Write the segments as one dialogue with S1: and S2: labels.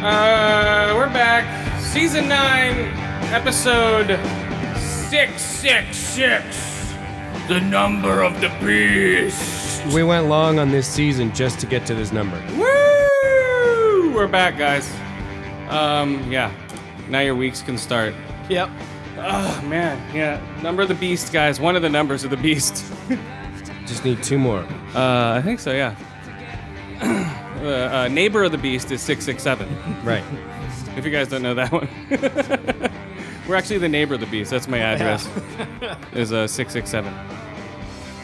S1: Uh, we're back. Season 9, episode 666. The number of the beast.
S2: We went long on this season just to get to this number.
S1: Woo! We're back, guys. Um, yeah. Now your weeks can start.
S2: Yep.
S1: Oh, man. Yeah. Number of the beast, guys. One of the numbers of the beast.
S2: Just need two more.
S1: Uh, I think so, yeah. uh, uh, neighbor of the beast is 667.
S2: Right.
S1: If you guys don't know that one, we're actually the neighbor of the beast. That's my address. is uh, six six seven.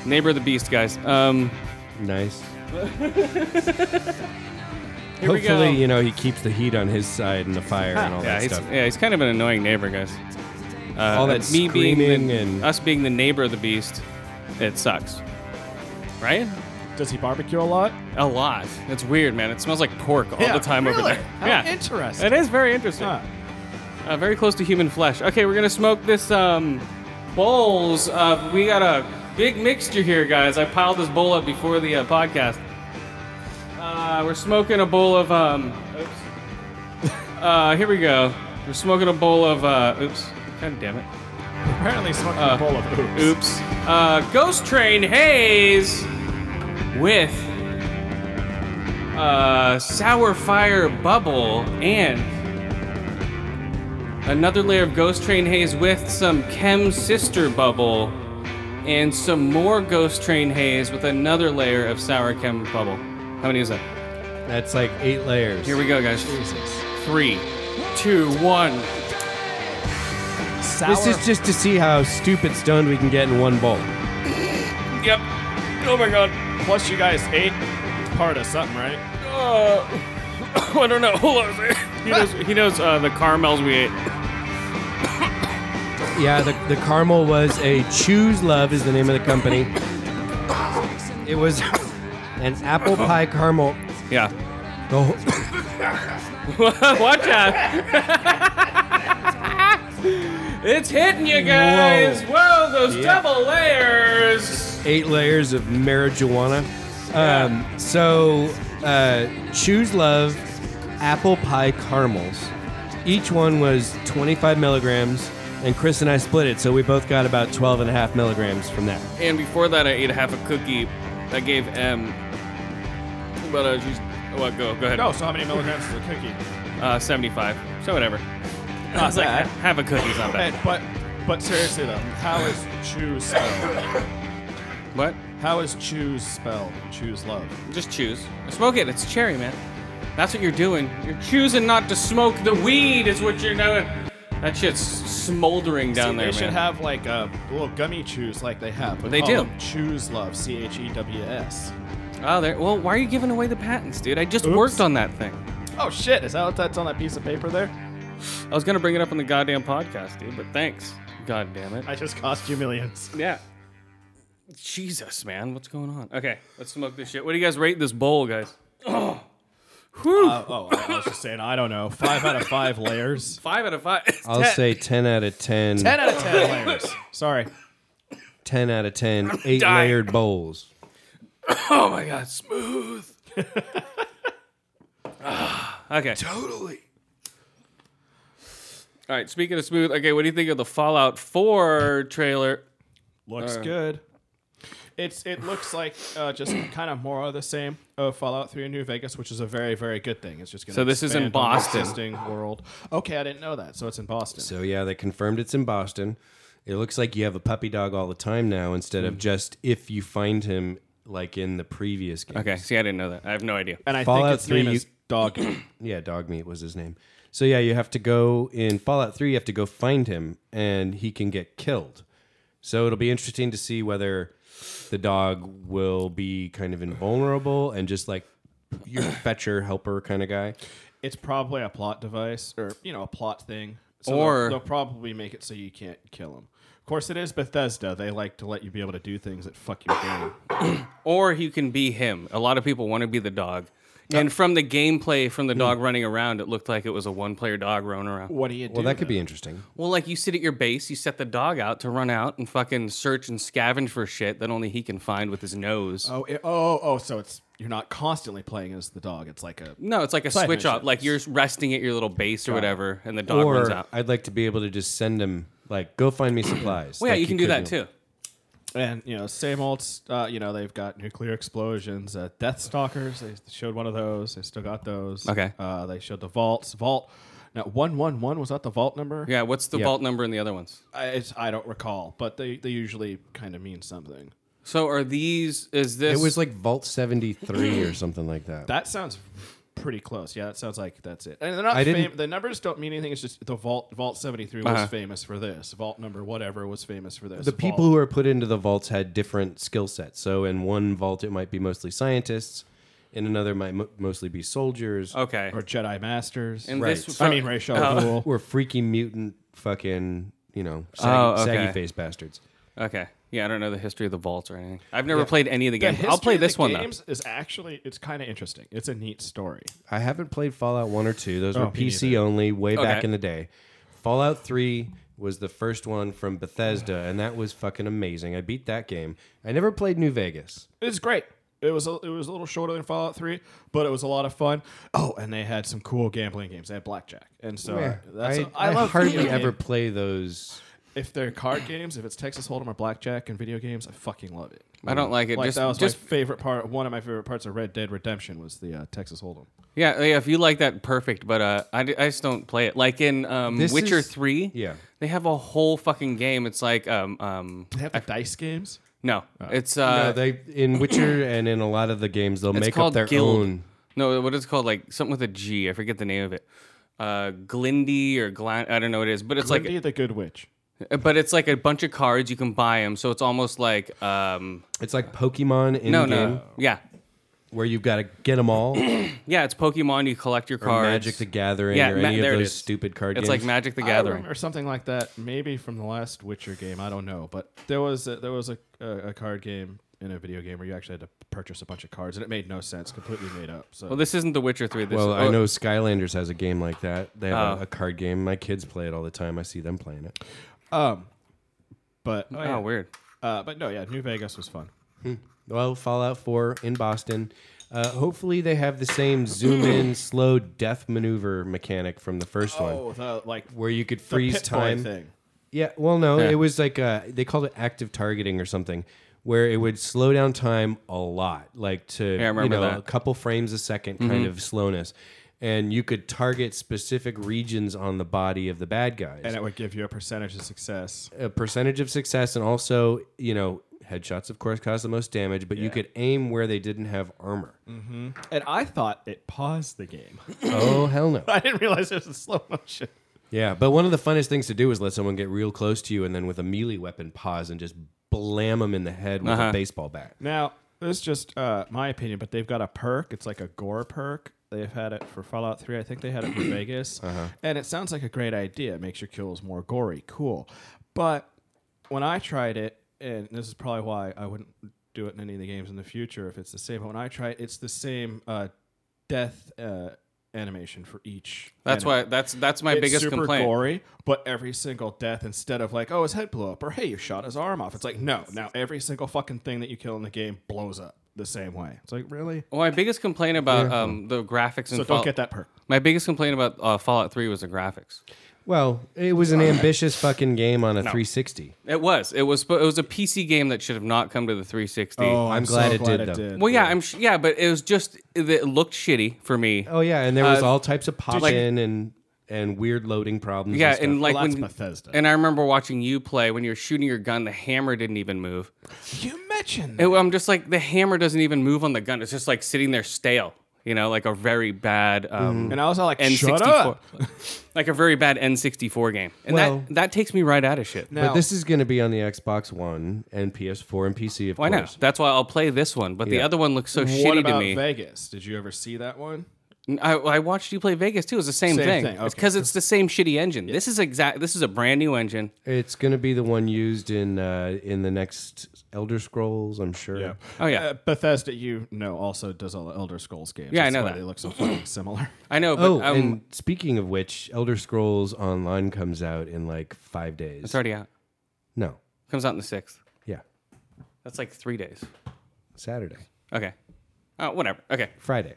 S1: Neighbor of the beast, guys. Um,
S2: Nice.
S1: here we go. Ah.
S2: Hopefully, you know, he keeps the heat on his side and the fire and all
S1: yeah,
S2: that
S1: he's,
S2: stuff.
S1: yeah, he's kind of an annoying neighbor, guys. Uh,
S2: All that
S1: me being
S2: screaming
S1: the,
S2: and-
S1: us being the neighbor of the beast, it sucks, right?
S3: Does he barbecue a lot?
S1: A lot. It's weird, man. It smells like pork all the time over there.
S3: How
S1: yeah,
S3: interesting.
S1: it is very interesting.
S3: Huh.
S1: uh, very close to human flesh. Okay, we're gonna smoke this um, bowls. Of, we got a big mixture here, guys. I piled this bowl up before the uh, podcast. Uh, we're smoking a bowl of. Um, oops. Uh, here we go. We're smoking a bowl of. Uh, oops. God damn it.
S3: Apparently, smoking
S1: Uh,
S3: a bowl of oops.
S1: Oops. Uh, Ghost Train Haze with uh, Sour Fire Bubble and another layer of Ghost Train Haze with some Chem Sister Bubble and some more Ghost Train Haze with another layer of Sour Chem Bubble. How many is that?
S2: That's like eight layers.
S1: Here we go, guys.
S2: Jesus.
S1: Three, two, one.
S3: Sour
S2: This is just to see how stupid stoned we can get in one bowl.
S1: Yep. Oh my god.
S3: Plus, you guys ate part of something, right?
S1: Uh, I don't know. Hold on. a second. He knows. He knows uh, the caramels we ate.
S2: Yeah, the, the caramel was a Choose Love is the name of the company. It was an apple pie caramel.
S1: Yeah.
S2: The whole,
S1: Watch out. it's hitting you guys. Whoa, those double layers.
S2: eight layers of marijuana. Um, so uh, choose love apple pie caramels. Each one was 25 milligrams, and Chris and I split it, so we both got about 12 and a half milligrams from that.
S1: And before that, I ate half a cookie. I gave M. But uh, she's. What? Go. Go ahead.
S3: No, so how many milligrams is a cookie?
S1: Uh, Seventy-five. So whatever. I was like,
S3: bad.
S1: half a cookie's not
S3: Hey,
S1: bad.
S3: but but seriously though, how is choose spelled?
S1: What?
S3: How is choose spelled? Choose love.
S1: Just choose. Smoke it. It's cherry, man. That's what you're doing. You're choosing not to smoke the weed, is what you're doing. That shit's smoldering down
S3: See,
S1: there,
S3: they should
S1: man.
S3: have like a little gummy chews like they have, but
S1: They
S3: call
S1: do.
S3: them choose love. C H E W S.
S1: oh, there. Well, why are you giving away the patents, dude? I just
S3: Oops.
S1: worked on that thing.
S3: Oh shit! Is that what that's on that piece of paper there?
S1: I was gonna bring it up on the goddamn podcast, dude, but thanks. God damn it.
S3: I just cost you millions.
S1: yeah. Jesus, man, what's going on? Okay, let's smoke this shit. What do you guys rate this bowl, guys? Oh.
S3: Uh, oh, I I was just saying. I don't know. Five out of five layers.
S1: Five out of five.
S2: I'll say 10 out of 10.
S3: Ten out of ten layers. Sorry.
S2: 10 out of 10, eight
S1: dying.
S2: layered bowls.
S1: Oh my god, smooth. Ah, okay. Totally. All right. Speaking of smooth, okay. What do you think of the Fallout Four trailer?
S3: Looks good. Uh. It's it looks like uh, just kind of more of the same of Fallout 3 in New Vegas, which is a very very good thing. It's just going to
S1: So this is in Boston.
S3: existing world. Okay, I didn't know that. So it's in Boston.
S2: So, yeah, they confirmed it's in Boston. It looks like you have a puppy dog all the time now instead of just if you find him like in the previous game.
S1: Okay. See, I didn't know that. I have no idea.
S3: and I
S2: Fallout
S3: think its
S2: 3
S3: name
S2: you-
S3: is Dog.
S2: Yeah, dog meat was his name. So yeah, you have to go in Fallout 3, you have to go find him and he can get killed. So it'll be interesting to see whether the dog will be kind of invulnerable and just like your fetcher helper kind of guy.
S3: It's probably a plot device or, you know, a plot thing. So they'll-
S1: Or-
S3: they'll, probably make it so you can't kill him. Of course, it is Bethesda. They like to let you be able to do things that fuck your game.
S1: or you can be him. A lot of people want to be the dog. And from the gameplay from the dog running around, it looked like it was a one player dog running around.
S3: What do you do?
S2: Well, that could
S3: then?
S2: be interesting.
S1: Well, like you sit at your base, you set the dog out to run out and fucking search and scavenge for shit that only he can find with his nose.
S3: Oh, it, oh, oh! So it's you're not constantly playing as the dog. It's like a
S1: No, it's like a
S3: Side
S1: switch off.
S3: missions.
S1: Like you're resting at your little base or whatever, and the dog runs
S2: Or
S1: out.
S2: I'd like to be able to just send him like go find me supplies.
S1: Well, yeah,
S2: like
S1: you can do
S2: could
S1: that too.
S3: and you know same old. s- Uh, you know they've got nuclear explosions, uh, Death Stalkers. They showed one of those. They still got those.
S1: Okay.
S3: Uh, they showed the vaults. Vault. Now one one one was that the vault number?
S1: Yeah, what's the vault number in the other ones?
S3: I, it's, I don't recall, but they they usually kind of mean something.
S1: So are these? Is this?
S2: It was like Vault 73 or something like that.
S3: That sounds pretty close. Yeah, that sounds like that's it. And they're not.
S2: I didn't-
S3: Fam- the numbers don't mean anything. It's just the vault. Vault seventy three
S1: Uh-huh.
S3: was famous for this. Vault number whatever was famous for this.
S2: the
S3: Vault-
S2: people who are put into the vaults had different skill sets. So in one vault, it might be mostly scientists, in another might mo- mostly be soldiers
S1: okay.
S3: or Jedi Masters.
S1: And
S2: Right. Uh-huh.
S1: this,
S3: I mean, Ray Shaw.
S2: or freaky mutant fucking you know saggy,
S1: Oh, okay.
S2: saggy face bastards.
S1: Okay. Yeah, I don't know the history of the vaults or anything. I've never played any of the games. I'll play this one
S3: Games is actually it's kind of interesting. It's a neat story.
S2: I haven't played Fallout one or two; those were
S3: Oh, me
S2: PC
S3: neither.
S2: only way back
S1: Okay.
S2: in the day. Fallout three was the first one from Bethesda, and that was fucking amazing. I beat that game. I never played New Vegas.
S3: It's great. It was a, it was a little shorter than Fallout Three, but it was a lot of fun. Oh, and they had some cool gambling games. They had blackjack, and so that's
S2: I,
S3: a-
S2: I
S3: love
S2: hardly
S3: video
S2: ever
S3: game.
S2: play those.
S3: If they're card games, if it's Texas Hold'em or blackjack and video games, I fucking love it.
S1: though. I don't like it.
S3: Like
S1: just,
S3: that was
S1: just
S3: my favorite part. One of my favorite parts of Red Dead Redemption was the uh, Texas Hold'em.
S1: yeah, oh, yeah. If you like that, perfect. But uh, I, d- I just don't play it. Like in um,
S2: This
S1: Witcher
S2: is-
S1: Three,
S2: yeah.
S1: they have a whole fucking game. It's like um um
S3: They have the dice games.
S1: no, it's uh
S2: no, Oh. they in Witcher and in a lot of the games they'll
S1: it's
S2: make
S1: called
S2: up their
S1: Guild.
S2: own.
S1: No, what is it called like something with a G. I forget the name of it. Uh, Glindy or Glan, I don't know what it is, but it's like
S3: Wendy the Good Witch.
S1: But it's like a bunch of cards you can buy them, so it's almost like um
S2: It's like Pokemon in
S1: no
S2: game
S1: no yeah
S2: where you've got to get them all.
S1: yeah it's Pokemon you collect your cards
S2: Magic the Gathering
S1: Yeah,
S2: or
S1: ma-
S2: any
S1: there
S2: of
S1: it
S2: those
S1: is.
S2: stupid card
S1: it's
S2: games.
S1: like Magic the
S3: I
S1: Gathering
S3: remember something like that, maybe from the last Witcher game. I don't know, but there was a, there was a, a, a card game in a video game where you actually had to purchase a bunch of cards, and it made no sense, completely made up. So
S1: well this isn't The Oh. Witcher three this
S2: Well,
S1: is,
S2: I
S1: oh,
S2: know Skylanders has a game like that. They have a, a card game. My kids play it all the time. I see them playing it.
S3: um, but
S1: oh, weird
S3: uh, but no, yeah, New Vegas was fun.
S2: Well, Fallout 4 in Boston. Uh, hopefully, they have the same zoom in, slow death maneuver mechanic from the first one,
S3: Oh, the like
S2: where you could
S3: the
S2: freeze
S3: Pit Boy
S2: time.
S3: thing.
S2: Yeah, well, no,
S1: Yeah.
S2: it was like uh, they called it active targeting or something, where it would slow down time a lot, like to
S1: I
S2: you
S1: remember
S2: know
S1: that. Mm-hmm.
S2: a couple frames a 2nd kind of slowness, and you could target specific regions on the body of the bad guys,
S3: and it would give you a percentage of success.
S2: a percentage of success, and also you know headshots, of course, cause the most damage, but you could aim where they didn't have armor.
S1: Mm-hmm.
S3: And I thought it paused the game.
S2: oh hell no!
S3: I didn't realize it was in slow motion.
S2: Yeah, but one of the funnest things to do is let someone get real close to you, and then with a melee weapon, pause and just blam them in the head with
S1: Uh-huh.
S2: a baseball bat.
S3: Now, this is just uh, my opinion, but they've got a perk. It's like a gore perk. They've had it for Fallout 3. I think they had it for Vegas. And it sounds like a great idea. It makes your kills more gory. Cool. But when I tried it, and this is probably why I wouldn't do it in any of the games in the future if it's the same, but when I try it, it's the same uh, death uh, animation for each.
S1: that's
S3: enemy
S1: why that's that's my biggest
S3: super
S1: complaint
S3: gory, but every single death, instead of like, oh, his head blew up, or hey, you shot his arm off. It's like, no, now every single fucking thing that you kill in the game blows up the same way. It's like, really?
S1: well my biggest complaint about um the graphics and
S3: So
S1: Fall-
S3: don't get that perk.
S1: my biggest complaint about uh, Fallout three was the graphics
S2: Well, it was
S1: Uh,
S2: an ambitious fucking game on a 360.
S1: it was it was spo- it was a PC game that should have not come to the 360
S2: Oh,
S3: Oh,
S2: I'm glad it did, though.
S1: well yeah I'm sh- yeah but it was just it, it looked shitty for me
S2: Oh yeah, and there was
S1: Uh,
S2: all types of pop in and and weird loading problems.
S1: yeah
S2: and,
S1: and like
S3: Well, that's
S1: when
S3: Bethesda.
S1: and I remember watching you play when you were shooting your gun the hammer didn't even move.
S3: you mentioned
S1: It- I'm just like the hammer doesn't even move on the gun. It's just like sitting there stale. you know, like a very bad um,
S3: And I was all like,
S1: N64,
S3: shut up.
S1: like a very bad N64 game, and
S2: Well-
S1: that that takes me right out of shit.
S3: Now,
S2: But this is going to be on the Xbox One and PS4 and PC, of
S1: Why
S2: course.
S1: not? That's why I'll play this one, but the
S2: Yeah.
S1: other one looks so
S3: what
S1: shitty
S3: about
S1: to me.
S3: Vegas? Did you ever see that one?
S1: I, I watched you play Vegas too. It's the same,
S3: Same
S1: thing.
S3: thing, okay.
S1: because it's the same shitty engine. This is exact. This is a brand new engine.
S2: It's going to be the one used in uh, in the next Elder Scrolls, I'm sure.
S1: Oh, yeah.
S3: Uh, Bethesda, you know, also does all the Elder Scrolls games.
S1: Yeah, I
S3: That's
S1: know
S3: why
S1: that.
S3: They look so fucking similar.
S1: I know, but
S2: Oh,
S1: um,
S2: and speaking of which, Elder Scrolls Online comes out in like five days.
S1: it's already out.
S2: No,
S1: Comes out in the sixth.
S2: yeah,
S1: That's like three days.
S2: Saturday,
S1: Okay. Oh, whatever. Okay.
S2: Friday,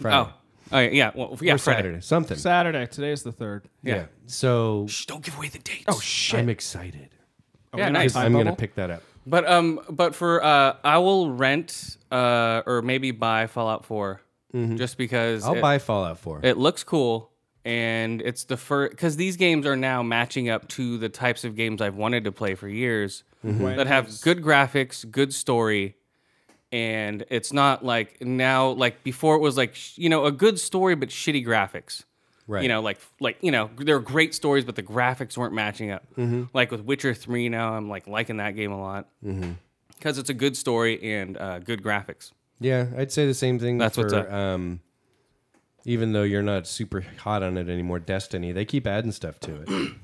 S2: Friday,
S1: Oh. Oh yeah. Yeah. Well, yeah.
S2: or
S1: Friday.
S2: Saturday, something.
S3: Saturday. Today's the third.
S1: Yeah.
S2: So
S1: Shh, don't give away the dates. Oh
S3: shit.
S2: I'm excited.
S1: yeah.
S3: we're not
S1: Nice.
S2: I'm going to
S3: bubble?
S2: pick that up.
S1: But um, but for uh, I will rent uh or maybe buy Fallout 4 just because
S2: Mm-hmm. I'll
S1: it,
S2: buy Fallout 4.
S1: it looks cool and it's the first because these games are now matching up to the types of games I've wanted to play for years
S2: Mm-hmm.
S3: When
S1: Hmm. that have
S3: is-
S1: good graphics, good story, and it's not like now like before it was like sh- you know a good story but shitty graphics.
S2: Right.
S1: You know, like like you know, there are great stories, but the graphics weren't matching up.
S2: Mm-hmm.
S1: Like with Witcher Three now, I'm like liking that game a lot because
S2: Mm-hmm.
S1: it's a good story and uh, good graphics.
S2: yeah, I'd say the same thing.
S1: That's
S2: for,
S1: what's up.
S2: um, even though you're not super hot on it anymore, Destiny, they keep adding stuff to it.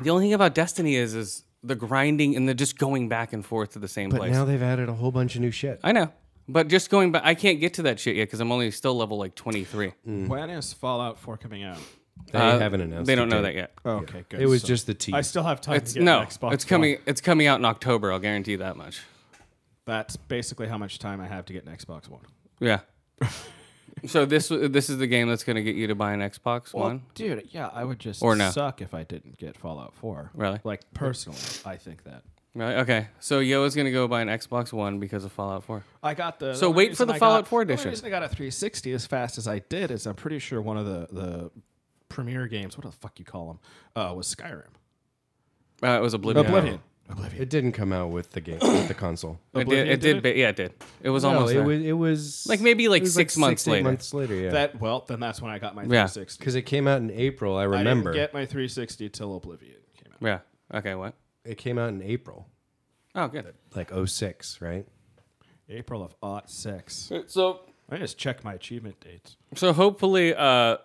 S1: The only thing about Destiny is is the grinding and the just going back and forth to the same
S2: But
S1: place.
S2: now they've added a whole bunch of new shit.
S1: I know, but just going back, I can't get to that shit yet because I'm only still level like 23.
S2: Mm,
S3: When is Fallout 4 coming out?
S2: They
S1: Uh,
S2: haven't announced.
S1: They
S2: a
S1: don't know that
S2: date.
S1: yet.
S3: Okay, good.
S2: Oh, It was
S3: So
S2: just the tease.
S3: I still have time
S1: It's-
S3: to get
S1: no,
S3: an Xbox.
S1: it's coming.
S3: One.
S1: It's coming out in October. I'll guarantee you that much.
S3: That's basically how much time I have to get an Xbox One.
S1: Yeah. so this this is the game that's going to get you to buy an Xbox One.
S3: dude, yeah, I would just
S1: Or no.
S3: suck if I didn't get Fallout 4.
S1: Really?
S3: Like personally, I think that.
S1: Really? Okay. So Yo is going to go buy an Xbox One because of Fallout 4.
S3: I got the.
S1: So
S3: the only
S1: wait for
S3: reason
S1: the
S3: I
S1: Fallout
S3: got,
S1: 4
S3: the only
S1: edition.
S3: reason I got a 360 as fast as I did is I'm pretty sure one of the the premier games, what the fuck you call them, uh, was Skyrim.
S1: Uh, it was Oblivion.
S3: Oblivion. Oblivion.
S2: It didn't come out with the game with the console.
S1: It did.
S3: Oblivion
S1: It
S3: did
S1: did.
S3: it?
S1: ba- yeah, it did. It was
S2: No,
S1: almost
S2: it
S1: there.
S2: was, it was
S1: Like, maybe, like,
S2: it was
S1: six months
S2: eight
S1: later.
S2: months later, yeah.
S3: That well, then that's when I got my
S1: Yeah.
S3: 360.
S2: Because it came out in April. I remember
S3: I didn't get my 360 till Oblivion came out.
S1: yeah. Okay. What?
S2: it came out in April,
S1: Oh, good.
S2: like 06, right?
S3: April of aught six.
S1: So
S3: I just check my achievement dates.
S1: so hopefully uh,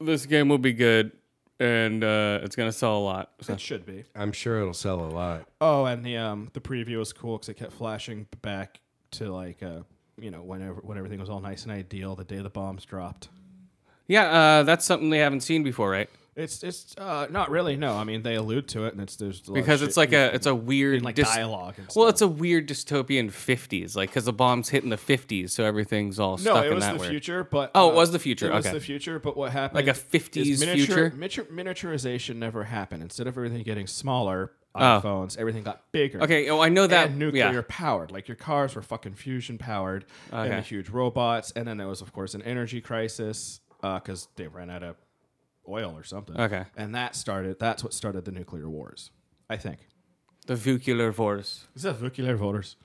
S1: this game will be good and uh, it's going to sell a lot. So.
S3: It should be.
S2: I'm sure it'll sell a lot.
S3: Oh, and the um the preview was cool because it kept flashing back to like uh you know whenever when everything was all nice and ideal the day the bombs dropped.
S1: Yeah. Uh, that's something they haven't seen before, right?
S3: It's it's uh not really no. I mean they allude to it and it's there's a lot of
S1: Because
S3: shit
S1: it's like a it's a weird
S3: in, like
S1: dis-
S3: dialogue. And
S1: Well,
S3: stuff.
S1: it's a weird dystopian 50s, like because the bomb's hit in the 50s, so everything's all
S3: no,
S1: stuck
S3: it
S1: in
S3: was
S1: that
S3: the
S1: way.
S3: future, but uh,
S1: Oh, it was the future,
S3: It was
S1: okay.
S3: the future, but what happened?
S1: Like a
S3: is
S1: 50s future?
S3: miniature, miniatur- miniaturization never happened. Instead of everything getting smaller,
S1: Oh.
S3: iPhones, everything got bigger.
S1: Okay, oh, I know that.
S3: and nuclear
S1: yeah.
S3: powered. Like your cars were fucking fusion powered, and
S1: Okay.
S3: the huge robots. And then there was, of course, an energy crisis because they ran out of oil or something.
S1: Okay.
S3: and that started. That's what started the nuclear wars. I think.
S1: The nuclear force.
S3: Is that nuclear voters?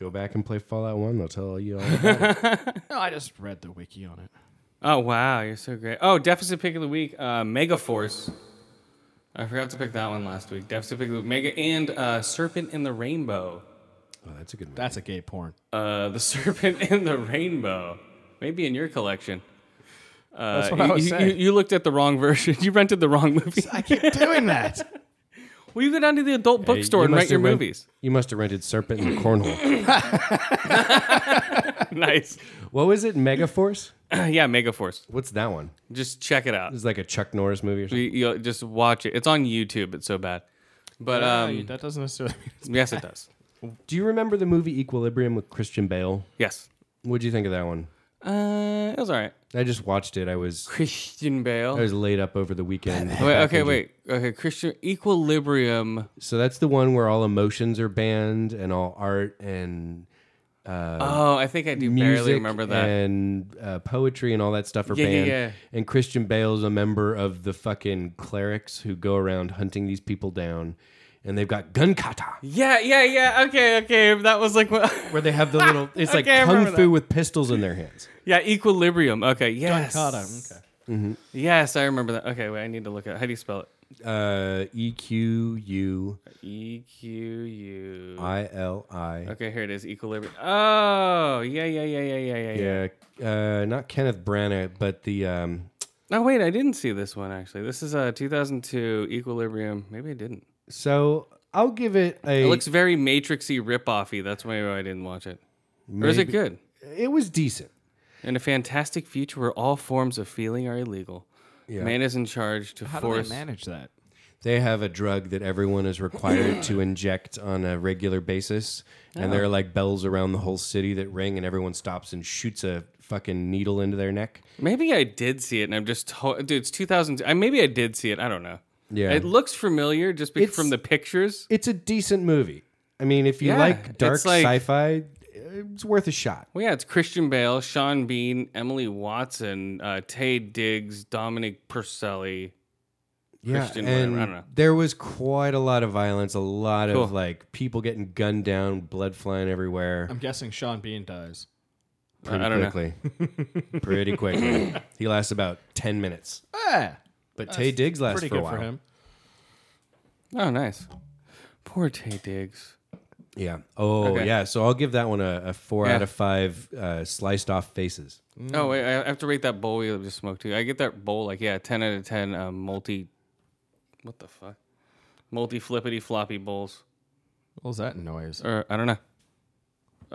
S2: Go back and play Fallout One. They'll tell you all. About it.
S3: No, I just read the wiki on it.
S1: Oh, wow, you're so great. Oh, deficit pick of the week, uh, Mega Force. I forgot to pick that one last week. Deficit pick of the week, Mega and uh, Serpent in the Rainbow.
S2: Oh, that's a good one.
S3: That's a gay porn.
S1: Uh, the Serpent in the Rainbow. Maybe in your collection. Uh,
S3: That's what I
S1: you-
S3: was
S1: you,
S3: saying.
S1: You, you looked at the wrong version. You rented the wrong movie.
S3: I keep doing that.
S1: Well, you go down to the adult bookstore
S2: You
S1: and rent
S2: must
S1: your
S2: have rent-
S1: movies.
S2: You must have rented Serpent and Cornhole.
S1: nice.
S2: what was it? Megaforce?
S1: yeah, Mega Force.
S2: What's that one?
S1: Just check it out.
S2: It's like a Chuck Norris movie or
S1: You,
S2: something.
S1: you'll just watch it. It's on YouTube. It's so bad. But
S2: Ah,
S1: um,
S3: that doesn't necessarily. Mean it's
S1: yes, it does.
S2: Do you remember the movie Equilibrium with Christian Bale?
S1: Yes.
S2: What'd you think of that one?
S1: Uh, it was all right.
S2: I just watched it. I was
S1: Christian Bale.
S2: I was laid up over the weekend. with a
S1: wait,
S2: back
S1: okay,
S2: injury.
S1: wait. Okay, Christian Equilibrium.
S2: So that's the one where all emotions are banned and all art and
S1: oh, I think I do
S2: music
S1: barely remember that.
S2: and uh, poetry and all that stuff are
S1: Yeah, yeah,
S2: banned.
S1: yeah.
S2: And Christian Bale's a member of the fucking clerics who go around hunting these people down. and they've got gun kata,
S1: Yeah, yeah, yeah. Okay, okay. That was like, what-
S2: where they have the little. It's like
S1: Okay, I
S2: kung
S1: remember
S2: fu
S1: that.
S2: with pistols in their hands.
S1: yeah, equilibrium. Okay, yes.
S3: Got him. Okay.
S1: Yes, I remember that. Okay, wait, I need to look at How do you spell it?
S2: Uh, E Q U
S1: E Q U.
S2: I L I.
S1: Okay, here it is. Equilibrium. Oh, yeah, yeah, yeah, yeah, yeah, yeah, yeah.
S2: Yeah, uh, not Kenneth Branagh, but the um,
S1: No, Oh, wait, I didn't see this one actually. This is uh 2002 Equilibrium. Maybe I didn't.
S2: So I'll give it a.
S1: It looks very Matrixy ripoffy. That's why I didn't watch it. Or is it
S2: Maybe-
S1: good?
S2: it was decent.
S1: In a fantastic future where all forms of feeling are illegal, man is in charge to
S3: How do
S1: force.
S3: they manage that?
S2: They have a drug that everyone is required to inject on a regular basis, and
S1: Uh-huh.
S2: there are like bells around the whole city that ring, and everyone stops and shoots a fucking needle into their neck.
S1: Maybe I did see it, and I'm just to- dude. It's 2000. I, maybe I did see it. I don't know.
S2: Yeah.
S1: it looks familiar just be-
S2: It's-
S1: from the pictures.
S2: It's a decent movie. I mean, if you
S1: Yeah,
S2: like dark
S1: it's like-
S2: sci-fi, it's worth a shot.
S1: Well, yeah, it's Christian Bale, Sean Bean, Emily Watson, uh, Tay Diggs, Dominic Purcelli.
S2: Yeah,
S1: Christian, whatever,
S2: and
S1: I don't know.
S2: there was quite a lot of violence, a lot
S1: Cool.
S2: of like people getting gunned down, blood flying everywhere.
S3: I'm guessing Sean Bean dies.
S2: pretty
S1: I don't know.
S2: quickly. pretty quickly. He lasts about 10 minutes.
S3: Ah,
S2: But Tay Diggs lasts
S3: pretty
S2: for a
S3: good
S2: while.
S3: for him.
S1: Oh, nice. Poor Tay Diggs.
S2: Yeah. Oh,
S1: Okay.
S2: yeah. So I'll give that one a, a four
S1: Yeah.
S2: out of five uh, sliced off faces.
S3: Mm.
S1: Oh wait, I have to rate that bowl we just smoked too. I get that bowl like yeah, ten out of ten. Um, multi, what the fuck, multi flippity floppy bowls
S3: What was that noise?
S1: or I don't know.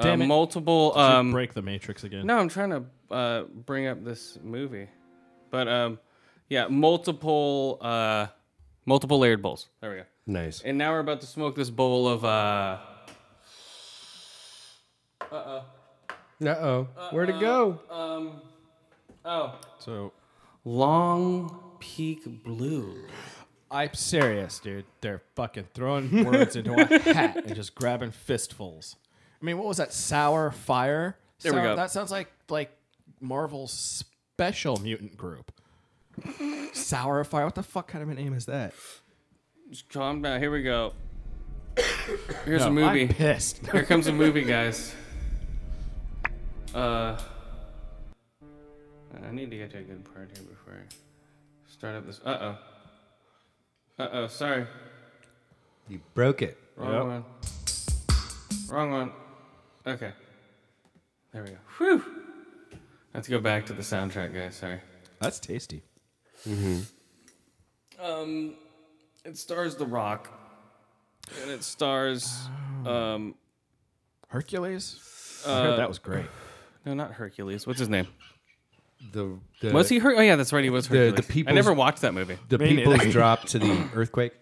S3: Damn
S1: uh,
S3: it.
S1: Multiple.
S3: Did you
S1: Um,
S3: break the Matrix again.
S1: no, I'm trying to uh, bring up this movie, but um, yeah, multiple uh, multiple layered bowls. There we go.
S2: Nice.
S1: And now we're about to smoke this bowl of uh,
S2: Uh oh. Where'd it go?
S1: oh
S3: So
S1: long peak blue.
S3: I'm serious, dude. They're fucking throwing words into a hat and just grabbing fistfuls. I mean, what was that? Sour fire.
S1: There we
S3: Sour-
S1: go.
S3: That sounds like like Marvel's special mutant group. Sour fire. What the fuck kind of a name is that?
S1: Just calm down. Here we go. Here's a
S3: No,
S1: movie.
S3: I'm pissed.
S1: Here comes a movie, guys. Uh, I need to get to a good part here before I start up this. Uh oh. Uh oh. Sorry.
S2: You broke it.
S1: Wrong one. Wrong one. Okay. There we go. Whew. I have to go back to the soundtrack, guys. Sorry.
S3: That's tasty.
S1: Um, it stars The Rock, and it stars
S3: Oh.
S1: um,
S3: Hercules. I
S1: Uh,
S3: heard that was great.
S1: no, not Hercules. What's his name?
S2: The, the,
S1: Was he Her? Oh yeah, that's right. He was Hercules.
S2: the
S1: I
S2: people's-
S1: never watched that movie.
S2: The people's drop to the earthquake.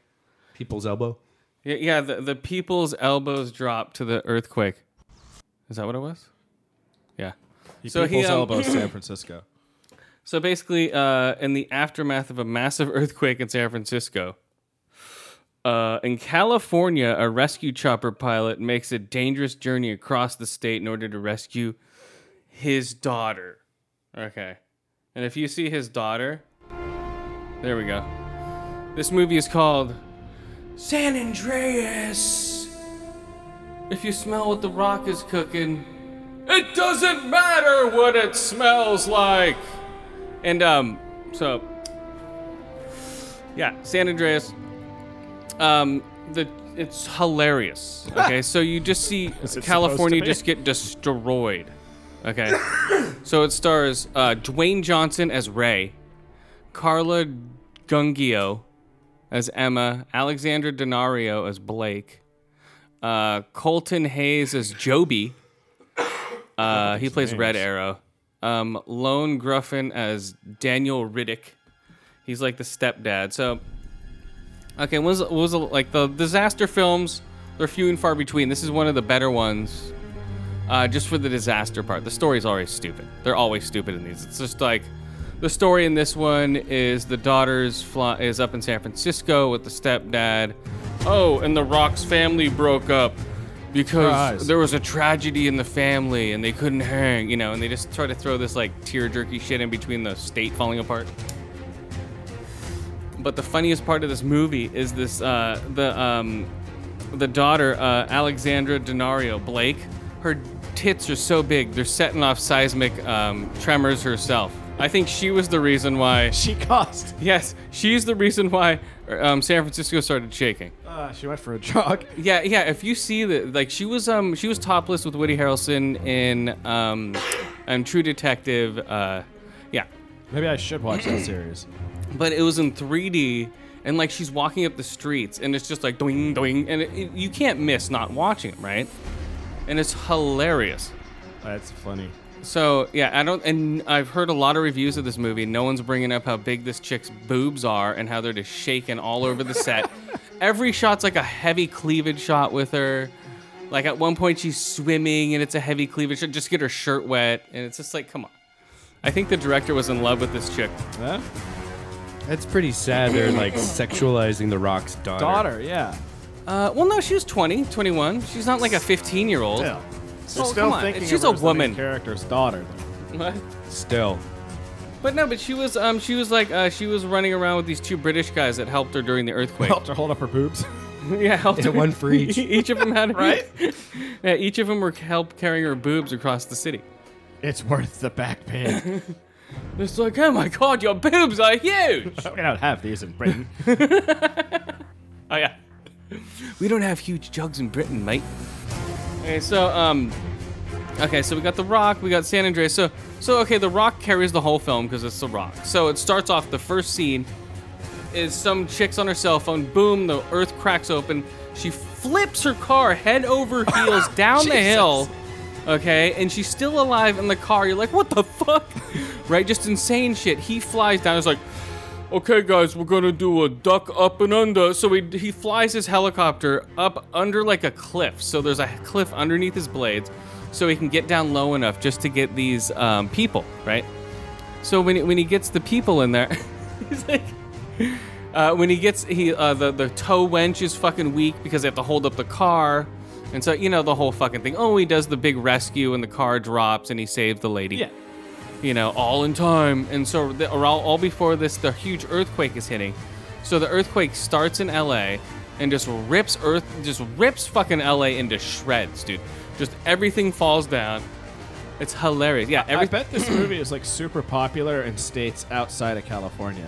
S2: People's elbow.
S1: Yeah, yeah the, the people's elbows dropped to the earthquake. Is that what it was? Yeah. So he,
S3: People's
S1: um,
S3: elbow, San Francisco.
S1: So basically, uh, in the aftermath of a massive earthquake in San Francisco, uh, in California, a rescue chopper pilot makes a dangerous journey across the state in order to rescue his daughter. Okay. And if you see his daughter, there we go. This movie is called San Andreas. If you smell what the rock is cooking, it doesn't matter what it smells like. And um, so yeah, San Andreas. Um, the it's hilarious. Okay, so you just see
S3: supposed
S1: California
S3: to be?
S1: just get destroyed. Okay, so it stars uh, Dwayne Johnson as Ray, Carla Gungio as Emma, Alexandra Denario as Blake, uh, Colton Hayes as Joby. Uh, he plays Red Arrow. Um, Lone Gruffin as Daniel Riddick. He's like the stepdad. So, okay, what was what was like the disaster films? They're few and far between. This is one of the better ones. Uh, just for the disaster part, the story's always stupid. They're always stupid in these. It's just like the story in this one is the daughter's fly- is up in San Francisco with the stepdad. Oh, and the Rock's family broke up because
S3: Surprise.
S1: there was a tragedy in the family and they couldn't hang, you know, and they just try to throw this like tear jerky shit in between the state falling apart. But the funniest part of this movie is this uh, the um, the daughter uh, Alexandra Denario Blake. Her tits are so big; they're setting off seismic um, tremors herself. I think she was the reason why.
S3: She cost.
S1: Yes, she's the reason why um, San Francisco started shaking.
S3: Uh, she went for a jog.
S1: Yeah, yeah. If you see that, like she was, um, she was topless with Woody Harrelson in, um, and True Detective. Uh, yeah,
S3: Maybe I should watch that series.
S1: but it was in 3D, and like she's walking up the streets, and it's just like doing, doing, and it, it- you can't miss not watching it, right? And it's hilarious.
S3: That's funny.
S1: So yeah, I don't, and I've heard a lot of reviews of this movie. No one's bringing up how big this chick's boobs are and how they're just shaking all over the set. Every shot's like a heavy cleavage shot with her. Like at one point she's swimming and it's a heavy cleavage shot. Just get her shirt wet, and it's just like, come on. I think the director was in love with this chick.
S3: Huh?
S2: That's pretty sad. They're like sexualizing the Rock's daughter.
S3: Daughter, yeah.
S1: Uh, well, no, she was 20, 21. She's not like a 15 year old.
S3: Still.
S1: Oh, come on. She's a
S3: her as the main
S1: woman.
S3: character's daughter.
S2: Still.
S1: But no, but she was, um, she was like, uh, she was running around with these two British guys that helped her during the earthquake.
S3: Helped her hold up her boobs.
S1: Yeah, helped
S2: Yeah,
S1: her-
S2: one for each.
S1: each of them had
S3: Right?
S1: Yeah, each of them were help carrying her boobs across the city.
S3: it's worth the back pain.
S1: It's like, oh my god, your boobs are huge.
S3: we don't have these in Britain.
S1: oh yeah, we don't have huge jugs in Britain, mate. Okay, so um, okay, so we got The Rock, we got San Andreas. So so okay, The Rock carries the whole film because it's The Rock. So it starts off the first scene is some chicks on her cell phone. Boom, the earth cracks open. She flips her car head over heels down the hill. Okay, and she's still alive in the car. You're like, what the fuck? right? Just insane shit. He flies down. He's like, okay, guys, we're gonna do a duck up and under. So he, he flies his helicopter up under like a cliff. So there's a cliff underneath his blades. So he can get down low enough just to get these um, people, right? So when he, when he gets the people in there, he's like, uh, when he gets he uh, the the tow wench is fucking weak because they have to hold up the car, and so you know the whole fucking thing. Oh, he does the big rescue and the car drops and he saved the lady.
S3: yeah.
S1: You know, all in time, and so the, or all, all before this, the huge earthquake is hitting. So the earthquake starts in L.A. and just rips Earth, just rips fucking L.A. into shreds, dude. Just everything falls down. It's hilarious. Yeah,
S3: I
S1: every,
S3: bet this movie is like super popular in states outside of California.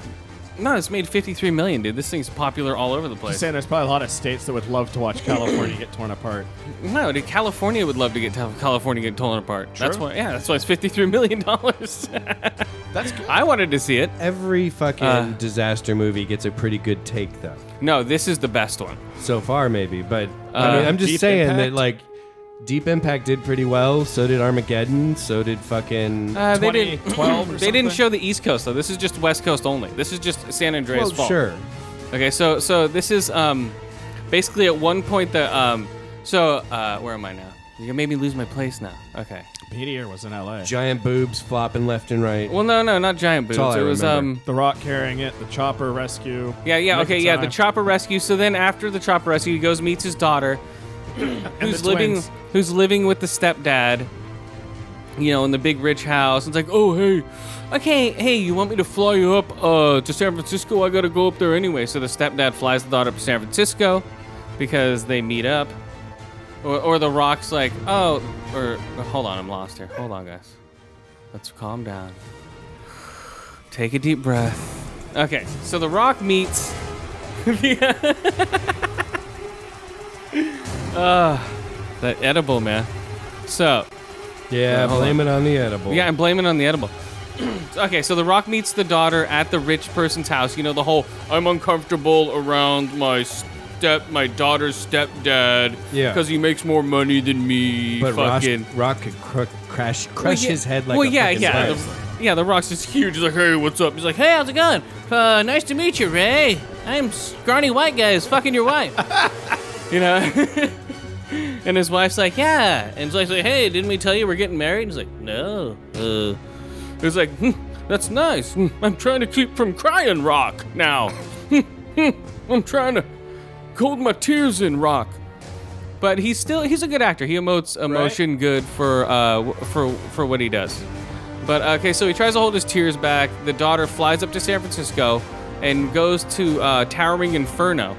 S1: no, it's made 53 million, dude. This thing's popular all over the place.
S3: Saying there's probably a lot of states that would love to watch California get torn apart.
S1: No, dude, California would love to get Tel- California get torn apart. That's
S3: True.
S1: why, yeah, that's why it's fifty-three million dollars.
S3: That's good.
S1: I wanted to see it.
S2: Every fucking
S1: Uh.
S2: disaster movie gets a pretty good take, though.
S1: No, this is the best one.
S2: So far, maybe. But
S1: Uh,
S2: I mean, I'm
S3: Deep
S2: just saying
S3: Impact?
S2: that, like, Deep Impact did pretty well. So did Armageddon. So did fucking.
S1: Uh, they didn't.
S3: 2012 or
S1: They didn't
S3: something?
S1: show the East Coast though. This is just West Coast only. This is just San Andreas
S2: well,
S1: fault.
S2: sure.
S1: Okay, so so this is um, basically at one point the um, so uh, where am I now? You made me lose my place now. Okay.
S3: Meteor was in L.A.
S2: Giant boobs flopping left and right.
S1: Well, no, no, not giant boobs.
S2: all I
S1: It was
S2: remember.
S1: um.
S3: the Rock carrying it, the chopper rescue.
S1: Yeah, yeah,
S3: Nick
S1: okay,
S3: of
S1: yeah. The
S3: Time.
S1: chopper rescue. So then, after the chopper rescue, he goes and meets his daughter, who's
S3: the
S1: living,
S3: twins.
S1: who's living with the stepdad. You know, in the big rich house. It's like, oh hey, okay, hey, you want me to fly you up uh, to San Francisco? I gotta go up there anyway. So the stepdad flies the daughter up to San Francisco because they meet up. Or, or the rock's like, oh, or hold on, I'm lost here. Hold on, guys. Let's calm down. Take a deep breath. Okay, so The Rock meets. the, uh, that edible, man. So,
S2: yeah,
S1: hold
S2: blame it on the edible.
S1: yeah, I'm blaming it on the edible. okay, so The Rock meets the daughter at the rich person's house. You know, the whole I'm uncomfortable around my step, my daughter's stepdad.
S2: Yeah.
S1: Because he makes more money than me.
S2: But Rock,
S1: fucking.
S2: Rock could cr- crash,
S1: Well,
S2: crush
S1: yeah-
S2: his head like
S1: well,
S2: a
S1: yeah,
S2: fucking
S1: yeah,
S2: bus.
S1: The, yeah. The Rock's just huge. He's like, hey, what's up? He's like, hey, how's it going? Uh, nice to meet you, Ray. I'm scrawny white guy is fucking your wife. you know. and his wife's like, yeah. And he's like, hey, didn't we tell you we're getting married? And he's like, no. Uh. He's like, hmm, that's nice. Hmm, I'm trying to keep from crying, Rock. Now, Hmm, hmm, I'm trying to hold my tears in, Rock. But he's still he's a good actor. He emotes emotion good for uh w- for for what he uh, does. But okay, so he tries to hold his tears back. The daughter flies up to San Francisco, and goes to uh, Towering Inferno,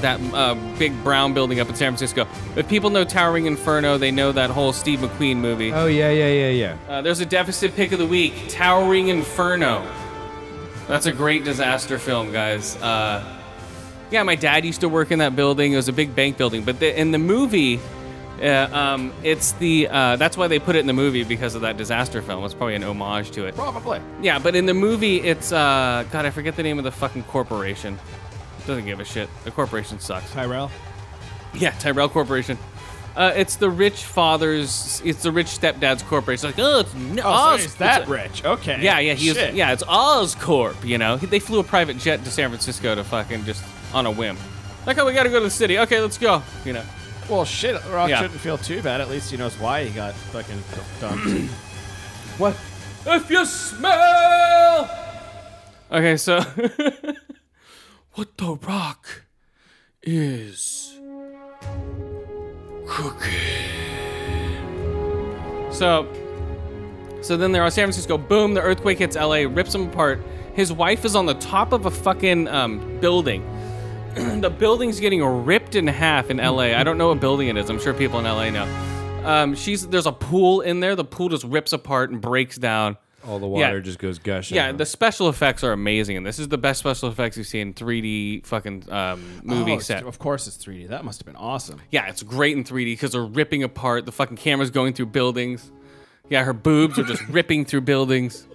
S1: that uh, big brown building up in San Francisco. If people know Towering Inferno, they know that whole Steve McQueen movie.
S2: Oh yeah, yeah, yeah, yeah.
S1: Uh, there's a deficit pick of the week Towering Inferno. That's a great disaster film, guys. Uh, yeah, my dad used to work in that building. It was a big bank building. But the, in the movie, uh, um, it's the uh, that's why they put it in the movie because of that disaster film. It's probably an homage to it.
S3: Probably.
S1: Yeah, but in the movie, it's uh, God, I forget the name of the fucking corporation. Doesn't give a shit. The corporation sucks.
S3: Tyrell.
S1: Yeah, Tyrell Corporation. Uh, it's the rich father's. It's the rich stepdad's corporation. It's like, oh, it's n-
S3: Oh,
S1: Oz.
S3: so he's that
S1: it's a-
S3: rich. Okay.
S1: Yeah, yeah, he was,
S3: Shit.
S1: yeah. It's Oscorp. You know, He- they flew a private jet to San Francisco to fucking just on a whim. Like, oh, we gotta go to the city. Okay, let's go. You know,
S3: Well, shit. Rock
S1: Yeah.
S3: shouldn't feel too bad. At least he knows why he got fucking dumped.
S1: what? If you smell. Okay, so what the rock is cooking. So, so then they're on San Francisco. Boom! The earthquake hits LA, rips him apart. His wife is on the top of a fucking um, building. the building's getting ripped in half in LA. I don't know what building it is. I'm sure people in LA know. Um, she's there's a pool in there. The pool just rips apart and breaks down.
S2: All the
S1: Yeah.
S2: water just goes gushing.
S1: Yeah, the special effects are amazing, and this is the best special effects you see in 3D fucking um, movie
S3: Oh, it's-
S1: set.
S3: Of course, it's 3D. That must have been awesome.
S1: Yeah, it's great in 3D because they're ripping apart. The fucking camera's going through buildings. Yeah, her boobs are just ripping through buildings.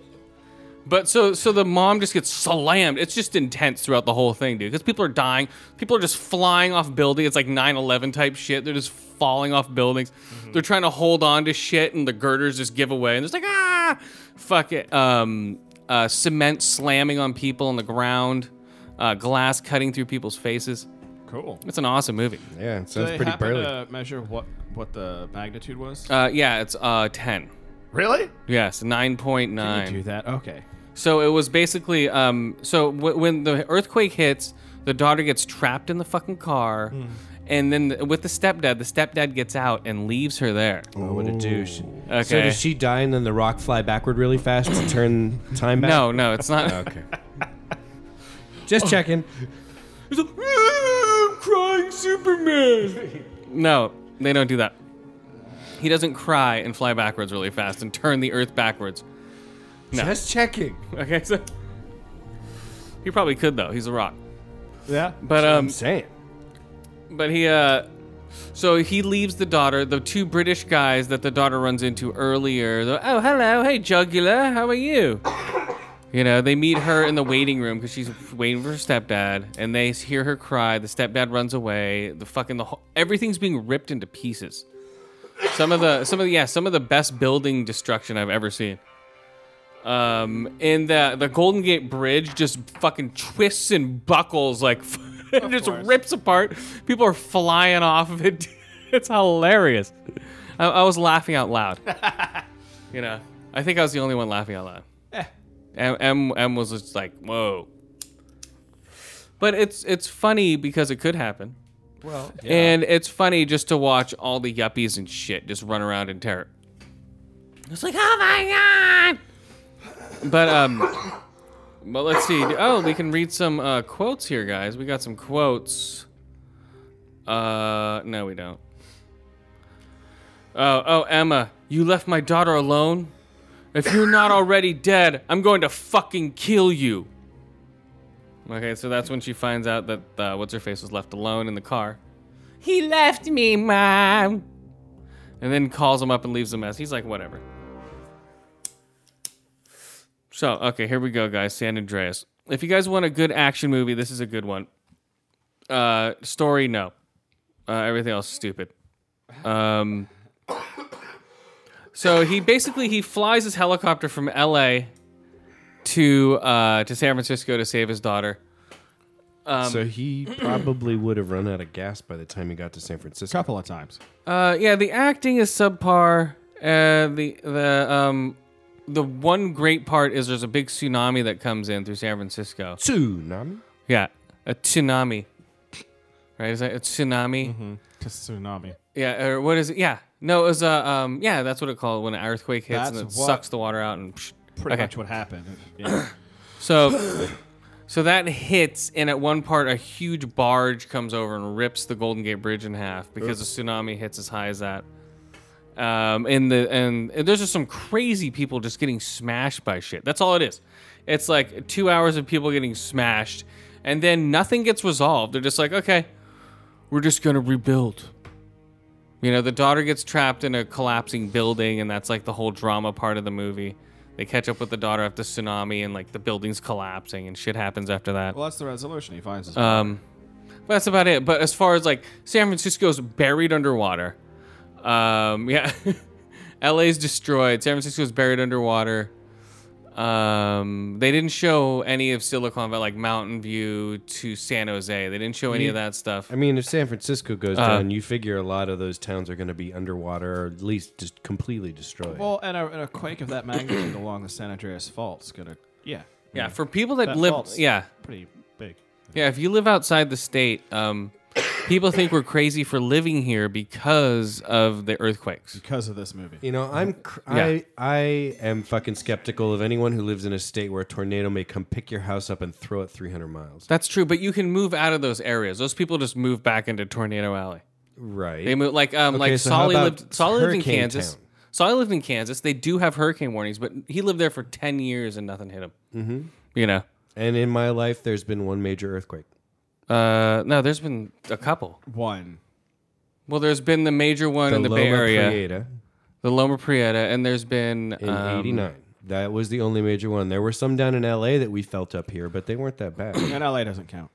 S1: But so so the mom just gets slammed. It's just intense throughout the whole thing, dude. Because people are dying. People are just flying off buildings. It's like 9-11 type shit. They're just falling off buildings. They're trying to hold on to shit, and the girders just give away. And it's like ah, fuck it. Um, uh, cement slamming on people on the ground. Uh, glass cutting through people's faces.
S3: Cool.
S1: It's an awesome movie.
S2: yeah, it
S3: Do
S2: sounds
S3: they
S2: pretty
S3: happen
S2: burly.
S3: to measure what what the magnitude was?
S1: Uh, yeah, it's uh ten.
S3: really?
S1: Yes, nine point
S3: You do
S1: nine.
S3: that? Okay.
S1: So it was basically um. So w- when the earthquake hits, the daughter gets trapped in the fucking car,
S2: Hmm.
S1: and then th- with the stepdad, the stepdad gets out and leaves her there.
S2: Oh, what a douche.
S1: Okay.
S2: So does she die and then the rock fly backward really fast to turn time back?
S1: No, no, it's not.
S2: Okay. Just checking.
S1: It's like, "Ah, I'm crying Superman. no, they don't do that. He doesn't cry and fly backwards really fast and turn the earth backwards. No.
S2: Just checking.
S1: Okay, so he probably could though. He's a rock.
S3: Yeah.
S1: But um,
S2: I'm saying.
S1: But he, uh, so he leaves the daughter, the two British guys that the daughter runs into earlier. they're, oh, hello, hey, Jugular, how are you? You know, they meet her in the waiting room because she's waiting for her stepdad, and they hear her cry. The stepdad runs away. The fucking the whole, everything's being ripped into pieces. Some of the some of the yeah some of the best building destruction I've ever seen. Um, and the the Golden Gate Bridge just fucking twists and buckles like it just
S3: course.
S1: rips apart. People are flying off of it. It's hilarious. I, I was laughing out loud. you know, I think I was the only one laughing out loud.
S3: Eh.
S1: M, M M was just like, whoa. But it's it's funny because it could happen,
S3: Well.
S1: and it's funny just to watch all the yuppies and shit just run around in terror. It's like, oh my god! But um, but let's see. Oh, we can read some uh, quotes here, guys. We got some quotes. Uh, no, we don't. Oh, oh, Emma, you left my daughter alone. If you're not already dead, I'm going to fucking kill you. Okay, so that's when she finds out that uh, what's her face was left alone in the car. He left me, mom. And then calls him up and leaves a mess. He's like, whatever. So, okay, here we go, guys. San Andreas. If you guys want a good action movie, this is a good one. Uh, story, no. Uh, everything else is stupid. Um, so he basically he flies his helicopter from L.A. to uh, to San Francisco to save his daughter. um,
S2: so he probably would have run out of gas by the time he got to San
S3: A
S2: Francisco.
S3: couple of times.
S1: Uh, yeah, the acting is subpar. Uh, the the um, the one great part is there's a big tsunami that comes in through San Francisco.
S2: Tsunami?
S1: Yeah, a tsunami. Right? Is that a tsunami?
S3: Tsunami.
S1: Yeah. Or what is it? Yeah. No, it was a um. Yeah, that's what it called when an earthquake hits and it
S3: That's what-
S1: sucks the water out and. Psh.
S3: Pretty
S1: Okay.
S3: much what happened. Yeah.
S1: So, So that hits, and at one part, a huge barge comes over and rips the Golden Gate Bridge in half because a tsunami hits as high as that. Um, and the and there's just some crazy people just getting smashed by shit. That's all it is. It's like two hours of people getting smashed, and then nothing gets resolved. They're just like, okay, we're just gonna rebuild. You know, the daughter gets trapped in a collapsing building, and that's like the whole drama part of the movie. They catch up with the daughter after tsunami, and like the building's collapsing, and shit happens after that.
S3: Well, that's the resolution he finds. His
S1: Um, but that's about it. But as far as like San Francisco's buried underwater, um, yeah, LA's destroyed. San Francisco's buried underwater. Um, they didn't show any of Silicon Valley, like Mountain View to San Jose. They didn't show any of that stuff.
S2: Mm-hmm. I mean, if San Francisco goes
S1: Uh,
S2: down, you figure a lot of those towns are going to be underwater or at least just completely destroyed.
S3: well, and a, and a quake of that magnitude along the San Andreas Fault's gonna, yeah,
S1: Yeah, for people that,
S3: That
S1: live,
S3: fault's
S1: yeah,
S3: pretty big.
S1: Yeah, if you live outside the state, um, people think we're crazy for living here because of the earthquakes.
S3: Because of this movie,
S2: you know, I'm cr-
S1: Yeah.
S2: I I am fucking skeptical of anyone who lives in a state where a tornado may come pick your house up and throw it 300 miles.
S1: That's true, but you can move out of those areas. Those people just move back into Tornado Alley.
S2: Right.
S1: They move like um
S2: Okay,
S1: like
S2: so how
S1: Solly
S2: about
S1: lived Solly lived in
S2: Hurricane
S1: Kansas.
S2: Town?
S1: Solly lived in Kansas. They do have hurricane warnings, but he lived there for ten years and nothing hit him. Mm-hmm. You know,
S2: and in my life, there's been one major earthquake.
S1: uh, no, there's been a couple.
S3: one.
S1: Well, there's been the major one in the Bay
S2: Loma
S1: Area,
S2: Prieta
S1: the Loma Prieta, and there's been
S2: in
S1: um,
S2: '89. That was the only major one. There were some down in LA that we felt up here, but they weren't that bad.
S3: And LA doesn't count.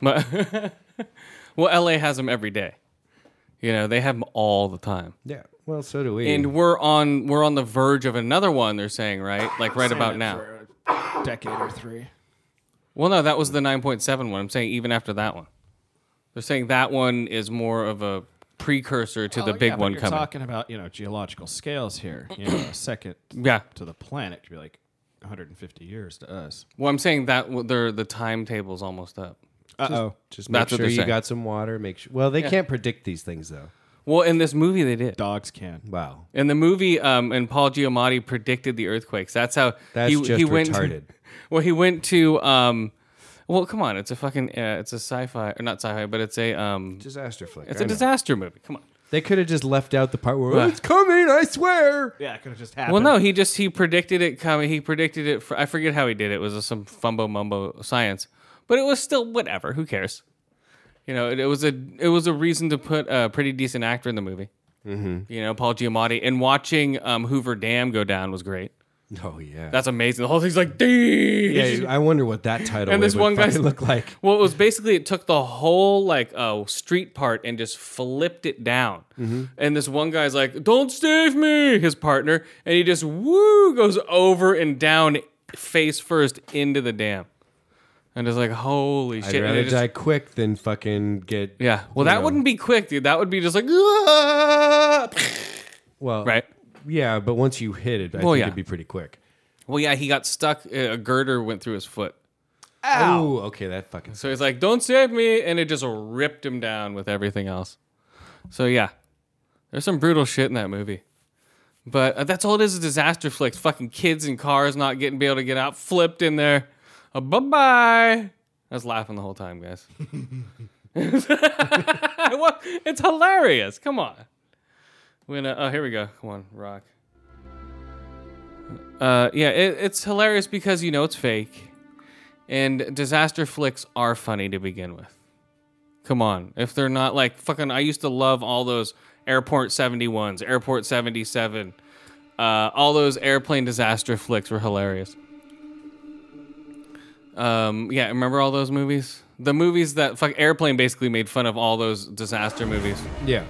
S1: But- well, LA has them every day. You know, they have them all the time.
S2: yeah. Well, so do we.
S1: And we're on we're on the verge of another one. They're saying right, like right about
S3: Saying
S1: now.
S3: it for a decade or three.
S1: Well, no, that was the 9.7 one. I'm saying even after that one, they're saying that one is more of a precursor to the
S3: Well,
S1: big
S3: Oh, yeah, but
S1: one
S3: you're
S1: coming.
S3: talking about you know geological scales here. You know, a second
S1: yeah.
S3: to the planet could be like 150 years to us.
S1: Well, I'm saying that w- they're, the timetable's almost up.
S3: Uh oh.
S2: Just make
S1: That's what
S2: sure
S1: they're
S2: you
S1: saying.
S2: got some water. Make sure. Well, they can't predict these things though.
S1: Well, in this movie, they did.
S3: Dogs can.
S2: Wow.
S1: In the movie, um, and Paul Giamatti predicted the earthquakes. That's how
S2: That's
S1: he,
S2: just
S1: he went.
S2: retarded.
S1: well, he went to. Um, well, come on, it's a fucking, uh, it's a sci-fi or not sci-fi, but it's a, um,
S2: Disaster flick.
S1: it's
S2: I
S1: a
S2: know.
S1: disaster movie. Come on.
S2: They could have just left out the part where
S1: Well-
S2: it's coming. I swear.
S3: Yeah, it could have just happened.
S1: Well, no, he just he predicted it coming. He predicted it. For, I forget how he did it. It was some fumbo mumbo science, but it was still whatever. Who cares? You know, it, it was a it was a reason to put a pretty decent actor in the movie. Mm-hmm. You know, Paul Giamatti and watching um, Hoover Dam go down was great.
S2: Oh yeah.
S1: That's amazing. The whole thing's like, "Dee!"
S2: yeah. I wonder what that title
S1: And
S2: would-
S1: this
S2: would
S1: one guy-
S2: fucking look like.
S1: Well, it was basically it took the whole like uh, street part and just flipped it down.
S2: Mm-hmm.
S1: And this one guy's like, "Don't save me," his partner, and he just woo goes over and down face first into the dam, and it's like, "Holy
S2: I'd
S1: shit!" And
S2: rather
S1: they just-
S2: die quick than fucking get.
S1: Yeah. Well,
S2: you
S1: that
S2: know.
S1: wouldn't be quick, dude. That would be just like, "Ah!"
S2: Well.
S1: right?
S2: Yeah, but once you hit it, I
S1: Well,
S2: think
S1: yeah.
S2: it'd be pretty quick.
S1: Well, yeah, he got stuck. uh, A girder went through his foot.
S2: Oh, okay, that fucking.
S1: So he's like, "Don't save me," and it just ripped him down with everything else. So yeah, there's some brutal shit in that movie. But uh, that's all it is—a disaster flick. Fucking kids in cars not getting be able to get out, flipped in there. Uh, bye bye. I was laughing the whole time, guys. I wa- it's hilarious. Come on. When uh, oh here we go. Come on, rock. Uh, yeah, it, it's hilarious because you know it's fake. And disaster flicks are funny to begin with. Come on. If they're not like fucking, I used to love all those Airport 71s, Airport 77. Uh, all those airplane disaster flicks were hilarious. Um, yeah, remember all those movies? The movies that fuck airplane basically made fun of all those disaster movies.
S2: Yeah.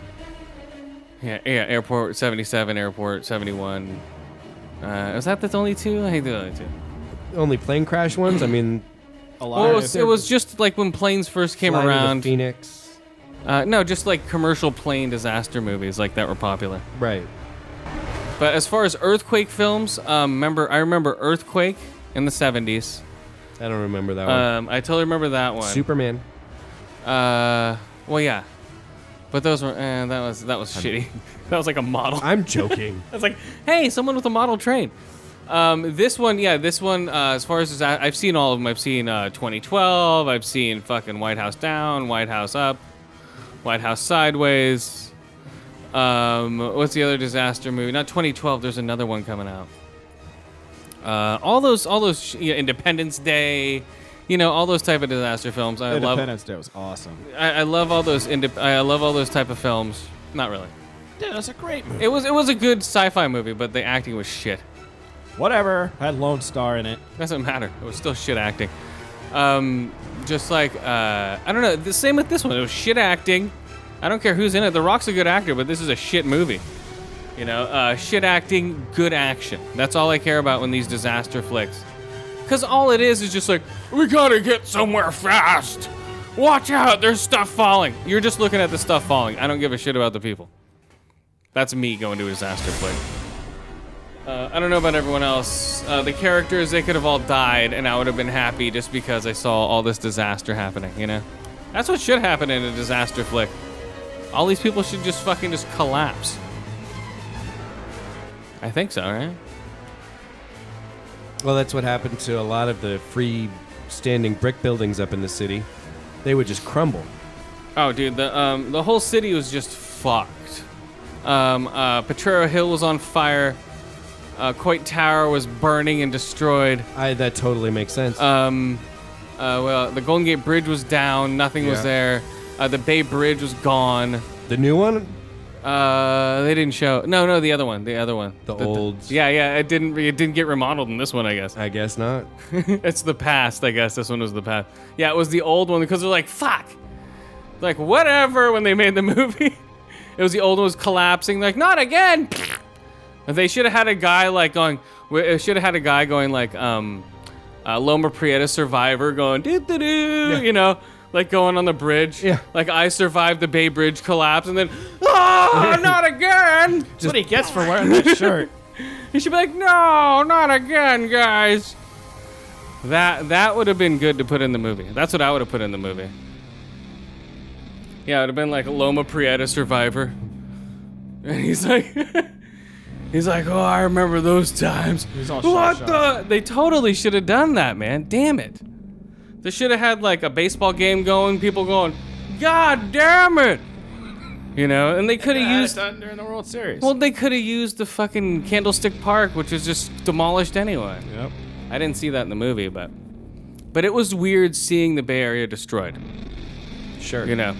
S1: Yeah, yeah, Airport 77, Airport 71. Uh, is that the only two? I think the only two.
S2: Only plane crash ones. I mean,
S3: a
S1: Well,
S3: lot.
S1: it
S3: of
S1: was, it was just like when planes first came
S2: Flight of the
S1: around.
S2: Phoenix.
S1: Uh, no, just like commercial plane disaster movies like that were popular.
S2: Right.
S1: But as far as earthquake films, um, remember I remember Earthquake in the '70s.
S2: I don't remember that
S1: Um, I totally remember that one.
S2: one. Superman.
S1: Uh, well, yeah, but those were eh, that was that was shitty. that was like a model.
S2: I'm joking.
S1: It's like, hey, someone with a model train. Um, this one, yeah, this one. Uh, as far as I, I've seen all of them, I've seen uh, 2012. I've seen fucking White House Down, White House Up, White House Sideways. Um, what's the other disaster movie? Not 2012. There's another one coming out. Uh, all those, all those sh- yeah, Independence Day. You know, all those type of disaster films. I love.
S3: Independence Day was awesome.
S1: I, I love all those. Indep- I love all those type of films. Not really.
S3: Yeah, that's a great movie.
S1: It was. It was a good sci-fi movie, but the acting was shit.
S3: Whatever. Had Lone Star in it.
S1: Doesn't matter. It was still shit acting. Um, just like uh, I don't know. The same with this one. It was shit acting. I don't care who's in it. The Rock's a good actor, but this is a shit movie. You know, uh, shit acting, good action. That's all I care about when these disaster flicks. Cause all it is is just like we gotta get somewhere fast. Watch out, there's stuff falling. You're just looking at the stuff falling. I don't give a shit about the people. That's me going to a disaster flick. Uh, I don't know about everyone else. Uh, the characters, they could have all died, and I would have been happy just because I saw all this disaster happening, you know? That's what should happen in a disaster flick. All these people should just fucking just collapse. I think so, right?
S2: Well, that's what happened to a lot of the free standing brick buildings up in the city. They would just crumble.
S1: Oh, dude, the um, the whole city was just fucked. Um, uh, Petrero Hill was on fire. Uh, Coit Tower was burning and destroyed.
S2: I that totally makes sense.
S1: Um, uh, well, the Golden Gate Bridge was down. Nothing was
S2: Yeah.
S1: there. Uh, the Bay Bridge was gone.
S2: the new one,
S1: Uh, they didn't show. No, no, the other one. The other one.
S2: the, old.
S1: yeah, yeah. It didn't. It didn't get remodeled in this one. I guess.
S2: I guess not.
S1: it's the past. I guess this one was the past. Yeah, it was the old one because they're like, fuck. Like whatever. When they made the movie, it was the old one was collapsing. Like not again. They should have had a guy like going. It should have had a guy going like, um, uh, Loma Prieta survivor going doo doo doo. You know, like going on the bridge.
S2: Yeah.
S1: Like I survived the Bay Bridge collapse, and then oh, not again.
S3: That's what he gets for wearing that shirt.
S1: He should be like, "No, not again, guys." That that would have been good to put in the movie. That's what I would have put in the movie. Yeah, it would have been like Loma Prieta survivor, and he's like, he's like, "Oh, I remember those times."
S3: He's all
S1: what
S3: shell-shocked.
S1: the? They totally should have done that, man. Damn it! They should have had like a baseball game going, people going, "God damn it!" You know, and they could have
S3: Had it
S1: used
S3: done during the World Series.
S1: well, they could have used the fucking Candlestick Park, which was just demolished anyway.
S3: yep.
S1: I didn't see that in the movie, but but it was weird seeing the Bay Area destroyed.
S2: Sure.
S1: You know.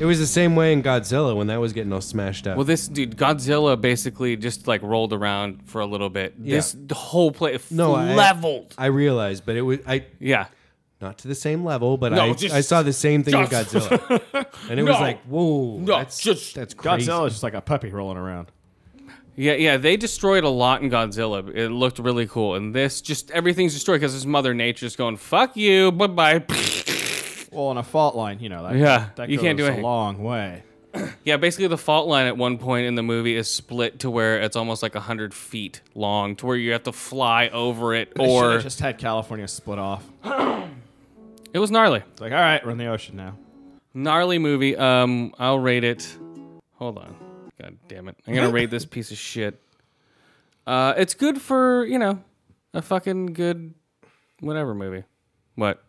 S2: It was the same way in Godzilla when that was getting all smashed up.
S1: Well, this dude Godzilla basically just like rolled around for a little bit. This the whole place
S2: No, I-
S1: leveled.
S2: I realized, but it was I
S1: yeah.
S2: not to the same level, but
S1: No,
S2: I,
S1: just-
S2: I saw the same thing in
S1: just-
S2: Godzilla, and it was
S1: No.
S2: like, whoa,
S1: No,
S2: that's
S1: just-
S2: that's crazy.
S3: Godzilla's just like a puppy rolling around.
S1: Yeah, yeah, they destroyed a lot in Godzilla. It looked really cool, and this just everything's destroyed because it's Mother Nature's going fuck you, bye bye.
S3: Well, on a fault line, you know. That,
S1: Yeah,
S3: that
S1: you can't
S3: goes
S1: do
S3: a
S1: it.
S3: long way.
S1: Yeah, basically the fault line at one point in the movie is split to where it's almost like hundred feet long, to where you have to fly over it.
S3: They
S1: Or
S3: should've just had California split off.
S1: it was gnarly,
S3: It's like, all right, we're in the ocean now.
S1: gnarly movie. Um, I'll rate it. Hold on, god damn it, I'm gonna rate this piece of shit. Uh, it's good for you know a fucking good whatever movie. What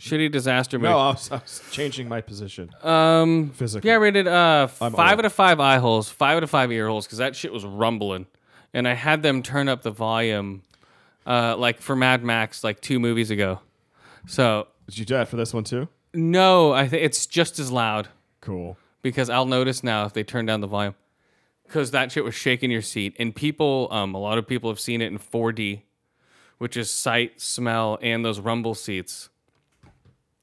S1: shitty disaster movie?
S3: No, I was, I was changing my position.
S1: um,
S3: Physically.
S1: Yeah, I rated uh five
S3: old.
S1: out of five eye holes, five out of five ear holes, because that shit was rumbling, and I had them turn up the volume, uh, like for Mad Max, like two movies ago. So
S3: Did you do that for this one too?
S1: no, I think it's just as loud
S3: Cool.
S1: because I'll notice now if they turn down the volume, because that shit was shaking your seat, and people, um, a lot of people have seen it in 4D, which is sight, smell, and those rumble seats.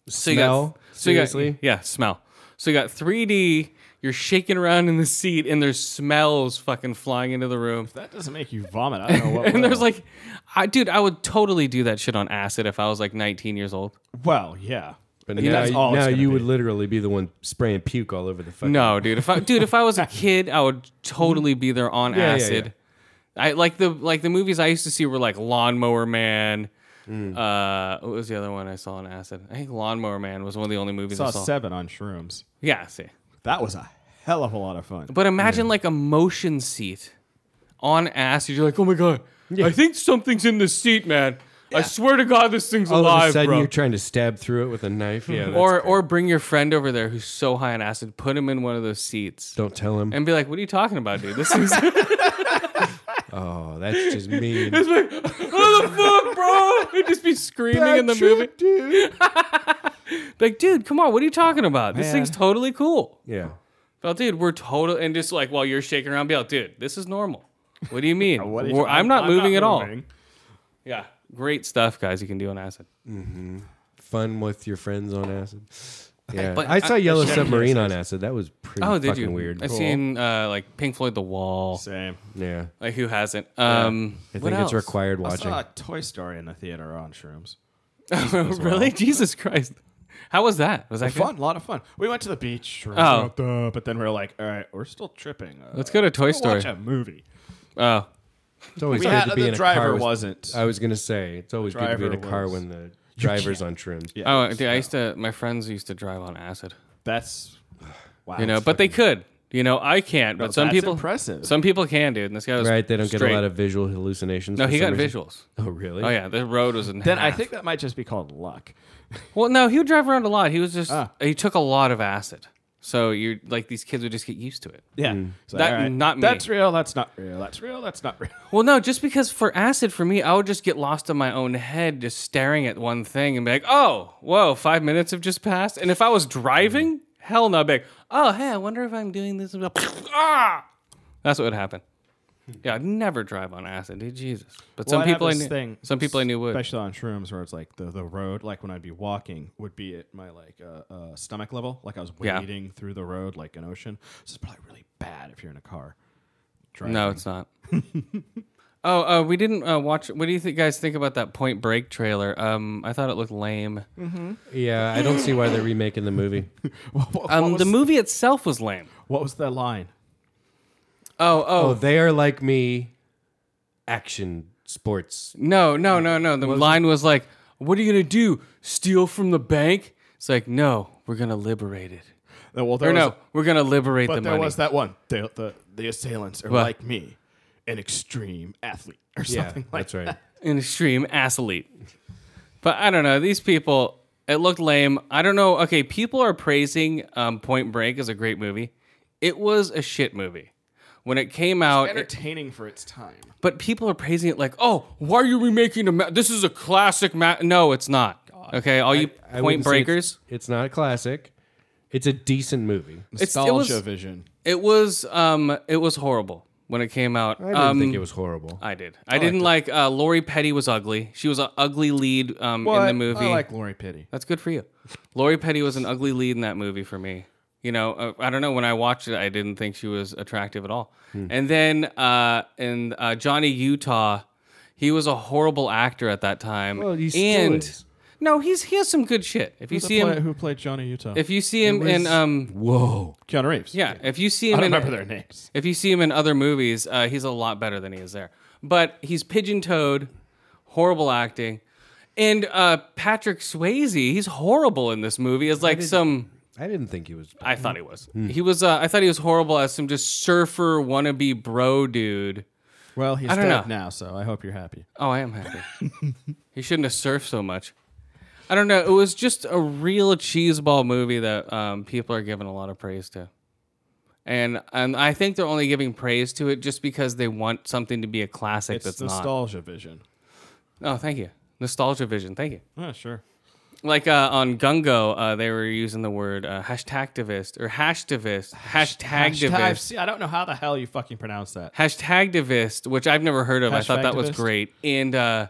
S1: So
S2: Smell?
S1: so you got-
S2: Seriously?
S1: yeah, smell. So you got 3D. You're shaking around in the seat, and there's smells fucking flying into the room.
S3: That doesn't make you vomit. I don't know what.
S1: And
S3: will.
S1: there's like, I dude, I would totally do that shit on acid if I was like 19 years old.
S3: well, yeah.
S2: But
S3: Yeah,
S2: now,
S3: that's all it's
S2: now
S3: gonna
S2: you
S3: be.
S2: would literally be the one spraying puke all over the fucking.
S1: No, dude. If I dude, if I was a kid, I would totally be there on
S2: yeah,
S1: acid. I like the like the movies I used to see were like Lawnmower Man.
S2: Mm.
S1: Uh, what was the other one I saw on acid? I think Lawnmower Man was one of the only movies
S3: Saw
S1: I saw.
S3: seven on shrooms.
S1: Yeah, I see.
S3: That was a hell of a lot of fun.
S2: Mm.
S1: But imagine like a motion seat on acid. You're like, oh my god, I think something's in the seat, man. I swear to God, this thing's
S2: All of a
S1: alive,
S2: sudden,
S1: bro.
S2: you're trying to stab through it with a knife. Yeah. that's-
S1: or or bring your friend over there who's so high on acid, put him in one of those seats,
S2: don't tell him.
S1: and be like, "What are you talking about, dude? This is
S2: Oh, that's just mean.
S1: what the fuck, bro?" He'd just be screaming in the movie.
S2: dude.
S1: Like, dude, come on, what are you talking about? This thing's
S3: Man.
S1: totally cool.
S2: Yeah.
S1: Well, dude, we're total and just like while you're shaking around, be like, dude, this is normal. What do you mean?
S3: What is-
S1: We're- I'm not moving at all.
S3: moving.
S1: Yeah, great stuff, guys. You can do on acid.
S2: Fun with your friends on acid. Yeah.
S1: But
S2: I saw
S1: I-
S2: Yellow
S3: Yeah.
S2: Submarine on acid. That was pretty
S1: Oh, did
S2: fucking
S1: you?
S2: weird.
S1: I've seen uh, like Pink Floyd, The Wall.
S3: Same.
S2: Yeah.
S1: Like who hasn't? Um,
S2: I think
S1: what
S2: it's
S1: else?
S2: required
S3: I
S2: watching.
S3: saw Toy Story in the theater on shrooms.
S1: really? Jesus Christ! How was that? Was that good?
S3: Fun, a lot of fun. We went to the beach.
S1: Oh.
S3: duh, but then we were like, all right, we're still tripping. Uh,
S1: Let's go to Toy
S3: let's go
S1: Story.
S3: Watch a movie.
S1: Oh,
S2: It's always
S3: We
S2: good
S3: had,
S2: to be
S3: the
S2: in a
S3: driver
S2: car with-
S3: wasn't.
S2: I was gonna say it's always good to be in a
S3: driver
S2: car
S3: was-
S2: when the driver's on shrooms.
S3: Yeah.
S1: oh, dude, I used to. My friends used to drive on acid.
S3: That's wow.
S1: You know, but they could. You know, I can't.
S3: No,
S1: but some
S3: that's
S1: people,
S3: impressive.
S1: some people can, dude. And this guy was
S2: Right? They don't get
S1: straight.
S2: a lot of visual hallucinations.
S1: No,
S2: for
S1: he
S2: some
S1: got
S2: reason.
S1: visuals.
S2: Oh, really?
S1: Oh yeah, the road was in.
S3: then I
S1: half.
S3: think that might just be called luck.
S1: Well, no, he would drive around a lot. He was just
S3: Ah.
S1: he took a lot of acid, so you're like these kids would just get used to it.
S3: Yeah. So,
S1: That-
S3: Mm. all
S1: not me.
S3: That's real. That's not real. That's real. That's not real.
S1: Well, no, just because for acid for me, I would just get lost in my own head, just staring at one thing and be like, "Oh, whoa, five minutes have just passed." And if I was driving, hell no, I'd be like, "Oh, hey, I wonder if I'm doing this." ah, that's what would happen. Yeah, I'd never drive on acid, dude. Jesus, but some
S3: Well, I'd have
S1: people I
S3: this
S1: knew,
S3: thing,
S1: some people I knew would.
S3: especially on shrooms, where it's like the, the road, like when I'd be walking, would be at my like uh, uh, stomach level, like I was
S1: Yeah.
S3: wading through the road like an ocean. This is probably really bad if you're in a car. Driving.
S1: No, it's not. oh, uh, we didn't uh, watch. What do you th- guys think about that Point Break trailer? Um, I thought it looked lame.
S2: Yeah, I don't see why they're remaking the movie.
S3: What, what-
S1: Um,
S3: what
S1: the
S3: was,
S1: movie itself was lame.
S3: what was the line?
S1: Oh,
S2: Oh,
S1: oh,
S2: they are like me. Action sports.
S1: no, no, no, no. The line was like, "What are you gonna do? Steal from the bank?" It's like, no, we're gonna liberate it.
S3: Uh, Well, there
S1: Or
S3: was,
S1: no, we're gonna liberate
S3: but
S1: the
S3: there
S1: money.
S3: was that one. The, the the assailants are
S1: What?
S3: like me, an extreme athlete or something like
S2: that's right.
S1: an extreme athlete. But I don't know. These people, it looked lame. I don't know. Okay, people are praising um, Point Break as a great movie. It was a shit movie when it came out. it-
S3: entertaining for its time.
S1: but people are praising it like, oh, why are you remaking a? Ma- this is a classic. Ma-. No, it's not. Okay, all you
S2: I
S1: Point
S2: wouldn't say it's-
S1: Breakers.
S2: It's, not a classic. It's a decent movie.
S1: It's- it
S3: Nostalgia
S1: was-
S3: vision.
S1: It was um, it was horrible when it came out. Um,
S2: I didn't think it was horrible.
S1: I did. I, didn't like. Uh, Lori Petty was ugly. She was an ugly lead um, in the movie.
S3: I like Lori Pitty.
S1: That's good for you. Lori Petty was an ugly lead in that movie for me. You know, uh, I don't know. When I watched it, I didn't think she was attractive at all.
S2: Hmm.
S1: And then, uh, and uh, Johnny Utah, he was a horrible actor at that time.
S2: Well, he still
S1: and
S2: is.
S1: no, he's he has some good shit. If you see him,
S3: who played Johnny Utah?
S1: if you see him in, um,
S2: Whoa.
S3: Keanu Reeves.
S1: yeah, if you see
S3: I
S1: him
S3: don't
S1: in,
S3: remember their names.
S1: if you see him in other movies, uh, he's a lot better than he is there. But he's pigeon-toed, horrible acting, and uh, Patrick Swayze, he's horrible in this movie. As like some,
S2: I didn't think he was.
S1: I thought he was. He was. Uh, I thought he was horrible as some just surfer wannabe bro dude.
S3: Well, he's
S1: I don't
S3: dead
S1: know.
S3: now, so I hope you're happy.
S1: Oh, I am happy. he shouldn't have surfed so much. I don't know. It was just a real cheeseball movie that um, people are giving a lot of praise to. And and I think they're only giving praise to it just because they want something to be a classic
S3: It's
S1: that's not.
S3: nostalgia vision.
S1: Oh, thank you. Nostalgia vision. Thank you.
S3: Yeah, sure.
S1: Like uh, on Gungo, uh, they were using the word uh, hashtagtivist or hashtivist, hashtagtivist.
S3: Hashtag, see, I don't know how the hell you fucking pronounce that.
S1: Hashtagtivist, which I've never heard of. I thought that was
S3: Hashtagtivist?
S1: great. And uh,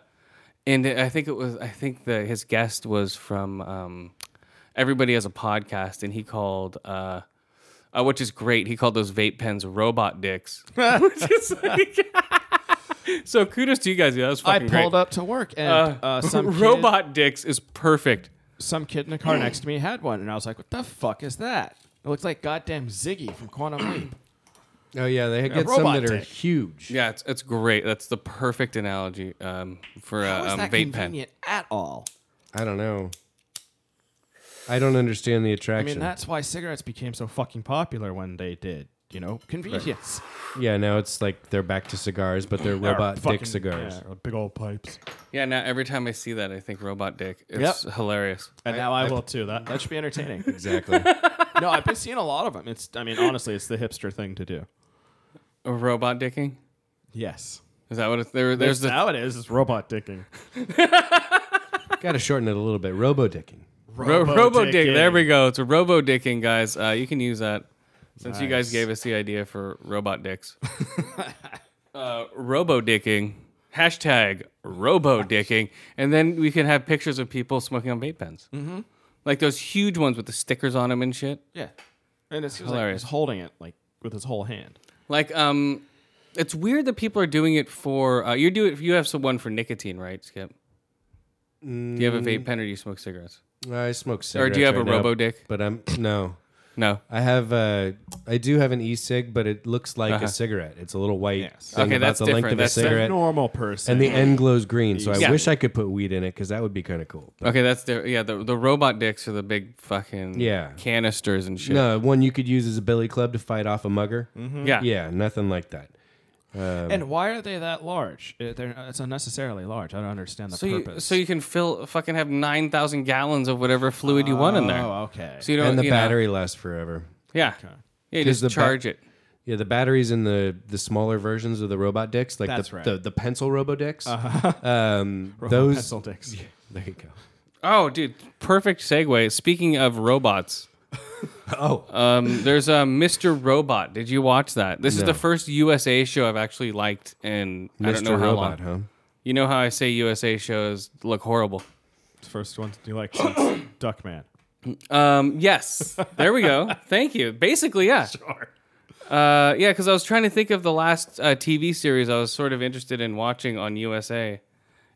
S1: and I think it was I think the his guest was from um, Everybody Has a Podcast, and he called uh, uh, which is great. He called those vape pens robot dicks. Which is like- so kudos to you guys. Yeah, that was
S3: I
S1: fucking
S3: pulled
S1: great.
S3: up to work, and
S1: Uh,
S3: uh, some robot,
S1: robot dicks is perfect.
S3: some kid in the car next to me had one, and I was like, "What the fuck is that?" It looks like goddamn Ziggy from Quantum Leap.
S2: Oh yeah, they get some
S3: robot
S2: that are
S3: dick.
S2: huge.
S1: Yeah, it's, it's great. That's the perfect analogy um, for
S3: How is
S1: a um,
S3: that
S1: vape pen.
S3: convenient at all?
S2: I don't know. I don't understand the
S3: I
S2: attraction.
S3: mean, that's why cigarettes became so fucking popular when they did. you know, convenience.
S2: Yeah, now it's like they're back to cigars, but they're
S3: Or
S2: robot
S3: fucking-
S2: dick cigars.
S3: yeah, or big old pipes.
S1: Yeah, now every time I see that, I think robot dick. It's hilarious.
S3: And now I, will too. That that should be entertaining.
S2: Exactly.
S3: no, I've been seeing a lot of them. It's I mean, honestly, it's the hipster thing to do.
S1: Robot dicking?
S3: Yes.
S1: Is that what it's there? There's the
S3: now it is. It's robot dicking.
S2: Got to shorten it a little bit. Robo dicking.
S1: Ro- robo dick. There we go. It's a robo dicking, guys. Uh, you can use that since you guys
S3: Nice.
S1: gave us the idea for robot dicks. uh, robo dicking. Hashtag robo dicking. And then we can have pictures of people smoking on vape pens. Mm-hmm. Like those huge ones with the stickers on them and shit.
S3: Yeah. And it's just like
S1: Hilarious.
S3: he's holding it like with his whole hand.
S1: Like, um, it's weird that people are doing it for. Uh, you do it. You have some one for nicotine, right, Skip? Do you have a vape pen or do you smoke cigarettes?
S2: I smoke cigarettes.
S1: Or do you have
S2: right
S1: a
S2: now,
S1: robo dick?
S2: But I'm no.
S1: No.
S2: I have uh, I do have an e-cig, but it looks like
S1: Uh-huh.
S2: a cigarette. It's a little white.
S3: Yes.
S2: thing
S1: Okay,
S2: about
S1: that's
S2: the
S1: different.
S2: length of
S1: That's
S2: a
S1: different.
S2: cigarette,
S3: Normal person.
S2: and the end glows green. So I
S1: Yeah.
S2: wish I could put weed in it because that would be kind of cool. But
S1: Okay, that's the yeah. The, the robot dicks are the big fucking
S2: Yeah.
S1: canisters and shit.
S2: no, one you could use as a billy club to fight off a mugger.
S3: Mm-hmm.
S1: Yeah.
S2: Yeah, nothing like that.
S3: and why are they that large? It, they're, uh, it's unnecessarily large. I don't understand the
S1: So you,
S3: purpose.
S1: so you can fill fucking have nine thousand gallons of whatever fluid you want in there.
S3: Oh, okay.
S1: So you don't
S2: And the
S1: you know-
S2: battery lasts forever.
S1: yeah. Yeah, you
S2: 'Cause the
S1: just
S2: ba-
S1: charge it.
S2: Yeah, the batteries in the the smaller versions of the robot dicks, like
S3: That's
S2: the,
S3: right. Uh-huh.
S2: the the pencil robo dicks. Um, those
S3: pencil dicks.
S2: There you go.
S1: Oh, dude, perfect segue. Speaking of robots,
S2: Oh,
S1: um, there's a Mr. Robot. Did you watch that? This is the first USA show I've actually liked, and I don't
S2: Mr.
S1: know how
S2: Robot,
S1: long.
S2: huh?
S1: You know how I say USA shows look horrible.
S3: First one you like since Duckman.
S1: Um, yes. There we go. Thank you. Basically, yeah. Sure. Uh, yeah, because I was trying to think of the last uh, TV series I was sort of interested in watching on USA,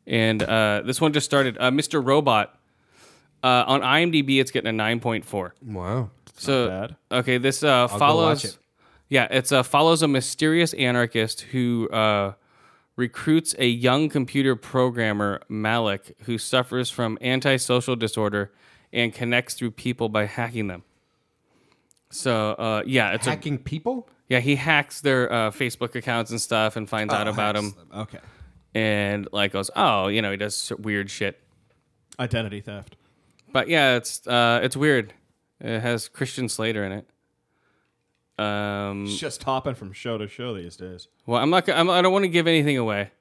S1: and uh, this one just started. Uh, Mr. Robot uh, on IMDb, it's getting a nine point four.
S2: Wow.
S1: So
S3: bad.
S1: okay, this uh, follows.
S2: watch it.
S1: Yeah, it's uh, follows a mysterious anarchist who uh, recruits a young computer programmer Malik who suffers from antisocial disorder and connects through people by hacking them. So uh, yeah, it's a,
S2: Hacking people?
S1: yeah he hacks their uh, Facebook accounts and stuff and finds out about them
S3: Okay.
S1: and like goes oh you know he does weird shit.
S3: Identity theft.
S1: But yeah, it's uh, it's weird. It has Christian Slater in it. Um,
S3: It's just hopping from show to show these days.
S1: Well, I'm not. gonna- I'm, I don't want to give anything away.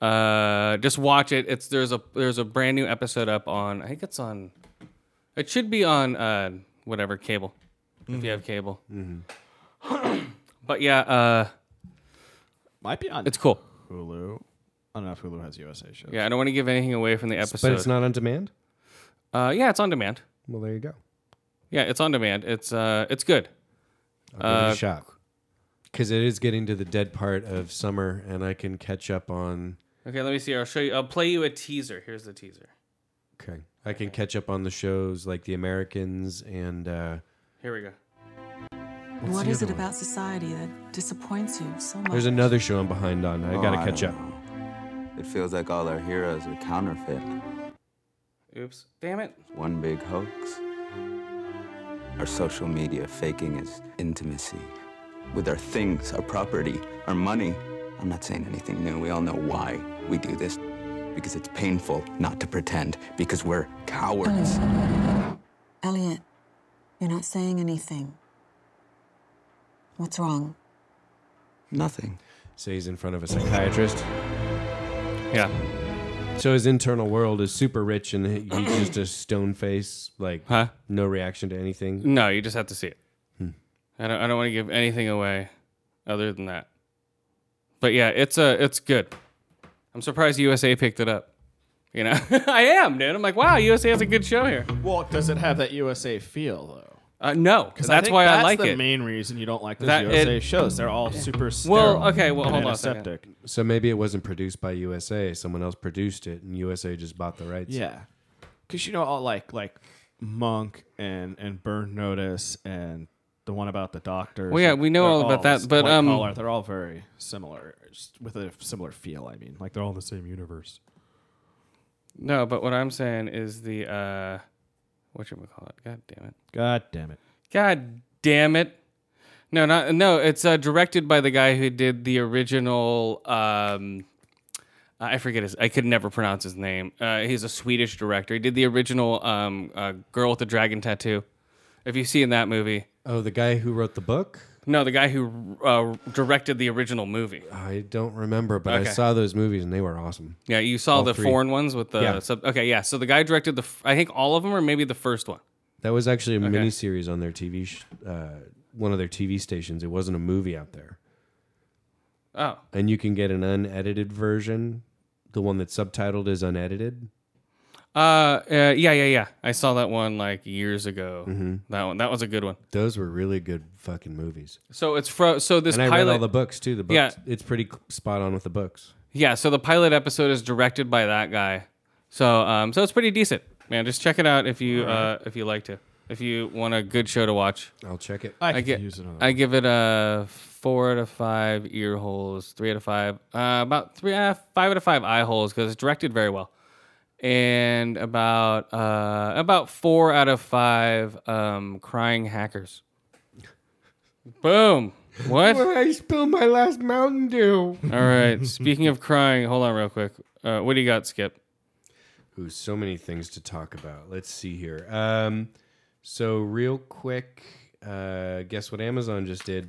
S1: Uh, just watch it. It's there's a there's a brand new episode up on. I think it's on. It should be on uh, whatever cable, if you have cable. but yeah, uh,
S3: Might be on
S1: it's cool.
S3: Hulu. I don't know if Hulu has USA shows.
S1: Yeah, I don't want to give anything away from the episode.
S2: But it's not on demand?
S1: Uh, yeah, it's on demand.
S2: Well, there you go.
S1: Yeah, it's on demand. It's uh, it's good. Uh,
S2: I'll give it a shot. Because it is getting to the dead part of summer and I can catch up on.
S1: Okay, let me see. I'll show you. I'll play you a teaser. Here's the teaser.
S2: Okay. I can catch up on the shows like The Americans and. Uh,
S1: Here we go.
S2: what's
S4: What
S2: the
S4: is it
S2: other one?
S4: about society that disappoints you so much?
S2: There's another show I'm behind on. I got to
S5: Oh, I
S2: catch up.
S5: don't know. It feels like all our heroes are counterfeit.
S1: Oops. Damn it.
S5: One big hoax. Our social media faking is intimacy. With our things, our property, our money. I'm not saying anything new. We all know why we do this. Because it's painful not to pretend, because we're cowards.
S4: Elliot, you're not saying anything. What's wrong?
S5: Nothing.
S2: So he's in front of a psychiatrist.
S1: Yeah.
S2: So his internal world is super rich and he- he's just a stone face, like
S1: Huh?
S2: no reaction to anything.
S1: No, you just have to see it.
S3: Hmm.
S1: I don't. I don't want to give anything away, other than that. But yeah, it's a. It's good. I'm surprised USA picked it up. You know, I am, dude. I'm like, wow, USA has a good show here.
S3: Well, does it have that USA feel though?
S1: Uh, no, that's
S3: think
S1: why I like
S3: the
S1: it.
S3: main reason you don't like those
S1: That-
S3: USA
S1: it-
S3: shows. They're all super sterile
S1: well, okay, well,
S3: and
S1: hold on. A second.
S3: antiseptic.
S2: So maybe it wasn't produced by USA. Someone else produced it and USA just bought the rights.
S3: Yeah, because you know, all like like Monk and and Burn Notice and the one about the doctors.
S1: Well, yeah, we know
S3: they're
S1: all about that,
S3: s-
S1: but,
S3: white
S1: um,
S3: collar, they're all very similar, just with a similar feel. I mean, like they're all in the same universe.
S1: No, but what I'm saying is the uh, what should we call it? God damn it!
S3: God damn it!
S1: God damn it! No, not no. It's uh, directed by the guy who did the original. Um, I forget his. I could never pronounce his name. Uh, he's a Swedish director. He did the original um, uh, "Girl with the Dragon Tattoo." If you see in that movie,
S2: Oh, the guy who wrote the book?
S1: no, the guy who uh, directed the original movie.
S2: I don't remember, but
S1: Okay.
S2: I saw those movies and they were awesome.
S1: Yeah, you saw the
S2: three.
S1: foreign ones with the
S2: Yeah.
S1: sub. Okay, yeah. So the guy directed the. f- I think all of them, or maybe the first one.
S2: That was actually a mini miniseries on their TV, sh- uh, one of their TV stations. It wasn't a movie out there,
S1: Oh,
S2: and you can get an unedited version. The one that's subtitled is unedited.
S1: uh, uh, yeah, yeah, yeah. I saw that one like years ago.
S2: Mm-hmm.
S1: That one. That was a good one.
S2: Those were really good fucking movies.
S1: So it's fro. So this
S2: and I
S1: pilot.
S2: read all the books too. The books,
S1: Yeah.
S2: it's pretty c- spot on with the books.
S1: Yeah, so the pilot episode is directed by that guy. So um so it's pretty decent. Man, just check it out if you uh if you like to. If you want a good show to watch.
S2: I'll check it.
S3: I,
S1: I
S3: could
S1: get
S3: use another.
S1: I give it uh, a 4 out of 5 ear holes, 3 out of 5. Uh about 3 out of 5 out of 5 eye holes cuz it's directed very well. And about uh about 4 out of 5 um crying hackers. Boom. What?
S2: I spilled my last Mountain Dew.
S1: All right. Speaking of crying, hold on real quick. Uh, what do you got, Skip?
S2: Ooh, so many things to talk about. Let's see here. Um, so real quick, uh, guess what Amazon just did?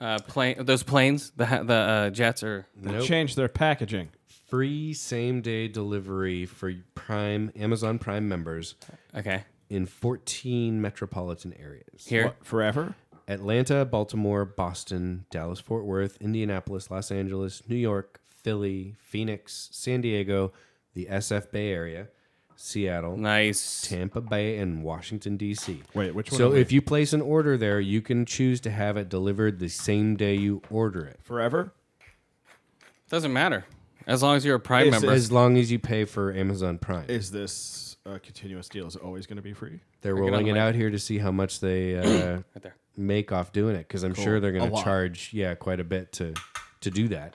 S1: Uh, plane, those planes, the ha- the uh, jets are.
S2: Nope.
S3: Change their packaging.
S2: Free same day delivery for Prime Amazon Prime members
S1: Okay,
S2: in 14 metropolitan areas.
S1: here.
S3: What, forever?
S2: Atlanta, Baltimore, Boston, Dallas, Fort Worth, Indianapolis, Los Angeles, New York, Philly, Phoenix, San Diego, the SF Bay Area, Seattle,
S1: Nice.
S2: Tampa Bay, and Washington, D.C.
S3: Wait, which one?
S2: So
S3: are we-
S2: if you place an order there, you can choose to have it delivered the same day you order it.
S3: forever?
S1: Doesn't matter as long as you're a Prime
S3: Is-
S1: member.
S2: As long as you pay for Amazon Prime.
S3: Is this a continuous deal? Is it always going to be free?
S2: They're
S1: it on
S2: rolling
S1: the
S2: it
S1: mic.
S2: out here to see how much they uh,
S1: right there.
S2: make off doing it because I'm sure they're going to
S3: lot.
S2: charge, yeah, quite a bit to to do that.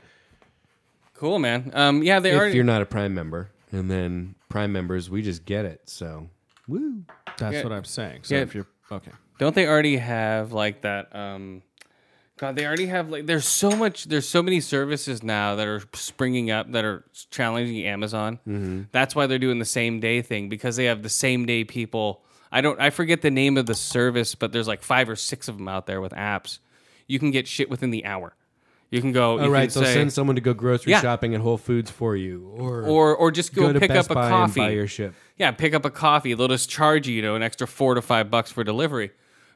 S1: Cool, man. Um, yeah, they
S2: if
S1: already.
S2: you're not a Prime member, and then Prime members, we just get it. So, woo.
S3: That's
S1: Yeah.
S3: what I'm saying. So
S1: Yeah.
S3: if you're okay,
S1: Don't they already have like that? Um, God, they already have like. There's so much. There's so many services now that are springing up that are challenging Amazon.
S2: Mm-hmm.
S1: That's why they're doing the same day thing because they have the same day people. I don't. I forget the name of the service, but there's like five or six of them out there with apps. You can get shit within the hour. You can go.
S2: All
S1: you
S2: Oh, right,
S1: can
S2: they'll
S1: say-
S2: send someone to go grocery
S1: Yeah.
S2: shopping at Whole Foods for you, or
S1: or or just go,
S2: go to
S1: pick
S2: Best
S1: up a
S2: Buy
S1: coffee.
S2: and buy your ship.
S1: Yeah, pick up a coffee. They'll just charge you, you know, an extra four to five bucks for delivery,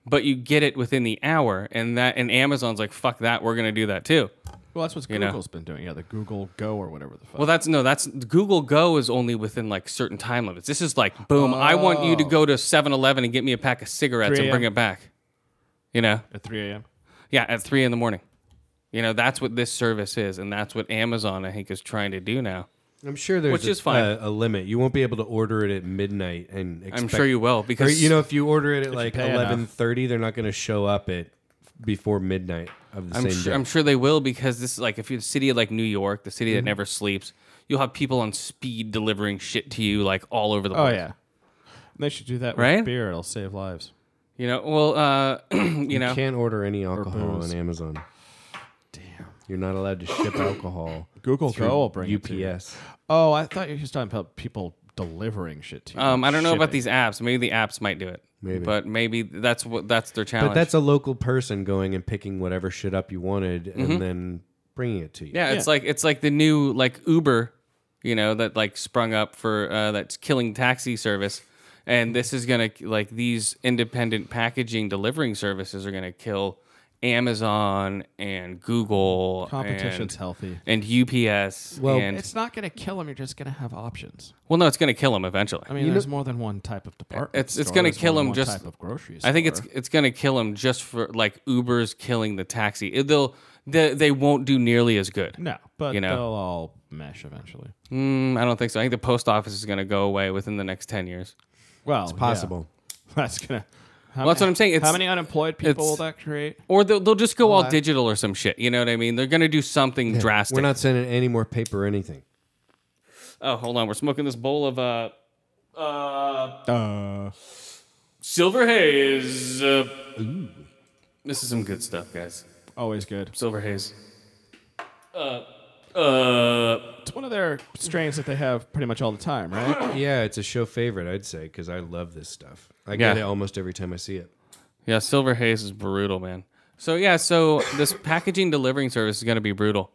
S1: but you get it within the hour. And that and Amazon's like, fuck that, we're gonna do that too.
S3: well, that's what
S1: know.
S3: Google's been doing. Yeah, the Google Go or whatever the fuck.
S1: Well, that's no, that's Google Go is only within like certain time limits. This is like, boom, I want you to go to 7-Eleven and get me a pack of cigarettes
S3: 3
S1: and
S3: a.m.
S1: bring it back. You know,
S3: at 3 a.m.
S1: yeah, at three in the morning. You know, that's what this service is, and that's what Amazon I think is trying to do now.
S2: I'm sure there's
S1: Which
S2: a,
S1: is fine.
S2: A, a limit. You won't be able to order it at midnight, and expect,
S1: I'm sure you will
S2: Or,
S1: because
S2: you know, if you order it at like
S3: pay enough.
S2: 11:30, they're not going to show up at before midnight of the
S1: I'm
S2: same
S1: sure,
S2: day.
S1: I'm sure they will because this is like if you're the city like New York, the
S2: Mm-hmm.
S1: city that never sleeps, you'll have people on speed delivering shit to you like all over the
S3: Oh
S1: place.
S3: yeah, they should do that
S1: Right?
S3: with beer. It'll save lives.
S1: You know, well, uh, you know,
S2: Can't order any alcohol
S3: booze.
S2: on Amazon. Damn, you're not allowed to ship alcohol.
S3: Google
S2: through
S3: Go will bring it to you.
S2: UPS.
S3: Oh, I thought you were just talking about people delivering shit to you.
S1: um, I don't know about
S3: shipping.
S1: these apps. Maybe the apps might do it.
S2: Maybe.
S1: but maybe that's what that's their challenge.
S2: But that's a local person going and picking whatever shit up you wanted and then bringing it to you.
S1: Mm-hmm. yeah, it's
S3: yeah.
S1: like it's like the new like Uber, you know, that like sprung up for uh, that's killing taxi service. And this is gonna like these independent packaging delivering services are gonna kill Amazon and Google.
S3: Competition's
S1: and-
S3: healthy.
S1: and UPS.
S2: Well-
S1: and,
S3: It's not going to kill them. You're just going to have options.
S1: well, no, it's going to kill them eventually.
S3: I mean, there's more than one type of department.
S1: It's- it's
S3: store.
S1: gonna
S3: There's
S1: kill
S3: more than
S1: 'em
S3: one
S1: just-
S3: type of groceries.
S1: I think it's it's going to kill them just for like Uber's killing the taxi. It- They'll they, they won't do nearly as good.
S3: no, but
S1: you know.
S3: they'll all mesh eventually.
S1: Mm, I don't think so. I think the post office is going to go away within the next ten years.
S3: Well,
S2: It's possible.
S3: That's gonna. How
S1: Well, that's what I'm saying.
S3: how
S1: It's-
S3: many unemployed people
S1: it's-
S3: will that create?
S1: Or they'll, they'll just go all digital or some shit. You know what I mean? They're going to do something drastic.
S2: We're not sending any more paper or anything.
S1: oh, hold on. We're smoking this bowl of uh, uh
S3: Uh,
S1: silver haze. Uh, This is some good stuff, guys.
S3: Always good.
S1: Silver Haze. Uh, uh,
S3: It's one of their strains that they have pretty much all the time, right?
S2: Yeah, it's a show favorite, I'd say, because I love this stuff. I get
S1: Yeah.
S2: it almost every time I see it.
S1: yeah, Silver Haze is brutal, man. So yeah, so this packaging delivering service is gonna be brutal.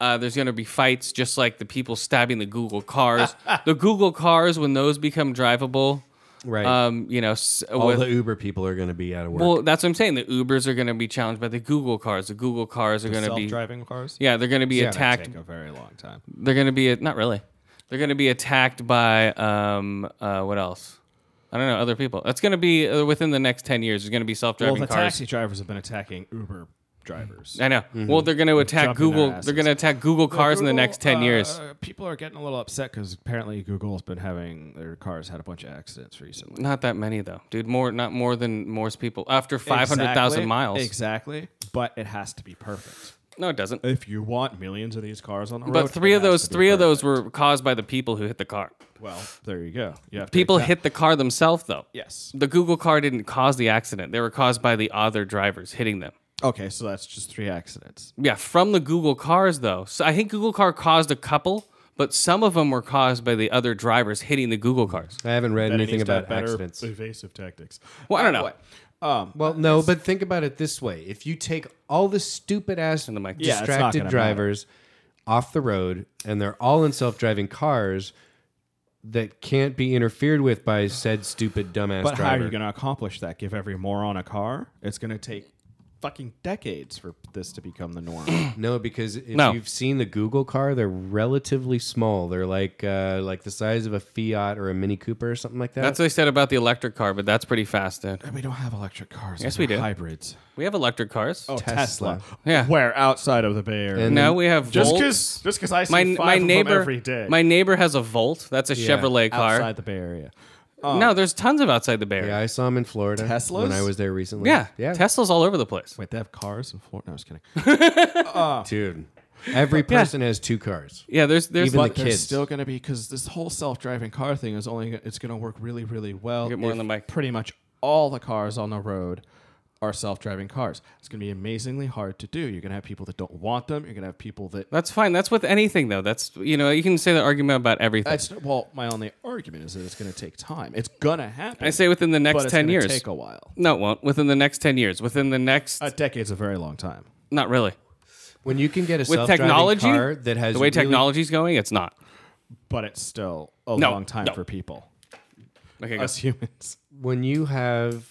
S1: Uh, there's gonna be fights, just like the people stabbing the Google cars. the Google cars, when those become drivable,
S2: Right.
S1: um, you know, s-
S2: All
S1: with,
S2: the Uber people are going to be out of work.
S1: well, that's what I'm saying. The Ubers are gonna be challenged by the Google cars. The Google cars are gonna be,
S3: Self-driving cars.
S1: yeah, they're gonna be
S3: It's gonna
S1: attacked
S3: Take a very long time.
S1: They're gonna be not really. They're gonna be attacked by um uh what else? I don't know other people. That's gonna be uh, within the next ten years. There's gonna be self
S3: Well,
S1: driving
S3: the
S1: cars.
S3: taxi drivers have been attacking Uber drivers.
S1: I know. Well, they're gonna attack
S3: Mm-hmm. Jumping their
S1: Google. They're
S3: asses.
S1: gonna attack Google cars in the
S3: Google,
S1: next ten years.
S3: uh, People are getting a little upset because apparently Google's been having their cars had a bunch of accidents recently.
S1: Not that many though, dude. More not more than most people after five hundred thousand
S3: Exactly,
S1: miles.
S3: Exactly. But it has to be perfect.
S1: No, it doesn't.
S3: If you want millions of these cars on the road,
S1: But three
S3: it
S1: of
S3: has
S1: those
S3: to be
S1: three of those
S3: perfect.
S1: were caused by the people who hit the car.
S3: well. There you go. You have to
S1: People
S3: accept-
S1: hit the car themselves though.
S3: Yes.
S1: The Google car didn't cause the accident. They were caused by the other drivers hitting them.
S3: Okay, so that's just three accidents.
S1: Yeah, from the Google cars though. So I think Google car caused a couple, but some of them were caused by the other drivers hitting the Google cars.
S2: I haven't read anything about accidents.
S3: evasive tactics.
S1: Well, I don't know.
S3: Um,
S2: Well, no, but think about it this way: if you take all the stupid ass
S1: the mic.
S3: Yeah, it's not
S2: distracted
S3: gonna
S2: drivers off the road, and they're all in self-driving cars that can't be interfered with by said stupid dumbass
S3: but how
S2: driver.
S3: are you going to accomplish that? Give every moron a car? It's going to take fucking decades for this to become the norm.
S2: no, because if
S1: No.
S2: you've seen the Google car, they're relatively small. They're like uh, like the size of a Fiat or a Mini Cooper or something like that.
S1: That's what they said about the electric car, but that's pretty fast, dude.
S3: we don't have electric cars.
S1: Yes, we
S3: they're
S1: do.
S3: Hybrids.
S1: We have electric cars.
S3: Oh,
S2: Tesla.
S3: Tesla.
S1: Yeah.
S3: Where outside of the Bay Area.
S2: And-
S1: Now we have
S3: just
S1: Volts.
S3: because just because I see
S1: my
S3: five
S1: my
S3: of them
S1: neighbor
S3: every day.
S1: my neighbor has a Volt. That's a Chevrolet car.
S3: outside the Bay Area.
S1: no, there's tons of outside the Bay Area.
S2: yeah, I saw him in Florida
S3: Teslas?
S2: when I was there recently.
S1: Yeah,
S2: yeah,
S1: Tesla's all over the place.
S3: Wait, they have cars in Florida. No, I was kidding.
S2: dude. Every person has two cars.
S1: Yeah, there's there's
S2: Even the
S1: but-
S2: kid-
S3: They're
S2: Kids.
S3: still going to be because this whole self-driving car thing is only it's going to work really really well.
S1: Get more
S3: if
S1: on the mic.
S3: Pretty much all the cars on the road are self-driving cars. It's going to be amazingly hard to do. You're going to have people that don't want them. You're going to have people that.
S1: That's fine. That's with anything though. That's you know you can say the argument about everything.
S3: That's well, my only argument is that it's going to take time. It's going to happen.
S1: I say within the next
S3: but it's
S1: 10
S3: gonna
S1: years.
S3: Take a while.
S1: no, it won't. Within the next ten years. Within the next
S3: A decade's a very long time.
S1: not really.
S2: When you can get a
S1: with
S2: self-driving
S1: technology
S2: car that has
S1: the way
S2: really-
S1: technology's going it's not
S3: but it's still a
S1: No,
S3: long time
S1: no.
S3: for people,
S1: okay
S3: us
S1: guys
S3: humans.
S2: when you have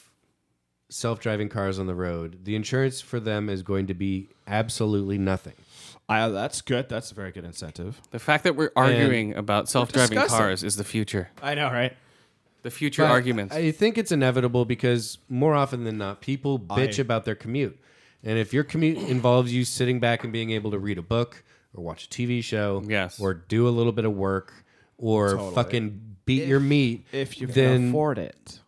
S2: self-driving cars on the road, the insurance for them is going to be absolutely nothing.
S3: I, that's good. That's a very good incentive.
S1: the fact that we're arguing about self-driving
S3: discussing.
S1: cars is the future
S3: I know, right?
S1: the future
S2: But
S1: arguments
S2: I think it's inevitable because more often than not, people bitch about their commute. And if your commute involves you sitting back and being able to read a book or watch a TV show,
S1: Yes.
S2: or do a little bit of work or fucking beat your meat,
S3: If you
S2: then
S3: can afford it.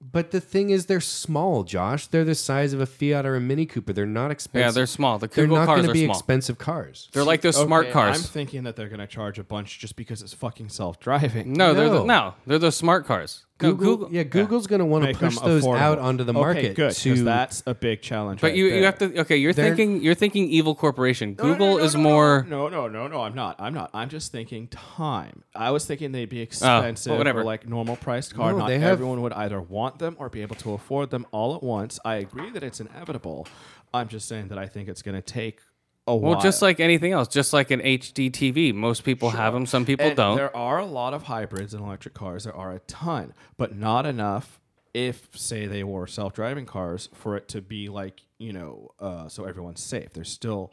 S2: but the thing is, they're small, Josh. They're the size of a Fiat or a Mini Cooper. They're not expensive.
S1: yeah they're small the
S2: They're
S1: google
S2: not
S1: cars
S2: going to
S1: are
S2: be
S1: small
S2: expensive cars.
S1: they're like those smart
S3: Okay,
S1: cars
S3: I'm thinking that they're going to charge a bunch just because it's fucking self-driving.
S1: no, they're the,
S2: No.
S1: no they're those smart cars No,
S2: Google, yeah, Google's going to want to
S3: Make
S2: push
S3: them
S2: those
S3: affordable.
S2: out onto the
S3: Okay,
S2: market
S3: good, 'cause
S2: to
S3: that's a big challenge.
S1: but
S3: right
S1: you, you
S3: there.
S1: have to okay you're
S2: They're-
S1: thinking you're thinking evil corporation
S3: No, no,
S1: google
S3: no, no,
S1: is
S3: no, no,
S1: more
S3: No, no, no, no. I'm not. I'm not. I'm just thinking time. I was thinking they'd be expensive,
S1: Oh, well, whatever.
S3: or like normal priced car.
S2: No,
S3: not
S2: they have-
S3: everyone would either want them or be able to afford them all at once. I agree that it's inevitable. I'm just saying that I think it's going to take a while.
S1: well just like anything else just like an hd tv most people have them some people
S3: And
S1: don't
S3: There are a lot of hybrids and electric cars. There are a ton, but not enough. If say they were self-driving cars, for it to be like you know, uh, so everyone's safe. There's still,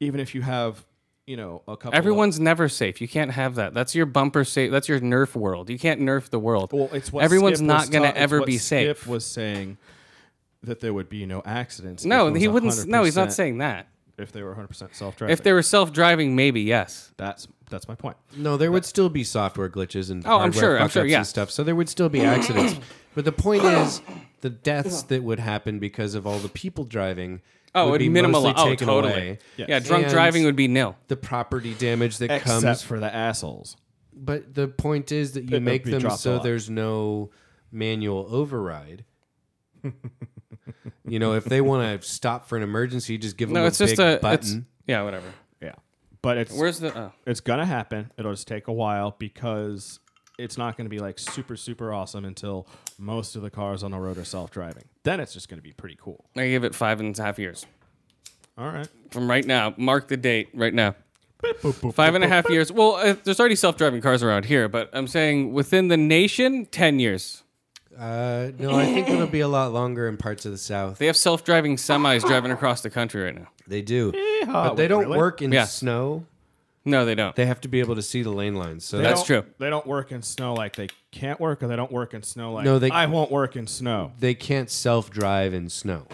S3: even if you have, you know, a couple. of-
S1: Everyone's never safe. You can't have that. That's your bumper safe. That's your nerf world. You can't nerf the world.
S3: Well, it's what
S1: everyone's
S3: Skip was
S1: not going
S3: ta-
S1: to
S3: it's
S1: ever
S3: what
S1: be safe.
S3: Skip was saying that there would be no accidents.
S1: no,
S3: if it
S1: he
S3: was
S1: wouldn't. s- No, he's not
S3: 100%
S1: saying that.
S3: if they were 100 percent self-driving.
S1: If they were self-driving, maybe yes.
S3: that's that's my point.
S2: No, there would still be software glitches and
S1: Oh, I'm
S2: hardware
S1: sure, I'm
S2: fuck-ups
S1: sure, yeah.
S2: and stuff. So there would still be accidents. but the point is, the deaths that would happen because of all the people driving
S1: Oh,
S2: would
S1: it'd
S2: be
S1: minimal.
S2: mostly
S1: Oh,
S2: taken
S1: totally.
S2: away.
S1: Yeah, drunk
S2: And-
S1: driving would be nil.
S2: The property damage that
S3: Except
S2: comes.
S3: for the assholes.
S2: But the point is that you
S3: It would
S2: make
S3: be
S2: them
S3: dropped a
S2: so
S3: lot.
S2: there's no manual override. You know, if they want to stop for an emergency, just give them
S1: No,
S2: a
S1: it's just
S2: big
S1: a it's-
S2: button.
S1: yeah, whatever.
S3: Yeah, but it's
S1: Where's the? Oh.
S3: it's gonna happen. It'll just take a while because it's not gonna be like super super awesome until most of the cars on the road are self driving. Then it's just gonna be pretty cool.
S1: I give it five and a half years
S3: All right.
S1: from right now. Mark the date right now. Five and a half years. Well, uh, there's already self-driving cars around here, but I'm saying within the nation, ten years.
S2: Uh, no, I think it'll be a lot longer in parts of the South.
S1: They have self-driving semis driving across the country right now.
S2: They do, but they don't
S3: really?
S2: work in
S1: Yes.
S2: snow.
S1: No, they don't.
S2: They have to be able to see the lane lines. So
S3: They
S1: That's
S3: don't-
S1: true.
S3: They don't work in snow like they can't work, or they don't work in snow like
S2: No, they-
S3: I won't work in snow.
S2: they can't self drive in snow.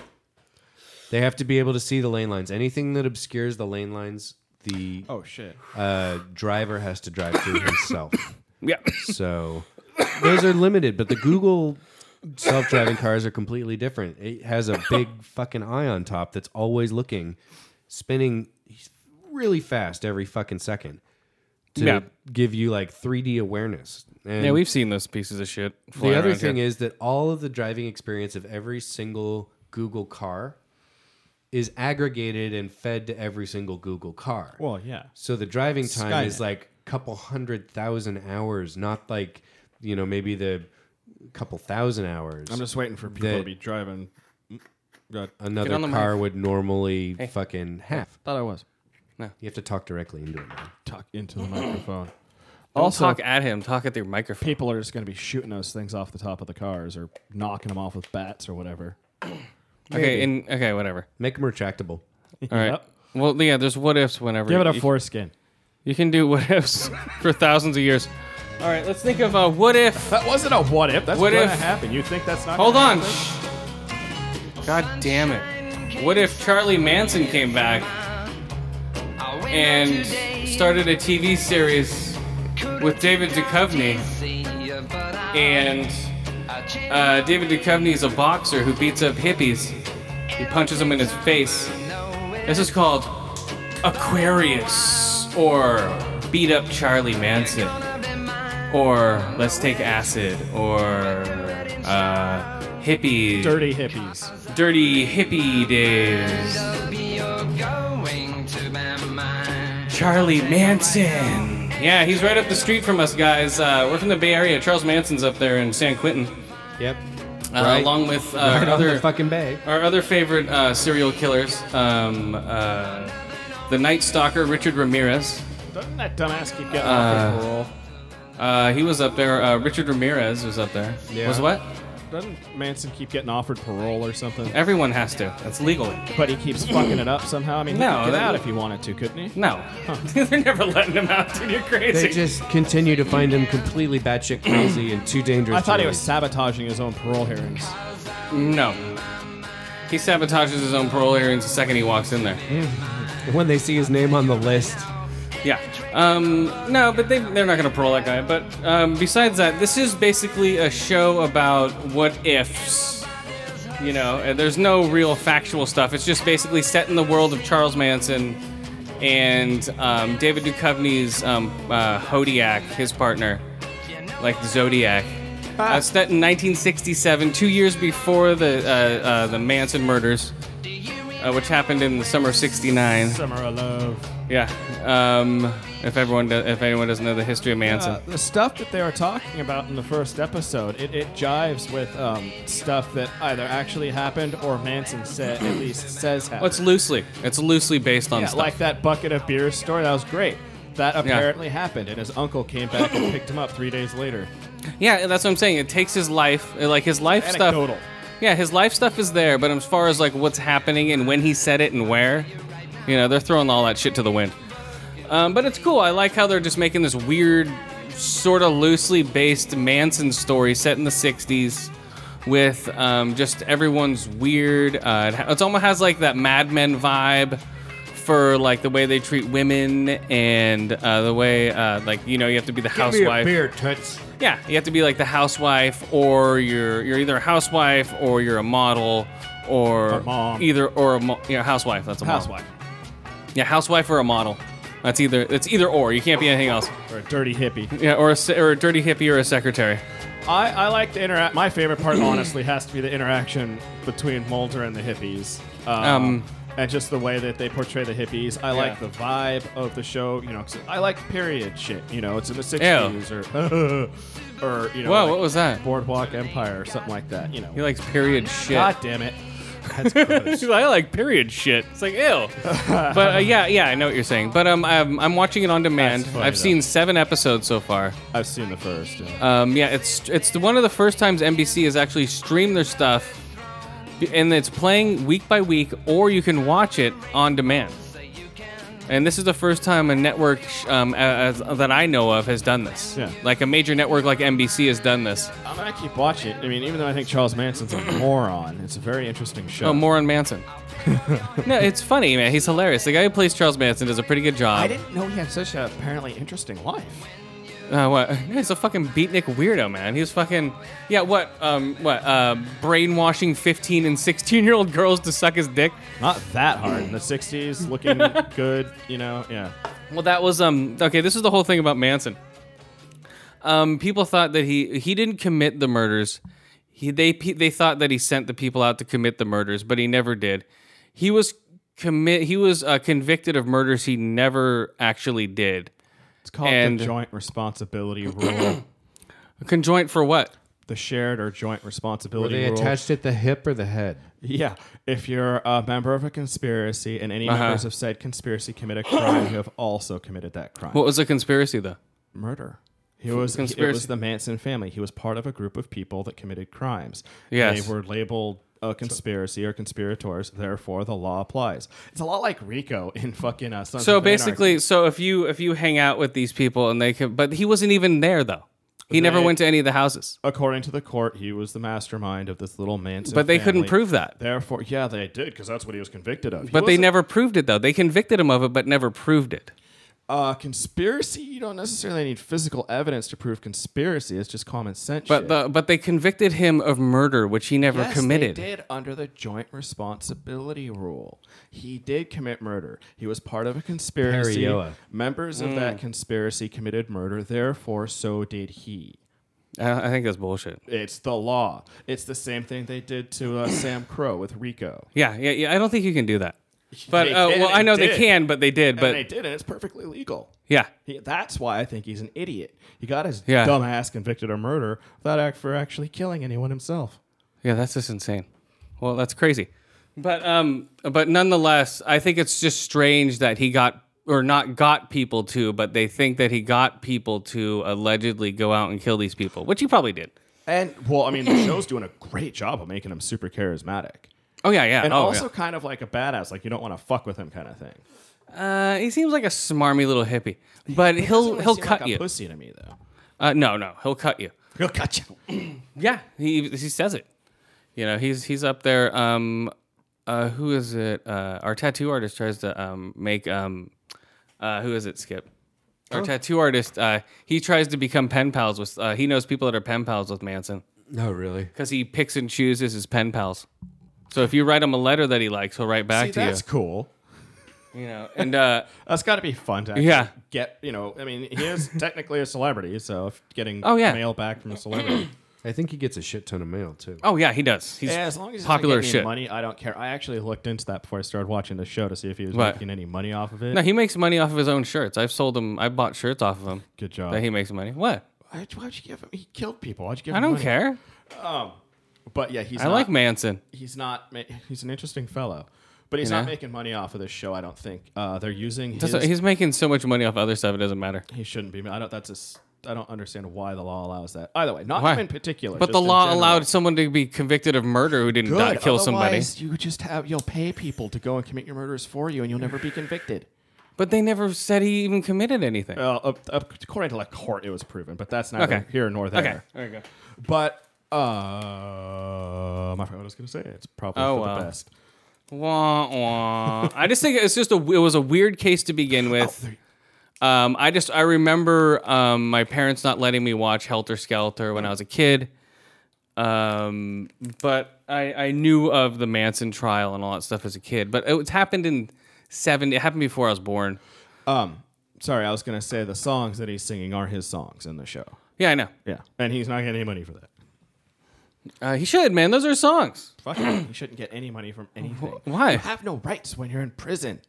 S2: They have to be able to see the lane lines. Anything that obscures the lane lines, the
S3: Oh shit.
S2: uh, driver has to drive through himself.
S1: yeah.
S2: So those are limited, but the Google self driving cars are completely different. It has a big fucking eye on top that's always looking, spinning really fast every fucking second to
S1: Yeah.
S2: give you like 3D awareness. And
S1: Yeah, we've seen those pieces of shit.
S2: the other thing is that all of the driving experience of every single Google car is aggregated and fed to every single Google car.
S3: Well, yeah.
S2: So the driving time
S3: Skynet.
S2: is like a couple hundred thousand hours, not like, you know, maybe the couple thousand hours.
S3: I'm just waiting for people
S2: They-
S3: to be driving. mm, I
S2: Another
S1: on the
S2: car would normally fucking have.
S3: thought I was.
S2: You have to talk directly into it. Man.
S3: Talk into the microphone.
S1: also
S3: Also-
S1: talk at him. Talk at their microphone.
S3: People are just going to be shooting those things off the top of the cars or knocking them off with bats or whatever.
S1: Okay. And okay, whatever.
S2: Make them retractable.
S1: All right.
S3: Yep.
S1: Well, yeah. There's what ifs whenever.
S3: Give it a
S1: you-
S3: foreskin.
S1: You can do what ifs for thousands of years. All right. Let's think of a what if.
S3: That wasn't a what if. That's
S1: What
S3: what gonna
S1: if-
S3: happen. You think that's not?
S1: Hold
S3: gonna
S1: on.
S3: happen?
S1: Shh. God damn it. What if Charlie Manson came back and started a TV series with David Duchovny? And uh, David Duchovny is a boxer who beats up hippies. He punches them in his face. This is called Aquarius or Beat Up Charlie Manson or let's take acid or uh, hippie
S3: Dirty hippies.
S1: dirty hippie days charlie manson yeah he's right up the street from us guys uh, we're from the bay area charles manson's up there in san quentin
S2: Yep.
S1: uh, along with uh,
S2: right
S1: our,
S2: on
S1: other,
S2: the fucking bay.
S1: our other favorite uh, serial killers um, uh, the night stalker richard ramirez
S3: Doesn't that dumbass keep getting off his parole?
S1: uh, he was up there uh, richard ramirez was up there
S2: Yeah.
S1: was what
S3: Doesn't Manson keep getting offered parole or something?
S1: everyone has to that's legal
S3: But he keeps fucking it up somehow. I mean, he
S1: No,
S3: could get
S1: that-
S3: out if he wanted to, couldn't he?
S1: No. They're never letting him out, dude. You're crazy.
S2: They just continue to find him completely batshit crazy and too dangerous.
S3: I thought
S2: to
S3: he was
S2: release.
S3: sabotaging his own parole hearings.
S1: no. He sabotages his own parole hearings the second he walks in there.
S2: when they see his name on the list.
S1: Yeah. Um, no, but they, they're not going to parole that guy. But um, besides that, this is basically a show about what ifs. You know, and there's no real factual stuff. It's just basically set in the world of Charles Manson and um, David Duchovny's um, uh, Hodiak, his partner, like the Zodiac. Uh, set in 1967, two years before the uh, uh, the Manson murders, uh, which happened in the summer of '69.
S3: Summer of Love.
S1: Yeah. Um, if everyone, do, if anyone doesn't know the history of Manson,
S3: Uh, the stuff that they were talking about in the first episode, it, it jives with um, stuff that either actually happened or Manson said, at least says happened.
S1: well, it's loosely, it's loosely based on
S3: yeah,
S1: stuff.
S3: like that bucket of beer story. That was great. That apparently happened, and his uncle came back and picked him up three days later.
S1: yeah, that's what I'm saying. It takes his life, like his life
S3: Anecdotal.
S1: stuff. Yeah, his life stuff is there, but as far as like what's happening and when he said it and where, you know, they're throwing all that shit to the wind. Um, but it's cool. I like how they're just making this weird, sort of loosely based Manson story set in the '60s, with um, just everyone's weird. Uh, it, ha- it's almost has like that Mad Men vibe for like the way they treat women and uh, the way uh, like you know you have to be the housewife.
S2: toots.
S1: Yeah, you have to be like the housewife, or you're you're either a housewife or you're a model, or
S3: A mom.
S1: either or a mo- yeah, housewife. That's a mom.
S3: Housewife.
S1: Yeah, housewife or a model. That's either it's either or. You can't be anything else.
S3: Or a dirty hippie.
S1: Yeah, or a, se- or a dirty hippie or a secretary.
S3: I, I like to interact. My favorite part, honestly, has to be the interaction between Mulder and the hippies. Um,
S1: Um,
S3: and just the way that they portray the hippies. I like
S1: Yeah.
S3: the vibe of the show. You know, 'cause I like period shit. You know, it's in the 60s or, or, you know,
S1: Whoa,
S3: like
S1: what was that?
S3: Boardwalk Empire or something like that. You know,
S1: He likes period shit.
S3: God damn it.
S1: I like period shit. It's like ew. but uh, yeah, yeah, I know what you're saying. But um, I'm, I'm watching it on demand.
S3: That's funny,
S1: I've
S3: though.
S1: seen seven episodes so far.
S3: I've seen the first. Yeah.
S1: Um, yeah, it's it's the- one of the first times NBC has actually streamed their stuff, and it's playing week by week, or you can watch it on demand. And this is the first time a network sh- um, a- as, that I know of has done this.
S3: Yeah.
S1: Like a major network like NBC has done this.
S3: I'm gonna keep watching. it. I mean, even though I think Charles Manson's a moron, it's a very interesting show.
S1: Oh, more on Manson. no, it's funny, man. He's hilarious. The guy who plays Charles Manson does a pretty good job.
S3: I didn't know he had such a apparently interesting life.
S1: Uh, what? He's a fucking beatnik weirdo, man. He's fucking yeah. What? Um, what? Uh, brainwashing fifteen and sixteen year old girls to suck his dick.
S3: Not that hard in the '60s, looking good. You know, yeah.
S1: Well, that was um. Okay, this is the whole thing about Manson. Um, people thought that he he didn't commit the murders. He they they thought that he sent the people out to commit the murders, but he never did. He was commit. He was uh, convicted of murders he never actually did.
S3: It's called
S1: And-
S3: the joint responsibility rule.
S1: Conjoint for what?
S3: the shared or joint
S6: Were
S3: responsibility
S6: they
S3: rule.
S6: attached at the hip or the head?
S3: Yeah, if you're a member of a conspiracy and any members of said conspiracy commit a crime, you have also committed that crime.
S1: What was the conspiracy though?
S3: murder. He was it
S1: conspiracy.
S3: was the Manson family. He was part of a group of people that committed crimes.
S1: Yes.
S3: They were labeled a conspiracy or conspirators, therefore the law applies. It's a lot like Rico in fucking uh, Sons
S1: So
S3: of Anarchy.
S1: basically, so if you if you hang out with these people and they can, but he wasn't even there though. He never
S3: They-
S1: went to any of the houses.
S3: according to the court, he was the mastermind of this little Manson.
S1: But they couldn't
S3: family.
S1: prove that.
S3: Therefore, yeah, they did because that's what he was convicted of. He
S1: But they
S3: wasn't-
S1: never proved it though. They convicted him of it, but never proved it.
S3: uh, conspiracy. You don't necessarily need physical evidence to prove conspiracy. It's just common sense.
S1: But
S3: shit.
S1: the but they convicted him of murder, which he never
S3: Yes,
S1: committed.
S3: They did under the joint responsibility rule. He did commit murder. He was part of a conspiracy.
S6: Periola.
S3: Members of
S1: Mm.
S3: that conspiracy committed murder. Therefore, so did he.
S1: Uh, I, I think that's bullshit.
S3: It's the law. It's the same thing they did to uh, Sam Crow with Rico.
S1: Yeah, yeah, yeah. I don't think you can do that. But
S3: They
S1: uh,
S3: can
S1: well,
S3: and
S1: I know they
S3: did.
S1: can, but they did.
S3: and they
S1: But
S3: did, and it's perfectly legal.
S1: yeah,
S3: He, that's why I think he's an idiot. He got his
S1: Yeah.
S3: dumb ass convicted of murder without act for actually killing anyone himself.
S1: yeah, that's just insane. Well, that's crazy. But um, but nonetheless, I think it's just strange that he got or not got people to, but they think that he got people to allegedly go out and kill these people, which he probably did.
S3: And well, I mean, the show's doing a great job of making him super charismatic.
S1: Oh yeah, yeah.
S3: and
S1: oh,
S3: also kind of like a badass, like you don't want to fuck with him kind of thing.
S1: yeah. uh, he seems like a smarmy little hippie, but he'll he'll cut you.
S3: pussy to me though.
S1: Uh, no, no, he'll cut you.
S3: He'll cut you.
S1: Yeah, he he says it. You know, he's he's up there. Um, uh, who is it? Uh, our tattoo artist tries to um make um, uh, who is it? Skip. Our
S3: Oh.
S1: tattoo artist. Uh, he tries to become pen pals with. Uh, he knows people that are pen pals with Manson
S2: Oh,
S6: No, really.
S1: because he picks and chooses his pen pals. So if you write him a letter that he likes, he'll write back
S3: See,
S1: to
S3: that's cool.
S1: you. You know, and uh,
S3: That's got to be fun to actually
S1: Yeah.
S3: get. You know, I mean, he is technically a celebrity, so if getting
S1: Oh, yeah.
S3: mail back from a celebrity.
S6: I think he gets a shit ton of mail too.
S1: oh yeah, he does. He's
S3: yeah, as long as he's
S1: popular
S3: not
S1: as
S3: getting any
S1: shit.
S3: money, I don't care. I actually looked into that before I started watching the show to see if he was
S1: What?
S3: making any money off of it.
S1: No, he makes money off of his own shirts. I've sold him. I bought shirts off of him.
S3: Good job.
S1: That he makes money. What?
S3: Why- Why'd you give him? He killed people. Why'd you give
S1: I
S3: him?
S1: don't
S3: money?
S1: care.
S3: But yeah, he's.
S1: I
S3: not-
S1: like Manson.
S3: he's not ma- he's an interesting fellow but he's not
S1: know?
S3: making money off of this show i don't think uh, they're using his,
S1: Doesn't- he's making so much money off other stuff; it doesn't matter.
S3: he shouldn't be i don't that's a s- i don't understand why the law allows that either way not
S1: Why?
S3: him in particular
S1: But the
S3: just in
S1: law
S3: general.
S1: allowed someone to be convicted of murder who didn't die-
S3: Good,
S1: kill somebody.
S3: otherwise you just have you'll pay people to go and commit your murders for you and you'll never be convicted
S1: But they never said he even committed anything.
S3: well up, up, according to the court it was proven but that's neither
S1: Okay.
S3: here nor there
S1: okay, there you go.
S3: but uh, I forgot what I was going to say. It's probably
S1: Oh,
S3: for
S1: well.
S3: the best.
S1: Wah, wah. I just think it's just a it was a weird case to
S3: Oh,
S1: begin with. Um, I just I remember um, my parents not letting me watch Helter Skelter when I was a kid. Um, but I I knew of the Manson trial and all that stuff as a kid. But it's happened in seven. It happened before I was born.
S3: Um, sorry, I was going to say the songs that he's singing are his songs in the show.
S1: Yeah, I know.
S3: Yeah, and he's not getting any money for that.
S1: Uh, he should, man. Those are songs.
S3: Fuck it. You shouldn't get any money from anything.
S1: Why?
S3: You have no rights when you're in prison.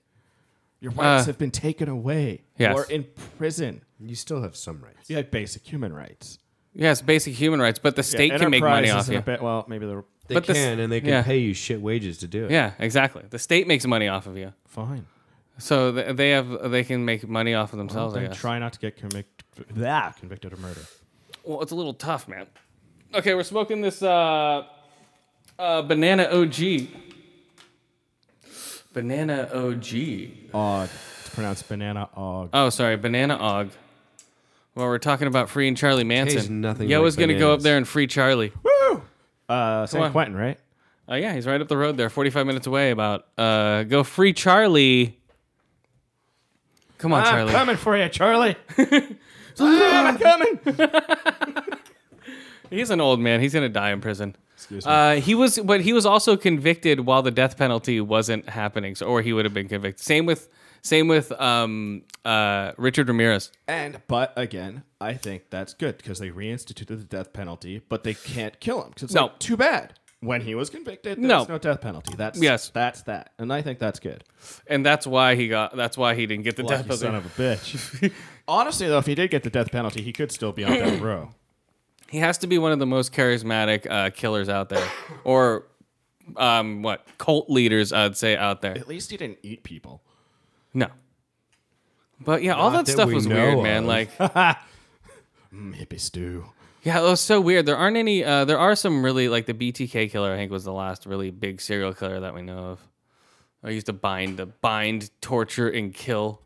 S3: Your rights
S1: Uh,
S3: have been taken away.
S1: yes.
S3: Or in prison.
S6: You still have some rights.
S3: You have basic human rights.
S1: Yes, basic human rights, but the state can make money off you.
S3: well, maybe they're
S6: They
S1: But this-
S6: can, and they can
S1: yeah.
S6: pay you shit wages to do it.
S1: Yeah, exactly. The state makes money off of you,
S3: fine.
S1: so th- they have they can make money off of themselves. I
S3: They
S1: guess.
S3: try not to get convict- that convicted of murder.
S1: Well, it's a little tough, man. Okay, we're smoking this uh, uh, banana OG. Banana OG.
S3: Odd. It's pronounced banana og.
S1: Oh, sorry, banana og. Well, we're talking about freeing Charlie Manson.
S6: Tastes nothing
S1: Yo
S6: like
S1: was gonna go up
S6: bananas.
S1: there and free Charlie.
S3: Uh, San
S1: on.
S3: Quentin, right?
S1: Uh, yeah, he's right up the road there, 45 minutes away. About uh, go free Charlie. Come on, Charlie.
S3: I'm coming for you, Charlie. I'm coming.
S1: He's an old man. He's gonna die in prison. Uh, he was, but he was also convicted while the death penalty wasn't happening, so, or he would have been convicted. Same with, same with um, uh, Richard Ramirez.
S3: And but again, I think that's good because they reinstituted the death penalty, but they can't kill him 'cause it's
S1: No.
S3: like, too bad. When he was convicted, there
S1: No.
S3: was no death penalty. That's
S1: Yes.
S3: that's that, and I think that's good.
S1: and that's why he got. That's why he didn't get the death
S3: Lucky
S1: penalty.
S3: son of a bitch. Honestly, though, if he did get the death penalty, he could still be on death row.
S1: he has to be one of the most charismatic uh, killers out there, or um, what cult leaders I'd say out there.
S3: At least he didn't eat people.
S1: No, but yeah, all
S6: Not
S1: that,
S6: that
S1: stuff
S6: we
S1: was weird,
S6: know
S1: man.
S6: of.
S1: Like
S3: Mm, hippie stew.
S1: Yeah, it was so weird. There aren't any. Uh, there are some really like the BTK killer. I think was the last really big serial killer that we know of. I used to bind the bind, torture, and kill.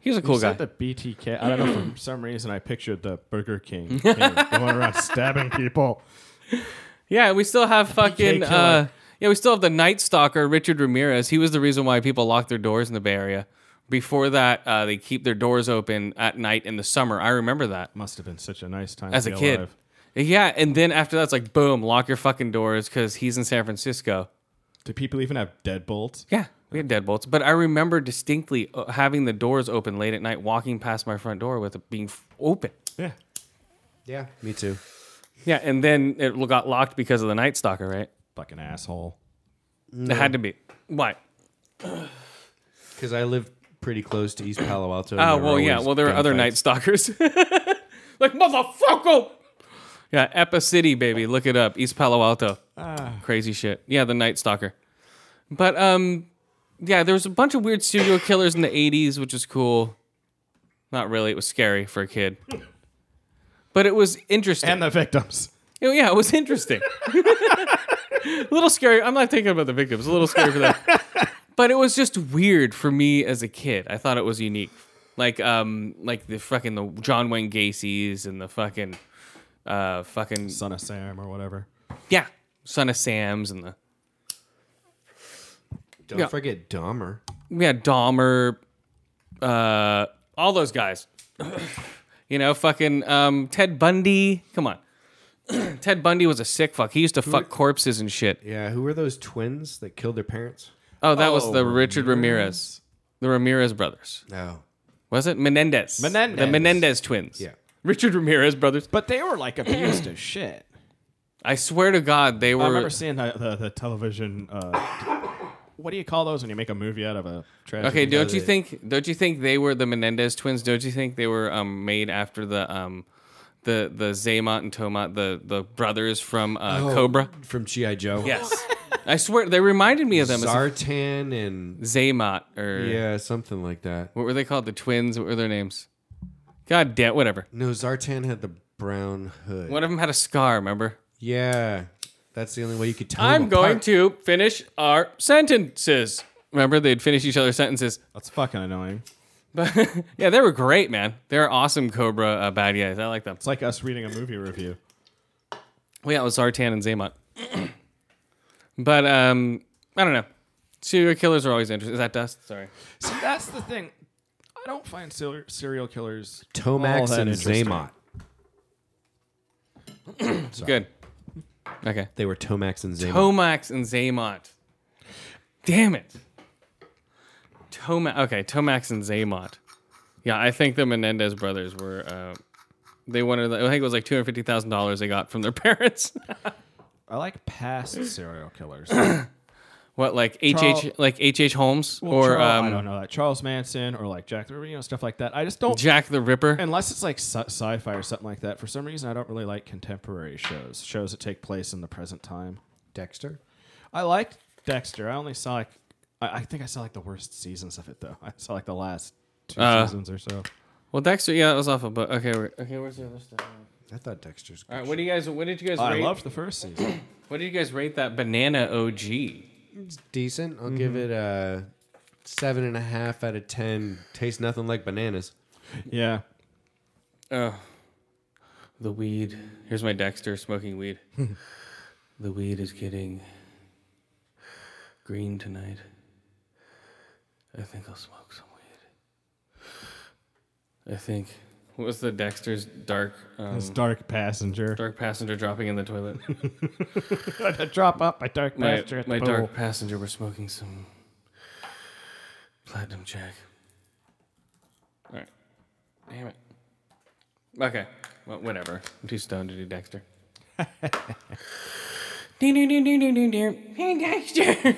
S1: He was a cool
S3: You
S1: guy.
S3: said the BTK. I don't know. For some reason, I pictured the Burger King king going around stabbing people.
S1: yeah, we still have fucking.
S3: killer.
S1: Uh, yeah, we still have the Night Stalker, Richard Ramirez. He was the reason why people lock their doors in the Bay Area. Before that, uh, they keep their doors open at night in the summer. I remember that.
S3: Must have been such a nice time
S1: as
S3: to
S1: a
S3: be
S1: kid.
S3: alive.
S1: Yeah, and then after that's like boom, lock your fucking doors because he's in San Francisco.
S3: Do people even have deadbolts?
S1: Yeah, we had deadbolts, but I remember distinctly uh, having the doors open late at night, walking past my front door with it being f- open.
S3: Yeah.
S6: Yeah, me too.
S1: Yeah, and then it lo- got locked because of the Night Stalker, right?
S3: Fucking asshole.
S1: It
S3: Mm-hmm.
S1: had to be. Why?
S6: Because I live pretty close to East Palo Alto. and
S1: Oh,
S6: were
S1: well, yeah.
S6: always
S1: Well, there were other
S6: gunfights.
S1: Night Stalkers. like, motherfucker! Yeah, Epa City, baby. Look it up. East Palo Alto.
S6: Ah.
S1: Crazy shit. Yeah, the Night Stalker. But, um, yeah, there was a bunch of weird serial killers in the 80s, which was cool. Not really. It was scary for a kid. But it was interesting.
S3: And the victims.
S1: You know, Oh, yeah, it was interesting. a little scary. I'm not thinking about the victims. A little scary for that. But it was just weird for me as a kid. I thought it was unique. Like um like the fucking the John Wayne Gacy's and the fucking uh fucking
S3: Son of Sam or whatever.
S1: yeah, Son of Sam's and the
S6: Don't
S1: Yeah.
S6: forget Dahmer.
S1: yeah, Dahmer uh all those guys. you know, fucking um Ted Bundy. Come on. Ted Bundy was a sick fuck. He used to fuck corpses and shit.
S6: Yeah, who were those twins that killed their parents?
S1: Oh, that was the Richard Ramirez. The Ramirez brothers.
S6: No.
S1: Was it Menendez?
S3: Menendez.
S1: The Menendez twins.
S6: Yeah.
S1: Richard Ramirez brothers.
S3: But they were like abused as shit.
S1: I swear to God, they
S3: I
S1: were.
S3: remember seeing the, the, the television. Uh, what do you call those when you make a movie out of a tragedy?
S1: Okay, don't you
S6: they-
S1: think? Don't you think they were the Menendez twins? Don't you think they were um, made after the um, the the Zaymont and Tomat, the the brothers from uh,
S2: Oh.
S1: Cobra?
S6: Oh, From G.I. Joe.
S1: Yes. I swear they reminded me of them. as
S6: Zartan and.
S1: Zaymont or
S6: Yeah, something like that.
S1: what were they called? The twins? What were their names? God damn, whatever.
S6: No, Zartan had the brown hood.
S1: One of them had a scar. Remember?
S6: Yeah. That's the only way you could tell.
S1: I'm
S6: them
S1: going
S6: apart.
S1: to finish our sentences. Remember, they'd finish each other's sentences.
S3: That's fucking annoying.
S1: But yeah, they were great, man. They're awesome Cobra uh, bad guys. I like them.
S3: It's like us reading a movie review.
S1: Well, yeah, it was Zartan and Zaymont. but um, I don't know. Serial killers are always interesting. Is that dust? Sorry.
S3: See, that's the thing. I don't find serial, serial killers. all
S6: Tomax
S3: that
S6: and
S3: interesting.
S6: Zaymot.
S1: It's good. Okay.
S6: They were Tomax and Zaymot.
S1: Tomax and Zaymont. Damn it. Toma. Okay, Tomax and Zaymont. Yeah, I think the Menendez brothers were uh, They wanted, I think it was like two hundred fifty thousand dollars they got from their parents.
S3: I like past serial killers.
S1: what like H
S3: Charles-
S1: H like H H Holmes
S3: Well,
S1: or
S3: Charles- I
S1: um,
S3: don't know that Charles Manson or like Jack the Ripper, you know, stuff like that. I just don't.
S1: Jack the Ripper.
S3: Unless it's like sci- sci-fi or something like that, for some reason I don't really like contemporary shows. Shows that take place in the present time.
S2: Dexter.
S3: I liked Dexter. I only saw like I, I think I saw like the worst seasons of it though. I saw like the last two
S1: Uh.
S3: seasons or so.
S1: well, Dexter, yeah, that was awful. But okay, we're, okay, where's the other stuff?
S2: I thought Dexter's.
S1: All right, what do you guys? What did you guys?
S3: I
S1: rate,
S3: loved the first season.
S1: What did you guys rate that banana OG?
S2: decent. I'll give it a seven and a half out of ten. Tastes nothing like bananas.
S3: yeah.
S1: Oh, the weed. Here's my Dexter smoking weed. the weed is getting green tonight. I think I'll smoke some weed. I think. What was the Dexter's dark um,
S3: This dark passenger.
S1: dark passenger dropping in the toilet?
S3: I drop up my dark
S1: my
S3: passenger at
S1: my
S3: the
S1: dark
S3: pool.
S1: passenger was smoking some platinum jack. All right. Damn it. Okay. Well, whatever. I'm too stoned to do Dexter. Ding, ding, ding, ding, ding, ding, ding. Hey, Dexter.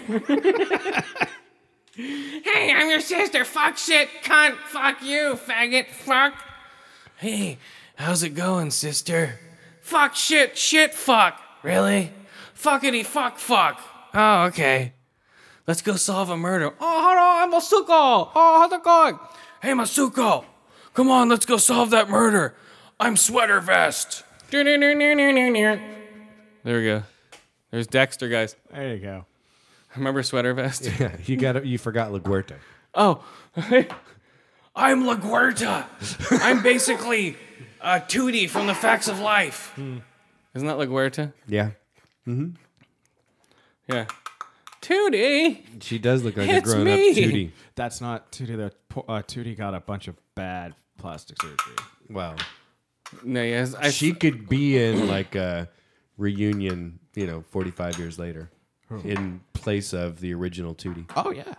S1: hey, I'm your sister. Fuck shit, cunt. Fuck you, faggot. Fuck. Hey, how's it going, sister? Fuck shit, shit, fuck. Really? Fuckity fuck fuck. Oh, okay. Let's go solve a murder. Oh, hold on, Masuko. Oh, how's it going? Hey, Masuko. Come on, let's go solve that murder. I'm sweater vest. There we go. There's Dexter, guys.
S3: There you go.
S1: Remember sweater vest?
S2: Yeah, you got you forgot Laguerta.
S1: Oh, I'm LaGuardia. I'm basically uh, Tootie from the Facts of Life. Hmm. Isn't that LaGuardia?
S2: Yeah,
S1: Yeah. Tootie.
S2: she does look like
S1: It's
S2: a grown
S1: me.
S2: up Tootie.
S3: That's not Tootie. The po- uh, Tootie got a bunch of bad plastic surgery.
S2: Wow,
S1: No, yes, I
S2: she could be in like a reunion. You know, forty five years later, in place of the original Tootie.
S3: Oh yeah.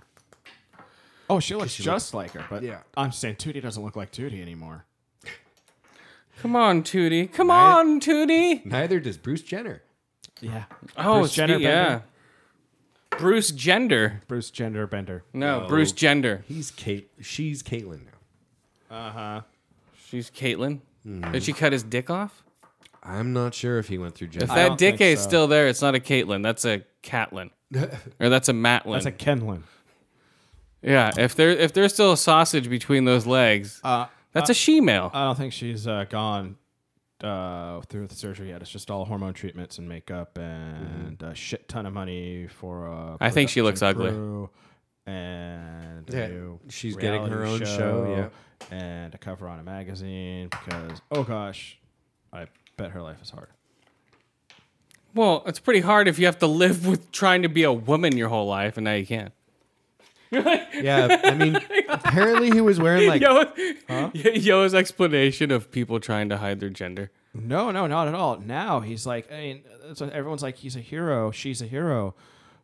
S3: Oh, she looks just like her, but
S2: Yeah.
S3: I'm saying Tootie doesn't look like Tootie anymore.
S1: Come on, Tootie. Come
S2: Right?
S1: on, Tootie.
S2: Neither does Bruce Jenner.
S3: Yeah.
S1: Oh,
S3: Bruce
S1: it's
S3: Jenner
S1: the- yeah.
S3: Bender?
S1: Bruce Gender.
S3: Bruce Gender Bender.
S1: No, Bruce Gender.
S2: He's Kate. She's Caitlyn now.
S1: She's Caitlyn.
S3: Hmm.
S1: Did she cut his dick off?
S2: I'm not sure if he went through
S1: If
S2: Jenner.
S1: that
S3: don't
S1: dick
S3: think
S1: is
S3: so.
S1: still there, it's not a Caitlyn. That's a Catlin. or that's a Matlin.
S3: That's a Kenlin.
S1: yeah, if there if there's still a sausage between those legs,
S3: Uh,
S1: that's a she male.
S3: I don't think she's uh, gone uh, through the surgery yet. It's just all hormone treatments and makeup and a shit ton of money for. A
S1: I think she looks
S3: production
S1: ugly.
S3: crew And a
S2: Yeah,
S3: new
S2: she's getting her
S3: reality
S2: own show,
S3: and a cover on a magazine because oh gosh, I bet her life is hard.
S1: well, it's pretty hard if you have to live with trying to be a woman your whole life, and now you can't.
S2: yeah, I mean, apparently he was wearing like
S1: Yo, Yo's explanation of people trying to hide their gender.
S3: No, no, not at all. Now he's like, I mean, that's what everyone's like, he's a hero, she's a hero,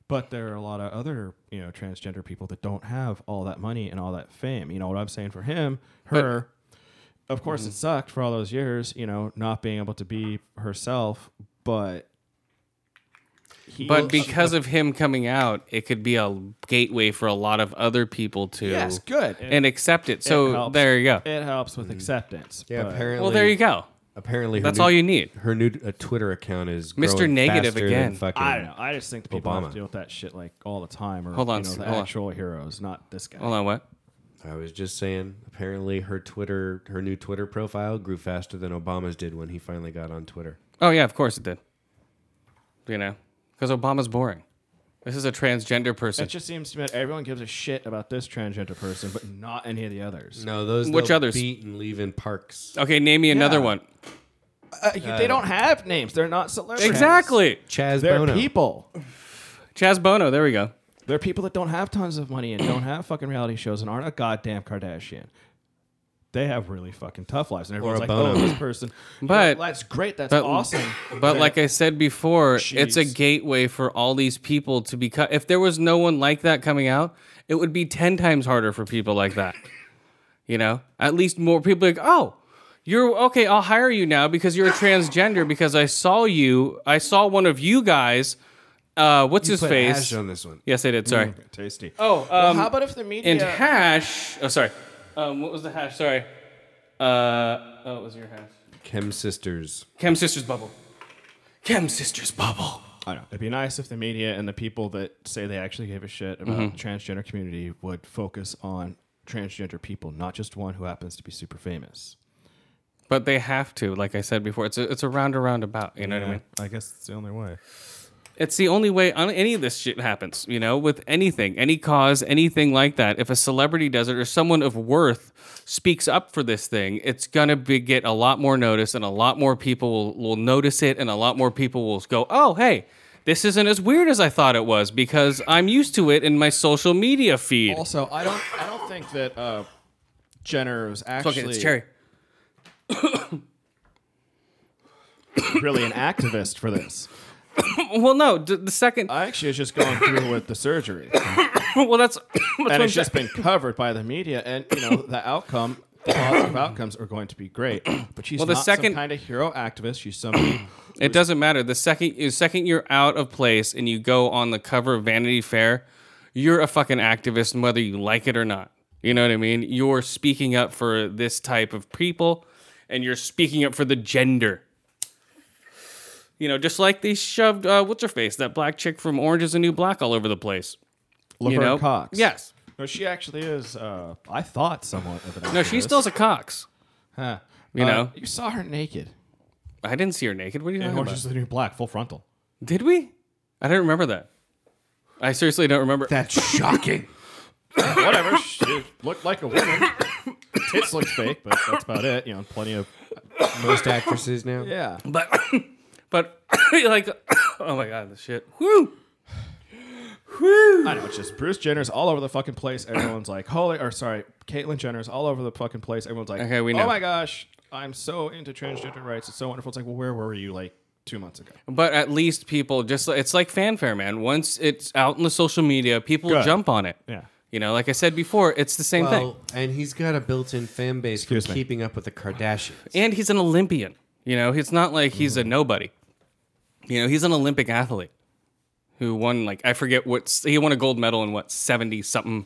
S3: but there are a lot of other, you know, transgender people that don't have all that money and all that fame. You know what I'm saying for him, her. of course,
S1: Mm-hmm.
S3: it sucked for all those years, you know, not being able to be herself, but. He,
S1: But because of him coming out, it could be a gateway for a lot of other people to
S3: yes, good. It,
S1: and accept it.
S3: it
S1: So
S3: helps.
S1: there you go.
S3: It helps with acceptance.
S2: Mm-hmm. Yeah,
S3: but-
S2: apparently.
S1: Well, there you go.
S2: Apparently, her
S1: That's
S2: new-
S1: all you need.
S2: Her new uh, Twitter account is
S1: Mr.
S2: growing
S1: Negative
S2: faster than
S1: again.
S2: Fucking,
S3: I don't know. I just think the people have
S2: Obama.
S3: to deal with that shit like all the time. Or,
S1: Hold on,
S3: you know,
S1: s-
S3: the
S1: hold on.
S3: actual heroes, not this guy.
S1: Hold on, what?
S2: I was just saying. Apparently, her Twitter, her new Twitter profile grew faster than Obama's did when he finally got on Twitter.
S1: Oh yeah, of course it did. You know, because Obama's boring. This is a transgender person.
S3: It just seems to me that everyone gives a shit about this transgender person, but not any of the others.
S2: No, those
S1: Which
S2: they'll
S1: others?
S2: beat and leave in parks.
S1: Okay, name me another
S3: Yeah.
S1: one.
S3: Uh, you- they don't have names. They're not celebrities.
S1: Exactly.
S2: Chaz
S3: They're
S2: Bono.
S3: people.
S1: Chaz Bono. There we go.
S3: They're people that don't have tons of money and don't have fucking reality shows and aren't a goddamn Kardashian. They have really fucking tough lives, and
S2: a
S3: everyone's like,
S2: Bono.
S3: "Oh, this person." You know,
S1: But-
S3: that's great. That's
S1: but-
S3: awesome.
S1: But like I said before, it's a
S3: Jeez.
S1: gateway for all these people to become. If there was no one like that coming out, it would be ten times harder for people like that. You know, at least more people are like, oh, You're okay. I'll hire you now because you're a transgender. Because I saw you. I saw one of you guys. Uh, what's his
S6: Put
S1: face?
S6: hash on Mm. this one.
S1: Yes, I did. Sorry.
S3: Tasty.
S1: Oh, um,
S3: how about if the media?
S1: and hash. Oh, sorry. Um, what was the hash? Sorry. Uh, oh, it was your hash.
S6: Chem Sisters.
S1: Chem Sisters Bubble. Chem Sisters Bubble.
S3: I don't know. It'd be nice if the media and the people that say they actually give a shit about
S1: Mm-hmm.
S3: the transgender community would focus on transgender people, not just one who happens to be super famous.
S1: But they have to, like I said before. It's a, it's a round around about. You know what I mean?
S3: I guess it's the only way.
S1: It's the only way on any of this shit happens, you know, with anything, any cause, anything like that. If a celebrity does it or someone of worth speaks up for this thing, it's going to be, get a lot more notice and a lot more people will, will notice it and a lot more people will go, oh, hey, this isn't as weird as I thought it was because I'm used to it in my social media feed.
S3: Also, I don't, I don't think that uh, Jenner was
S1: Fuck
S3: actually
S1: it, it's cherry.
S3: really an activist for this.
S1: Well, no, d- the second.
S3: I actually was just going through with the surgery,
S1: well, that's. that's what
S3: and
S1: I'm
S3: it's just been covered by the media, and you know the outcome. The positive outcomes are going to be great, but she's
S1: Well, the
S3: not
S1: second-
S3: some kind of hero activist. She's somebody
S1: It doesn't matter. The second the second you're out of place and you go on the cover of Vanity Fair, you're a fucking activist, and whether you like it or not. You know what I mean? You're speaking up for this type of people, and you're speaking up for the gender. You know, just like they shoved uh, what's her face, that black chick from Orange Is the New Black, all over the place.
S3: Laverne
S1: you know,
S3: Cox.
S1: Yes.
S3: No, she actually is. Uh, I thought somewhat of an.
S1: No, she
S3: activist.
S1: still has a Cox.
S3: Huh.
S1: You
S3: Uh,
S1: know?
S3: you saw her naked.
S1: I didn't see her naked. What are you talking
S3: Orange
S1: about?
S3: is the new black, full frontal.
S1: Did we? I don't remember that. I seriously don't remember.
S6: That's shocking.
S3: Whatever. she looked like a woman. Tits looked fake, but that's about it. You know, plenty of.
S6: Most actresses now.
S3: Yeah.
S1: But but like oh my god, this shit. Woo! Woo!
S3: I know. It's just Bruce Jenner's all over the fucking place. Everyone's like, holy, or sorry, Caitlyn Jenner's all over the fucking place. Everyone's like,
S1: Okay, we
S3: oh
S1: know.
S3: my gosh, I'm so into transgender rights. It's so wonderful. It's like, well, where were you like two months ago?
S1: But at least people just it's like fanfare, man. Once it's out in the social media, people
S3: Good.
S1: jump on it.
S3: Yeah.
S1: You know, like I said before, it's the same thing.
S6: Well, and he's got a built-in fan base for
S3: Excuse me.
S6: keeping up with the Kardashians.
S1: And he's an Olympian. You know, it's not like he's
S3: Mm-hmm.
S1: a nobody. You know, he's an Olympic athlete who won like I forget what he won a gold medal in what 70 something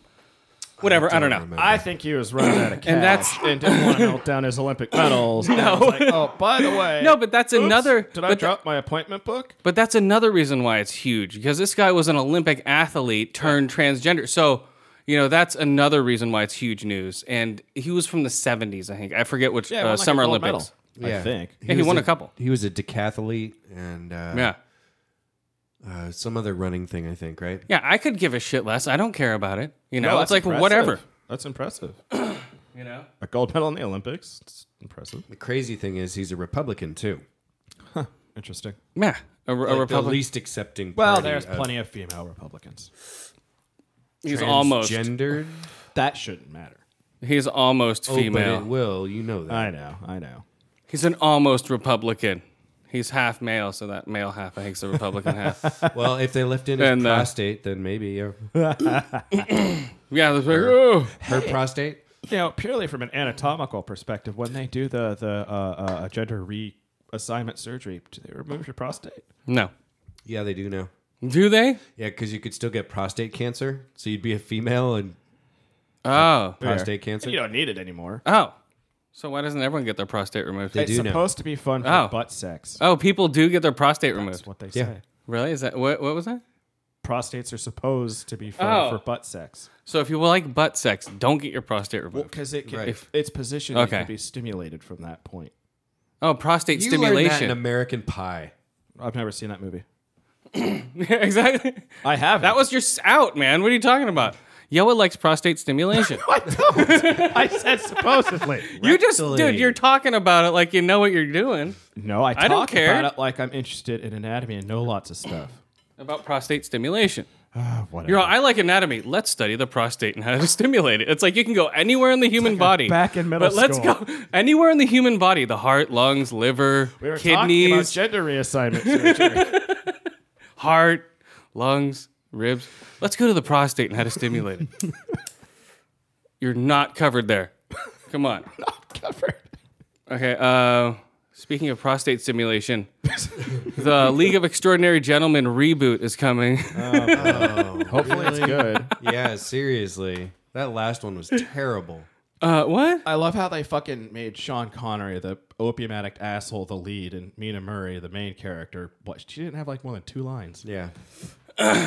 S1: whatever, I don't, know.
S3: I think he was running out of cash and,
S1: that's-
S3: didn't want to melt down his Olympic medals. No. Like, oh, by the way.
S1: No, but that's
S3: oops,
S1: another-
S3: Did I
S1: but-
S3: drop my appointment book?
S1: But that's another reason why it's huge because this guy was an Olympic athlete turned transgender. So, you know, that's another reason why it's huge news. And he was from the 70s, I think. I forget which
S3: Yeah,
S1: uh,
S3: won, like, a
S1: Summer
S3: gold
S1: Olympics.
S3: medal, I think.
S1: Yeah, he
S6: was
S1: won a couple.
S6: He was a decathlete and uh,
S1: Yeah.
S6: uh, some other running thing, I think, right?
S1: Yeah, I could give a shit less. I don't care about it. You know,
S3: No,
S1: it's
S3: that's
S1: like
S3: impressive.
S1: whatever.
S3: That's impressive.
S1: You know?
S3: A gold medal in the Olympics. It's impressive.
S6: The crazy thing is he's a Republican too.
S3: Interesting. uh,
S1: Yeah. A, a
S6: The
S1: Republican.
S6: least accepting.
S3: Well,
S6: party
S3: there's
S6: of
S3: plenty of female Republicans.
S1: He's almost.
S6: gendered.
S3: That shouldn't matter.
S1: He's almost
S6: Female. Oh, it
S1: female.
S6: will. You know that.
S3: I know. I know.
S1: He's an almost Republican. He's half male, so that male half, I think, is the Republican half.
S6: Well, if they left in his
S1: And, uh,
S6: prostate, then maybe uh,
S1: Yeah, that's like, oh.
S6: her prostate.
S3: You know, purely from an anatomical perspective, when they do the the uh, uh, gender reassignment surgery, do they remove your prostate?
S1: No.
S6: Yeah, they do now.
S1: Do they?
S6: Yeah, because you could still get prostate cancer, so you'd be a female and
S1: Oh.
S6: prostate cancer.
S3: You don't need it anymore.
S1: Oh. So why doesn't everyone get their prostate removed?
S6: They
S3: It's
S6: do now.
S3: supposed to be fun for
S1: Oh.
S3: butt sex.
S1: Oh, people do get their prostate
S3: That's
S1: removed.
S3: what they
S6: Yeah.
S3: say.
S1: Really? Is that what what was that?
S3: Prostates are supposed to be fun
S1: Oh.
S3: for butt sex.
S1: So if you like butt sex, don't get your prostate removed.
S3: because it can,
S6: Right.
S3: if it's positioned, it
S1: Okay.
S3: can be stimulated from that point.
S1: oh, prostate
S6: You learned that in
S1: stimulation.
S6: American Pie.
S3: I've never seen that movie.
S1: exactly.
S3: I have.
S1: That was your s- out, man. What are you talking about? Yoa likes prostate stimulation.
S3: I don't. I said supposedly.
S1: you just dude,
S6: Rectally.
S1: you're talking about it like you know what you're doing
S3: No, I talk
S1: I don't care.
S3: about it like I'm interested in anatomy and know lots of stuff.
S1: about prostate stimulation.
S6: Oh,
S3: Whatever.
S1: You're all, I like anatomy. Let's study the prostate and how to stimulate it. It's like you can go anywhere in the human body.
S3: back in middle
S1: but let's
S3: school.
S1: go anywhere in the human body. The heart, lungs, liver,
S3: we were talking about
S1: kidneys,
S3: gender reassignment surgery.
S1: heart, lungs, ribs. Let's go to the prostate and how to stimulate it. You're not covered there. Come on.
S3: covered.
S1: Okay. Uh, speaking of prostate stimulation, the League of Extraordinary Gentlemen reboot is coming.
S3: Uh. Hopefully it's good.
S6: yeah, seriously. That last one was terrible.
S1: Uh, what?
S3: I love how they fucking made Sean Connery, the opium addict asshole, the lead, and Mina Murray, the main character. What she didn't have like more than two lines.
S6: Yeah.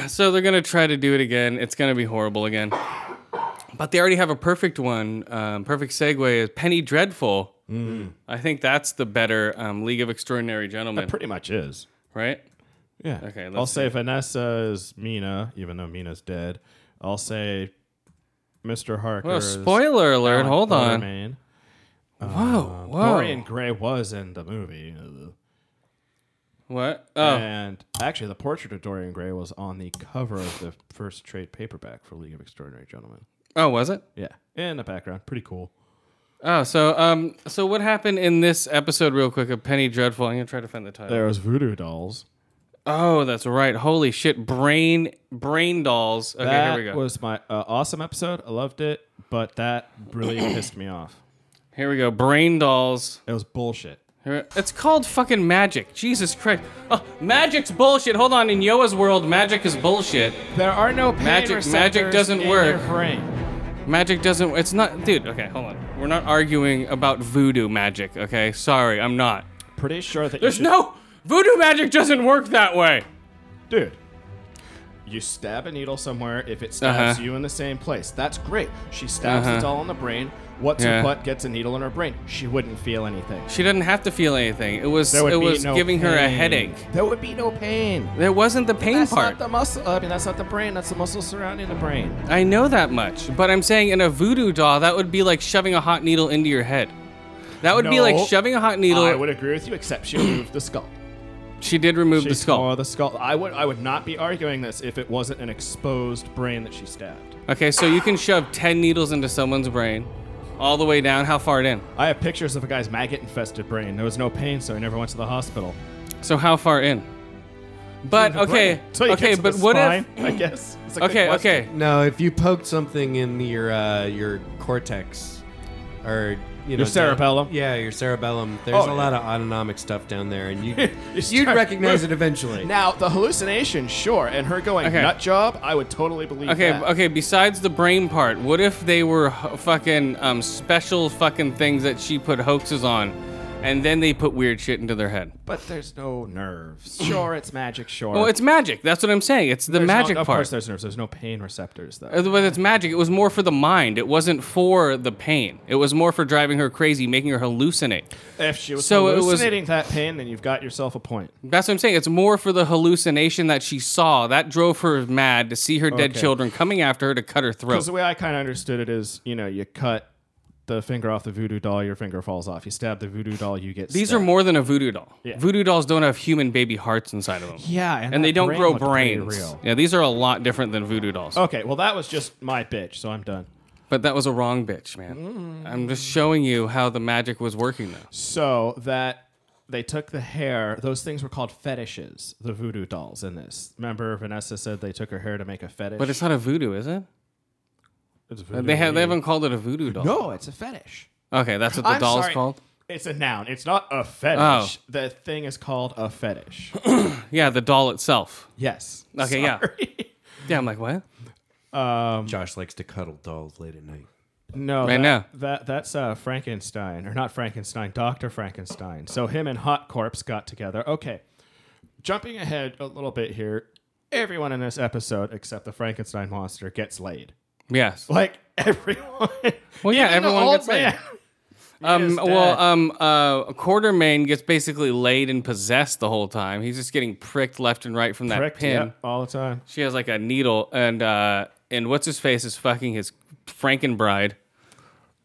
S1: So they're gonna try to do it again. It's gonna be horrible again. But they already have a perfect one. Um, perfect segue is Penny Dreadful. I think that's the better um, League of Extraordinary Gentlemen,
S3: Pretty much is.
S1: right?
S3: Yeah.
S1: Okay,
S3: I'll
S1: let's
S3: say Vanessa's Mina, even though Mina's dead. I'll say Mr. Harker.
S1: Well,
S3: is
S1: spoiler alert.
S3: Alan
S1: hold on.
S3: Quartermain.
S1: Whoa, whoa.
S3: Um, Dorian Gray was in the movie.
S1: What? Oh,
S3: And actually, the portrait of Dorian Gray was on the cover of the first trade paperback for League of Extraordinary Gentlemen.
S1: oh, was it?
S3: Yeah. In the background. Pretty cool.
S1: Oh, so um, so what happened in this episode, real quick, of Penny Dreadful? I'm gonna try to find the title.
S3: There was voodoo dolls.
S1: Oh, that's right. Holy shit, brain, brain dolls. Okay,
S3: that
S1: here we go.
S3: was my uh, awesome episode. I loved it, but that really pissed me off.
S1: Here we go. Brain dolls.
S3: It was bullshit.
S1: Here- It's called fucking magic. Jesus Christ. Oh, magic's bullshit. Hold on. In Yoa's world, magic is bullshit.
S3: There are no
S1: Magic- magic receptors doesn't in work. your
S3: brain.
S1: Magic doesn't. It's not. Dude, okay, hold on. We're not arguing about voodoo magic, okay? Sorry, I'm not.
S3: Pretty sure that
S1: There's
S3: you should-
S1: no. Voodoo magic doesn't work that way.
S3: dude. You stab a needle somewhere. If it stabs
S1: Uh-huh.
S3: you in the same place, that's great. She stabs
S1: Uh-huh.
S3: the doll in the brain. What's her
S1: Yeah.
S3: butt gets a needle in her brain. She wouldn't feel anything.
S1: She didn't have to feel anything. It was.
S3: There would
S1: It
S3: be
S1: was
S3: no
S1: giving her a
S3: pain.
S1: headache.
S3: There would be no pain.
S1: There wasn't the pain
S3: that's
S1: part.
S3: not the muscle. I mean, that's not the brain. That's the muscle surrounding the brain.
S1: I know that much, but I'm saying in a voodoo doll, that would be like shoving a hot needle into your head. That would be like
S3: No,
S1: shoving a hot needle.
S3: I would agree with you, except she removed the skull.
S1: she did remove
S3: She
S1: the skull.
S3: tore the skull. I would. I would not be arguing this if it wasn't an exposed brain that she stabbed.
S1: Okay, so you can shove 10 needles into someone's brain all the way down. How far in?
S3: I have pictures of a guy's maggot-infested brain. There was no pain, so he never went to the hospital.
S1: So, how far in? But, okay,
S3: Till you get
S1: okay,
S3: to
S1: but
S3: the
S1: what
S3: spine,
S1: if.
S3: I guess. It's a good
S1: Okay,
S3: question.
S1: okay.
S6: No, if you poked something in your uh, your cortex or you know
S3: Your cerebellum.
S6: the- yeah, your cerebellum. There's
S3: Oh,
S6: a
S3: yeah.
S6: lot of autonomic stuff down there, and you
S3: You
S6: you'd
S3: start-
S6: recognize it eventually.
S3: Now the hallucination, sure, and her going
S1: Okay.
S3: nut job, I would totally believe.
S1: Okay,
S3: that.
S1: okay, besides the brain part, what if they were h- fucking um, special fucking things that she put hoaxes on and then they put weird shit into their head?
S3: But there's no nerves. Sure, it's magic. Sure.
S1: Well, it's magic. That's what I'm saying. It's the
S3: There's no-
S1: magic
S3: Of
S1: part. Uh,
S3: course, there's nerves. There's no pain receptors though.
S1: But it's magic. It was more for the mind. It wasn't for the pain. It was more for driving her crazy, making her hallucinate.
S3: If she was
S1: So it was-
S3: hallucinating that pain, then you've got yourself a point.
S1: That's what I'm saying. It's more for the hallucination that she saw. That drove her mad to see her dead
S3: Okay.
S1: children coming after her to cut her
S3: Because
S1: throat.
S3: the way I kind of understood it is, you know, you cut the finger off the voodoo doll, your finger falls off. You stab the voodoo doll, you get.
S1: These are
S3: stabbed.
S1: more than a voodoo doll.
S3: Yeah.
S1: Voodoo dolls don't have human baby hearts inside of them.
S3: Yeah, and
S1: And they
S3: that
S1: don't
S3: brain
S1: grow
S3: looked pretty
S1: brains.
S3: real. Oh.
S1: Yeah, these are a lot different than voodoo dolls.
S3: Okay, well that was just my bitch, so I'm done.
S1: But that was a wrong bitch, man.
S3: Mm.
S1: I'm just showing you how the magic was working, though.
S3: So that they took the hair. Those things were called fetishes. The voodoo dolls in this. Remember, Vanessa said they took her hair to make a fetish.
S1: But it's not a voodoo, is it? Uh,
S3: It's voodoo.
S1: They, ha- they haven't called it a voodoo doll.
S3: No, it's a fetish.
S1: Okay, that's what the
S3: I'm
S1: doll's
S3: sorry.
S1: called. Oh.
S3: It's a noun. It's not a fetish. The thing is called a fetish.
S1: Yeah, the doll itself.
S3: yes.
S1: Okay, yeah. Yeah, I'm like, what?
S6: Josh likes to cuddle dolls late at night.
S3: No,
S1: Right
S3: that,
S1: now.
S3: that that's uh, Frankenstein, or not Frankenstein, Doctor Frankenstein. So him and Hot Corpse got together. Okay, jumping ahead a little bit here. Everyone in this episode, except the Frankenstein monster, gets laid.
S1: Yes.
S3: Like everyone.
S1: Well, yeah,
S3: Even the
S1: everyone
S3: old
S1: gets laid.
S3: man.
S1: Um,
S3: is
S1: well,
S3: dead.
S1: um, uh, Quartermain gets basically laid and possessed the whole time. He's just getting pricked left and right from that
S3: Pricked,
S1: pin.
S3: yep, all the time.
S1: She has like a needle, and uh, and what's his face is fucking his Frankenbride,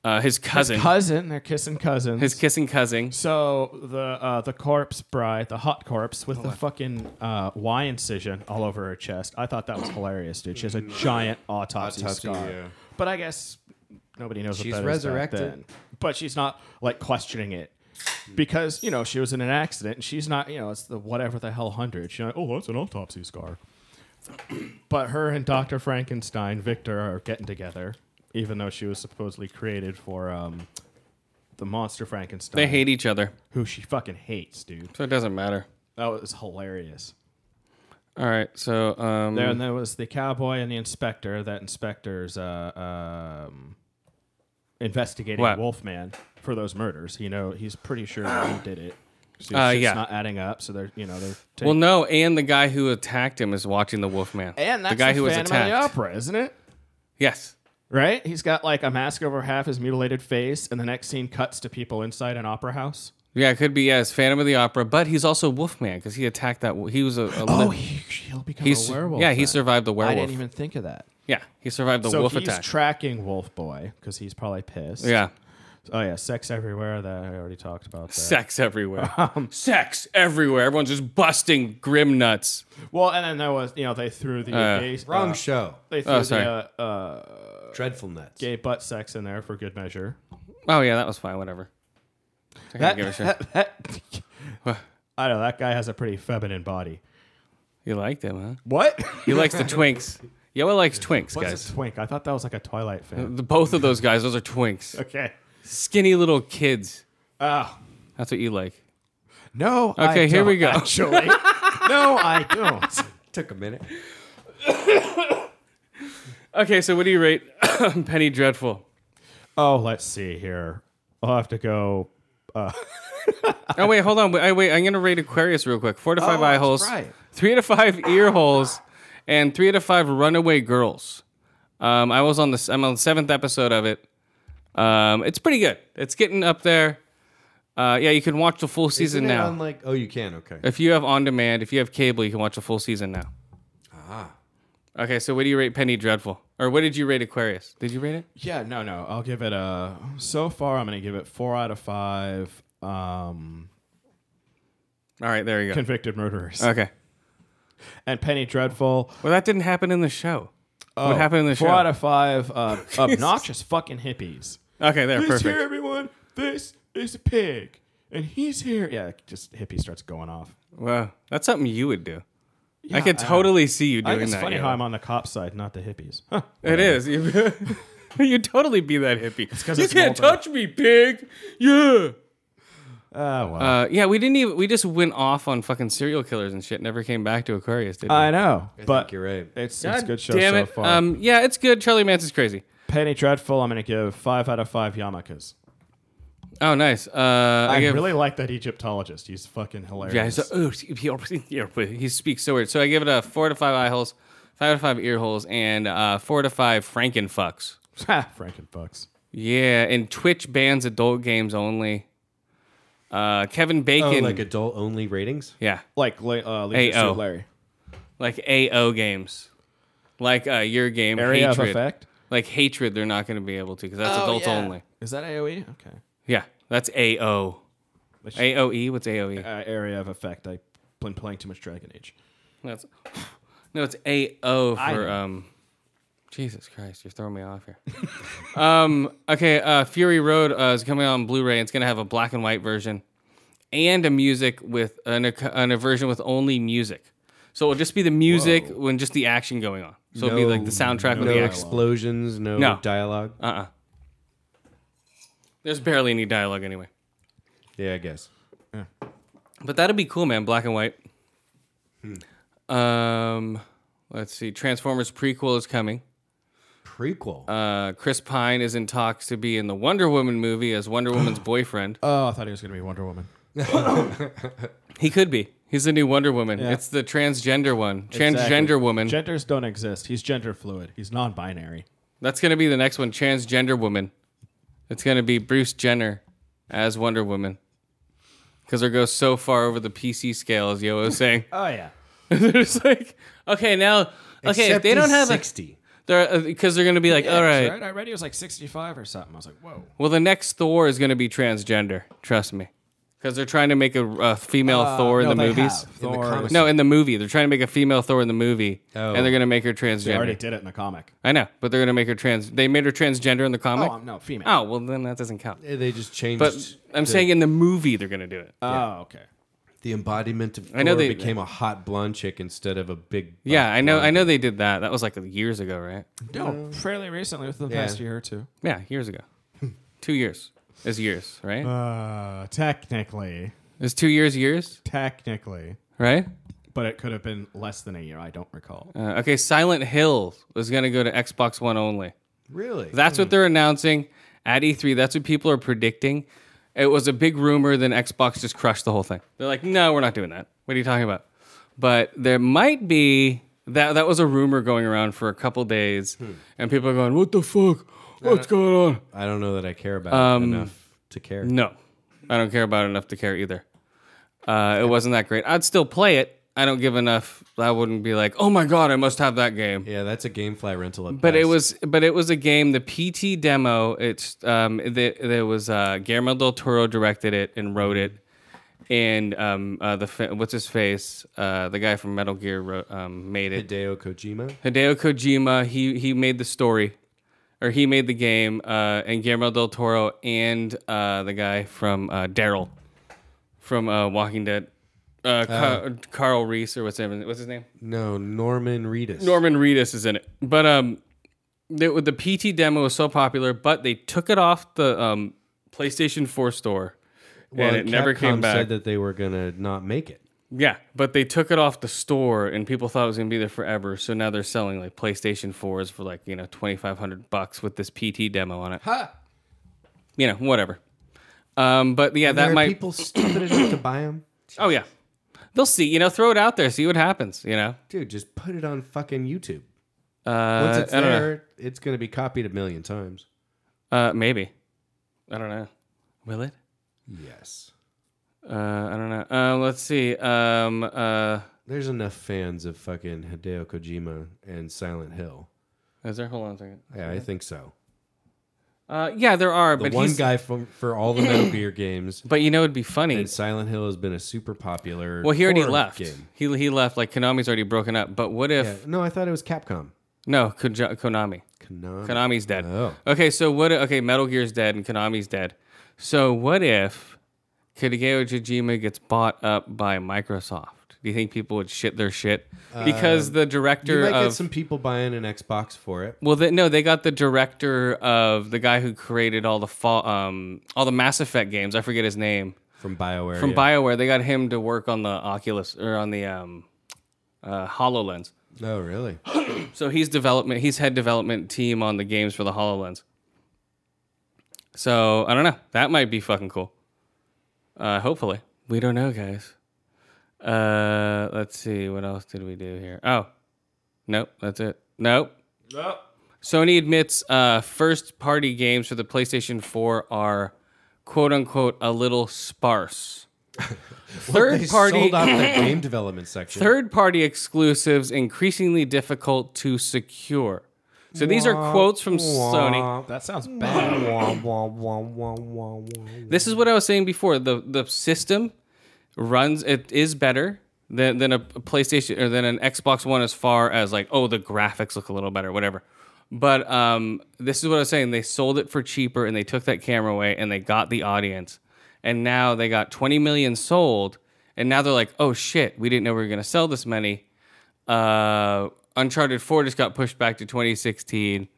S1: uh, his cousin, his,
S3: Cousin, they're kissing cousins.
S1: kissing cousin.
S3: so the uh, the corpse bride, the hot corpse with the fucking uh, Y incision all over her chest. I thought that was hilarious, dude. She has a giant autopsy,
S6: Autopsy,
S3: scar.
S6: yeah.
S3: But I guess nobody knows
S6: She's
S3: what that is
S6: resurrected.
S3: back then. But she's not like questioning it because you know she was in an accident and she's not you know it's the whatever the hell hundred. She's like, oh, that's an autopsy scar. But her and Dr. Frankenstein, Victor, are getting together, even though she was supposedly created for um, the monster Frankenstein.
S1: They hate each other,
S3: who she fucking hates, dude.
S1: so it doesn't matter.
S3: That was hilarious.
S1: All right, so um,
S3: There and there was the cowboy and the inspector. That inspector's uh, um, investigating
S1: What? Ah.
S3: Wolfman for those murders. You know, he's pretty sure that he did it. So
S1: Uh,
S3: it's
S1: yeah.
S3: not adding up. So they're you know they're taking,
S1: well, no, and the guy who attacked him is watching the Wolfman.
S3: and that's
S1: the guy who was
S3: Phantom of
S1: attacked.
S3: the opera, isn't it?
S1: Yes.
S3: Right? He's got like a mask over half his mutilated face, and the next scene cuts to people inside an opera house.
S1: Yeah, it could be yes, Phantom of the Opera, but he's also Wolfman because he attacked that. He was a, a
S3: Oh,
S1: lim-
S3: he, he'll become
S1: he's
S3: a werewolf.
S1: yeah, he
S3: then.
S1: survived the
S3: I
S1: werewolf.
S3: didn't even think of that.
S1: yeah, he survived the
S3: so
S1: wolf
S3: he's
S1: attack.
S3: tracking Wolf Boy because he's probably pissed.
S1: yeah,
S3: Oh yeah, sex everywhere. That I already talked about. That.
S1: sex everywhere. sex everywhere. Everyone's just busting grim nuts.
S3: Well, and then there was you know they threw the gay,
S2: Wrong
S3: uh,
S2: show.
S3: they threw
S1: Oh, sorry.
S3: the uh, uh,
S2: Dreadful nuts.
S3: gay butt sex in there for good measure.
S1: Oh yeah, that was fine. Whatever. I
S3: That,
S1: that, give a shit.
S3: that, that- I know that guy has a pretty feminine body.
S1: you liked him, huh?
S3: What?
S1: He likes the twinks. Yoa likes twinks,
S3: What's
S1: guys.
S3: a twink? I thought that was like a Twilight fan.
S1: The, both of those guys, those are twinks.
S3: Okay.
S1: Skinny little kids.
S3: Oh
S1: That's what you like.
S3: no. I
S1: Okay, here we
S3: don't,
S1: go.
S3: Actually, no, I don't.
S2: Took a minute.
S1: Okay, so what do you rate Penny Dreadful?
S3: Oh, let's see here. I'll have to go.
S1: Oh wait, hold on. Wait, I- wait I'm gonna rate Aquarius real quick. Four to five eye
S3: that's
S1: holes,
S3: right.
S1: three to five ear holes, and three to five runaway girls. Um, I was on the I'm on the seventh episode of it. Um, it's pretty good. It's getting up there. Uh, yeah, you can watch the full season now.
S2: I'm like, oh, you can. Okay.
S1: if you have on demand, if you have cable, you can watch the full season now. Ah. Okay, so what do you rate Penny Dreadful, or what did you rate Aquarius? Did you rate it?
S3: Yeah, no, no. I'll give it a. So far, I'm gonna give it four out of five. Um,
S1: All right, there you go.
S3: convicted murderers
S1: Okay.
S3: and Penny Dreadful. Uh,
S1: Well, that didn't happen in the show. what happened in the
S3: four
S1: show?
S3: Oh, out of five uh, obnoxious fucking hippies.
S1: okay, there,
S3: This
S1: perfect.
S3: here, everyone. This is a pig, and he's here. Yeah, just hippie starts going off.
S1: Wow, that's something you would do. I
S3: Yeah,
S1: could
S3: I-
S1: totally see you
S3: I
S1: doing
S3: think it's
S1: that.
S3: funny
S1: yeah. Uh,
S3: how I'm on the cop side, not the hippies. Huh.
S1: It is. You, you'd totally be that hippie.
S3: 'cause
S1: you
S3: it's
S1: can't
S3: molten.
S1: touch me, pig. Yeah.
S3: Ah, well.
S1: Uh, yeah, we didn't even. We just went off on fucking serial killers and shit. Never came back to Aquarius, did we?
S3: I know, but
S2: you're right.
S3: It's, it's a good show
S1: Damn
S3: so
S1: it.
S3: far.
S1: Um, yeah, it's good. Charlie Manson's crazy.
S3: Penny Dreadful, I'm gonna give five out of five yarmulkes.
S1: Oh, nice. Uh, I,
S3: I,
S1: give,
S3: really like that Egyptologist. He's fucking hilarious.
S1: Yeah, he's like, oh, he- he he speaks so weird. So I give it a four to five eye holes, five to five ear holes, and uh, four to five Frankenfucks.
S3: Ha, Ah, Frankenfucks.
S1: Yeah, and Twitch bans adult games only. Uh, Kevin
S2: Oh,
S1: Bacon,
S2: like adult only ratings?
S1: yeah,
S3: Like Le- uh, Leisure
S1: AO.
S3: Suit Larry.
S1: like AO games, like uh, your game
S3: Area of
S1: hatred,
S3: Effect.
S1: like hatred. They're not going to be able to because that's adult only.
S3: Is that AOE? Okay.
S1: Yeah, that's AO.
S3: Which-
S1: AOE. E? What's AOE?
S3: Uh, area of Effect. I've been playing too much Dragon Age.
S1: That's no, it's AO
S3: I
S1: for
S3: know.
S1: um. Jesus Christ, you're throwing me off here. um, okay, uh, Fury Road uh, is coming out on Blu-ray. It's gonna have a black and white version and a music with an, an a version with only music. So it'll just be the music when just the action going on. So it'll be like the soundtrack
S2: no
S1: with the action.
S2: explosions, no,
S1: No.
S2: dialogue.
S1: uh-uh. There's barely any dialogue anyway.
S2: yeah, I guess.
S1: But that'd be cool, man. Black and white. Um, let's see. Transformers prequel is coming.
S2: Prequel.
S1: Uh, Chris Pine is in talks to be in the Wonder Woman movie as Wonder Woman's boyfriend.
S3: Oh, I thought he was going to be Wonder Woman.
S1: He could be. He's the new Wonder Woman. It's the transgender one. Transgender
S3: Exactly.
S1: woman.
S3: Genders don't exist. He's gender fluid. He's non binary.
S1: That's gonna be the next one. Transgender woman. It's gonna be Bruce Jenner as Wonder Woman. Because they go so far over the PC scale, as Yo was saying.
S3: Oh, yeah.
S1: they're just like, okay, now, okay, if they don't have a,
S2: sixty.
S1: they're because they're gonna be like, all right,
S3: I read he was like 65 or something. I was like, whoa.
S1: Well, the next Thor is going to be transgender. Trust me, because they're trying to make a, a female Thor in
S3: Uh, no,
S1: the
S3: they
S1: movies.
S3: have.
S2: In the
S3: Thor is-
S2: comics.
S1: No, in the movie, they're trying to make a female Thor in the movie,
S2: Oh.
S1: and they're going to make her
S3: They already
S1: transgender.
S3: did it in the comic.
S1: I know, but they're going to make her trans. They made her transgender in the comic.
S3: Oh, um, no, female.
S1: Oh, well, then that doesn't count.
S2: They just changed.
S1: But I'm
S2: the,
S1: saying in the movie they're going to do it.
S3: Oh, okay.
S2: the embodiment of Thor
S1: I know they-
S2: became a hot blonde chick instead of a big.
S1: yeah, I know. I know they did that. That was like years ago, right?
S3: No, fairly recently, within the
S2: Yeah.
S3: past year or two.
S1: Yeah, years ago, two years. is years, right?
S3: Uh, technically,
S1: is two years years,
S3: technically,
S1: right?
S3: but it could have been less than a year. I don't recall.
S1: Uh, okay, Silent Hill is going to go to Xbox One only.
S2: Really?
S1: That's what they're announcing at E3. That's what people are predicting. It was a big rumor, then Xbox just crushed the whole thing. They're like, no, we're not doing that. What are you talking about? But there might be that that was a rumor going around for a couple days, and people are going, what the fuck? What's going on?
S2: I don't know that I care about
S1: Um,
S2: it enough to care.
S1: No, I don't care about it enough to care either. Uh, it wasn't that great. I'd still play it. I don't give enough. I wouldn't be like, oh my god, I must have that game.
S2: Yeah, that's a GameFly rental. At
S1: But it
S2: best.
S1: was, but it was a game. The PT demo. It's um, the, there was uh, Guillermo del Toro directed it and wrote it, and um, uh, the fa- what's his face, uh, the guy from Metal Gear wrote, um, made it.
S2: Hideo Kojima.
S1: Hideo Kojima. He he made the story, or he made the game, uh, and Guillermo del Toro and uh, the guy from uh, Daryl, from uh, Walking Dead, uh, Ca- Carl Reese or what's his name? What's his name?
S2: No, Norman Reedus.
S1: Norman Reedus is in it. But um, the, the PT demo was so popular, but they took it off the um, PlayStation 4 store, and it never came
S2: Capcom
S1: back.
S2: Said that they were gonna not make it.
S1: yeah, but they took it off the store, and people thought it was gonna be there forever. So now they're selling like PlayStation 4s for like you know twenty five hundred bucks with this PT demo on it.
S2: Ha!
S1: You know, whatever. Um, but yeah,
S2: There
S1: that
S2: are
S1: might.
S2: people stupid enough to buy them.
S1: oh yeah, they'll see. You know, throw it out there, see what happens. You know,
S2: Dude, just put it on fucking YouTube.
S1: uh,
S2: Once it's
S1: I don't know.
S2: there, it's gonna be copied a million times.
S1: Uh, maybe. I don't know. Will it?
S2: Yes.
S1: Uh, I don't know. Uh, let's see. Um, uh,
S2: There's enough fans of fucking Hideo Kojima and Silent Hill.
S1: is there? Hold on a second.
S2: Yeah, I think so.
S1: Uh, yeah, there are,
S2: The
S1: but
S2: one
S1: he's,
S2: guy from for all the Metal Gear games
S1: But you know, it'd be funny.
S2: and Silent Hill has been a super popular.
S1: Well, he already
S2: horror
S1: left.
S2: Game.
S1: He he left. Like Konami's already broken up. But what if?
S2: Yeah. No, I thought it was Capcom.
S1: No, Koja- Konami.
S2: Konami.
S1: Konami's dead.
S2: Oh.
S1: Okay, so what? Okay, Metal Gear's dead and Konami's dead. So what if Hideo Kojima gets bought up by Microsoft? Do you think people would shit their shit because the
S2: Uh, You
S1: director
S2: might
S1: of
S2: get some people buying an Xbox for it.
S1: Well, they, no, they got the director of the guy who created all the fall, um, all the Mass Effect games. I forget his name
S2: from BioWare.
S1: from
S2: yeah.
S1: Bioware. They got him to work on the Oculus or on the um, uh, Hololens.
S2: Oh, really?
S1: So he's development. He's head development team on the games for the Hololens. So I don't know. That might be fucking cool. Uh, hopefully, we don't know, guys. Uh, let's see. What else did we do here? Oh, nope. That's it. Nope. Sony admits uh, first party games for the PlayStation 4 are quote unquote a little sparse.
S2: They
S1: Third party
S2: sold off the game development section.
S1: third party exclusives increasingly difficult to secure. So these are quotes from Sony.
S3: That sounds
S2: Hmm.
S3: bad.
S1: This is what I was saying before. The the system runs it is better than than a PlayStation or than an Xbox One as far as like oh the graphics look a little better whatever. But um, this is what I was saying. They sold it for cheaper and they took that camera away and they got the audience. And now they got 20 million sold. And now they're like, oh shit, we didn't know we were going to sell this many. uh, Uncharted 4 just got pushed back to 2016.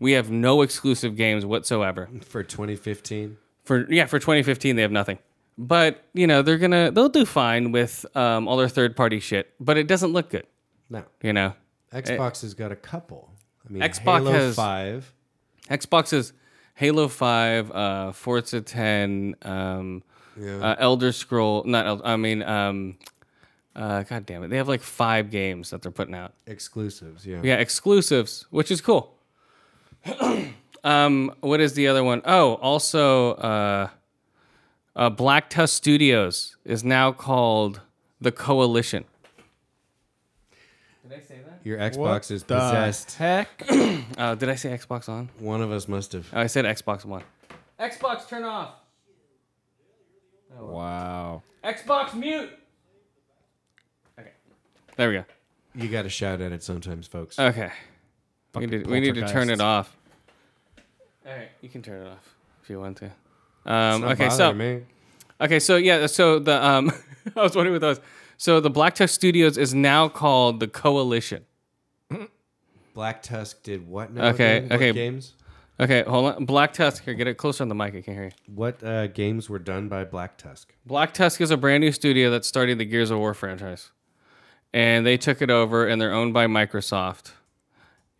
S1: We have no exclusive games whatsoever.
S2: for 2015.
S1: For yeah, for 2015 they have nothing. But, you know, they're going to they'll do fine with um, all their third-party shit, but it doesn't look good,
S2: No,
S1: you know.
S2: Xbox has got a couple. I mean,
S1: Xbox
S2: Halo
S1: has-
S2: Five.
S1: Xbox is Halo 5, uh, Forza 10, um, uh, Elder Scroll, not Eld- I mean um, uh, god damn it. They have like 5 games that they're putting out.
S2: exclusives. Yeah.
S1: Yeah, exclusives, which is cool. um, what is the other one? Oh, also, uh, uh, Black Tusk Studios is now called the Coalition.
S2: Your Xbox is possessed.
S3: Heck.
S1: Uh, did I say Xbox on?
S2: One of us must have.
S1: Oh, I said Xbox One. Xbox, turn off.
S3: Wow.
S1: Xbox, mute. Okay, there we go.
S2: You got to shout at it sometimes, folks.
S1: Okay, we need, we need to turn it
S3: poltergeists.
S1: off. All right, you can turn it off if you want to. Um,
S2: Not
S1: okay, so
S2: bothering me.
S1: Okay, so yeah, so the um, I was wondering what that was. So the Black Tusk Studios is now called the Coalition.
S2: Black Tusk did what? Now
S1: Okay,
S2: again? What
S1: okay.
S2: Games.
S1: Okay, hold on. Black Tusk here. Get it closer on the mic. I can't hear you.
S2: What uh, games were done by Black Tusk?
S1: Black Tusk is a brand new studio that started the Gears of War franchise. And they took it over and they're owned by Microsoft.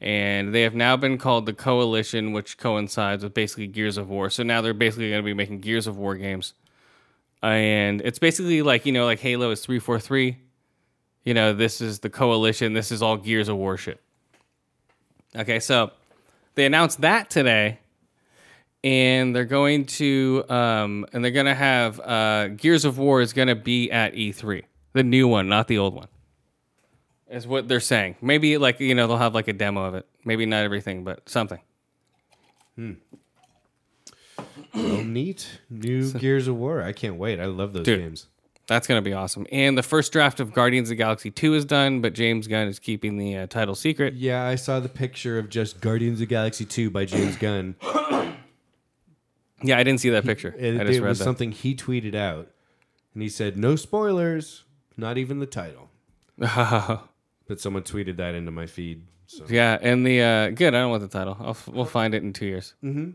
S1: And they have now been called the Coalition, which coincides with basically Gears of War. So now they're basically going to be making Gears of War games. And it's basically like, you know, like Halo is 343. You know, this is the Coalition. This is all Gears of War shit. Okay, so they announced that today and they're going to um, and they're gonna have uh, Gears of War is gonna be at E3, the new one, not the old one. Is what they're saying. Maybe like you know they'll have like a demo of it. Maybe not everything, but something.
S2: Oh, neat. New Gears of War. I can't wait. I love those
S1: Dude.
S2: games.
S1: That's gonna be awesome. And the first draft of Guardians of the Galaxy Two is done, but James Gunn is keeping the uh, title secret.
S2: Yeah, I saw the picture of just Guardians of the Galaxy 2 by James Gunn.
S1: Yeah, I didn't see that picture.
S2: And
S1: I
S2: it,
S1: just read
S2: was
S1: that.
S2: something he tweeted out. And he said, no spoilers, not even the title. But someone tweeted that into my feed. So
S1: Yeah, and the uh, good. I don't want the title. I'll, f- we'll find it in two years. Mm-hmm.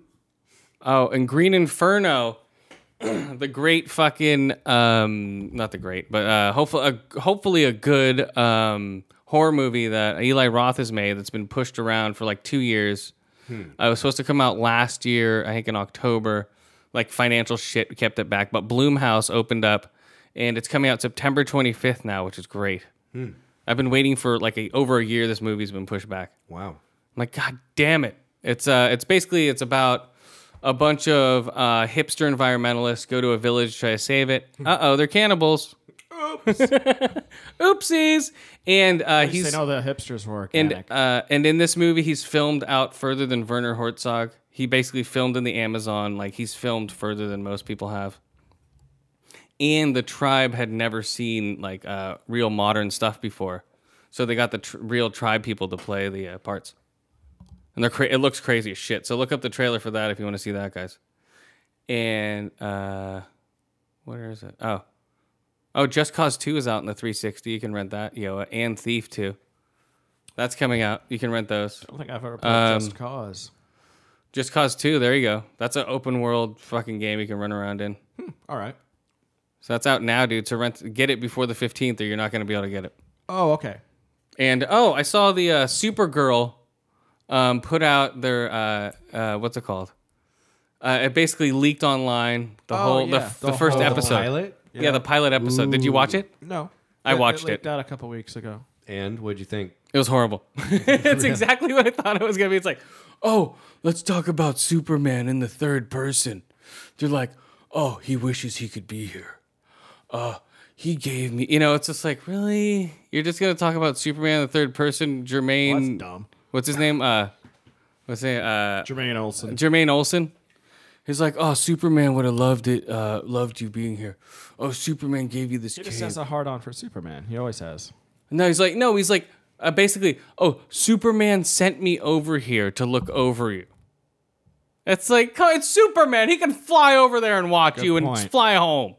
S1: Oh, and Green Inferno, the great fucking um, not the great, but uh, hopefully, a, hopefully a good um, horror movie that Eli Roth has made that's been pushed around for like two years. Uh, it was supposed to come out last year, I think in October. Like financial shit kept it back, but Bloomhouse opened up, and it's coming out September 25th now, which is great. I've been waiting for like a, over a year. This movie's been pushed back.
S2: wow.
S1: I'm like, God damn it! It's uh, it's basically it's about a bunch of uh, hipster environmentalists go to a village to try to save it. Uh oh, they're cannibals. Oops. Oopsies. And uh,
S3: They
S1: he's
S3: know the hipsters were
S1: and
S3: organic.
S1: uh, and in this movie, he's filmed out further than Werner Herzog. He basically filmed in the Amazon, like he's filmed further than most people have. And the tribe had never seen like uh, real modern stuff before, so they got the tr- real tribe people to play the uh, parts, and they're cra- it looks crazy as shit. So look up the trailer for that if you want to see that, guys. And uh, where is it? Oh, oh, Just Cause Two is out in the 360. You can rent that, Yoa, and Thief Two. That's coming out. You can rent those.
S3: I don't think I've ever played
S1: um,
S3: Just Cause.
S1: Just Cause 2, there you go. That's an open world fucking game you can run around in.
S3: All right.
S1: So that's out now, dude. So rent get it before the 15th or you're not going to be able to get it.
S3: Oh, okay.
S1: And oh, I saw the uh, Supergirl um, put out their uh, uh, what's it called? Uh, it basically leaked online the whole the,
S3: yeah.
S1: f- the, first
S2: whole
S1: episode.
S2: Oh, pilot?
S1: Yeah. the pilot episode. Did you watch it?
S3: No,
S1: I watched
S3: leaked
S1: it.
S3: out a couple weeks ago.
S2: And what'd you think?
S1: It was horrible. it's exactly what I thought it was gonna be. It's like, oh, let's talk about Superman in the third person. They're like, oh, he wishes he could be here. Uh, he gave me, you know. It's just like, really, you're just gonna talk about Superman in the third person, Jermaine.
S3: That's dumb.
S1: What's his name? Uh, what's his name? Uh,
S3: Jermaine Olsen.
S1: Jermaine Olsen. He's like, oh, Superman would have loved it. Uh, loved you being here. Oh, Superman gave you this.
S3: He just
S1: cape."
S3: has a hard on for Superman. He always has.
S1: No, he's like, no, he's like, uh, basically, oh, Superman sent me over here to look over you. It's like, co- it's Superman. He can fly over there and watch you and
S3: point.
S1: fly home.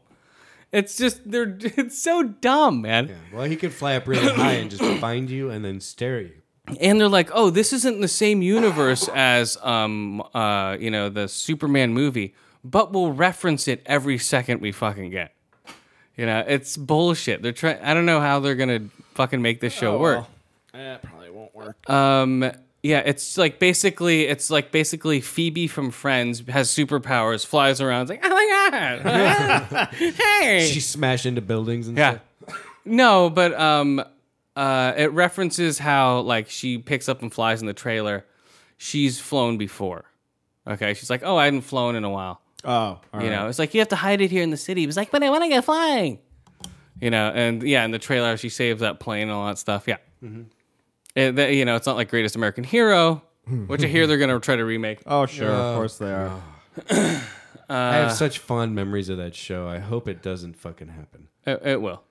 S1: It's just, they're, it's so dumb, man.
S2: Well, he could fly up really high and just find you and then stare at you.
S1: And they're like, oh, this isn't the same universe as, um, uh, you know, the Superman movie, but we'll reference it every second we fucking get. You know, it's bullshit. They're trying, I don't know how they're going to fucking make this
S3: Oh,
S1: show work.
S3: That probably won't work.
S1: Um, yeah, it's like basically, it's like basically Phoebe from Friends has superpowers, flies around, it's like, oh my god, hey,
S2: She smashed into buildings and
S1: yeah,
S2: stuff.
S1: no, but um, uh, it references how like she picks up and flies in the trailer. She's flown before, okay? She's like, oh, I hadn't flown in a while.
S3: Oh, all right.
S1: You know, it's like you have to hide it here in the city. It's like, but I want to go flying. You know, and yeah, in the trailer, she saves that plane and all that stuff. Yeah, And that- you know, it's not like Greatest American Hero, which I hear they're gonna try to remake.
S3: Oh, sure. of course they are.
S2: I have such fond memories of that show. I hope it doesn't fucking happen.
S1: It, it will.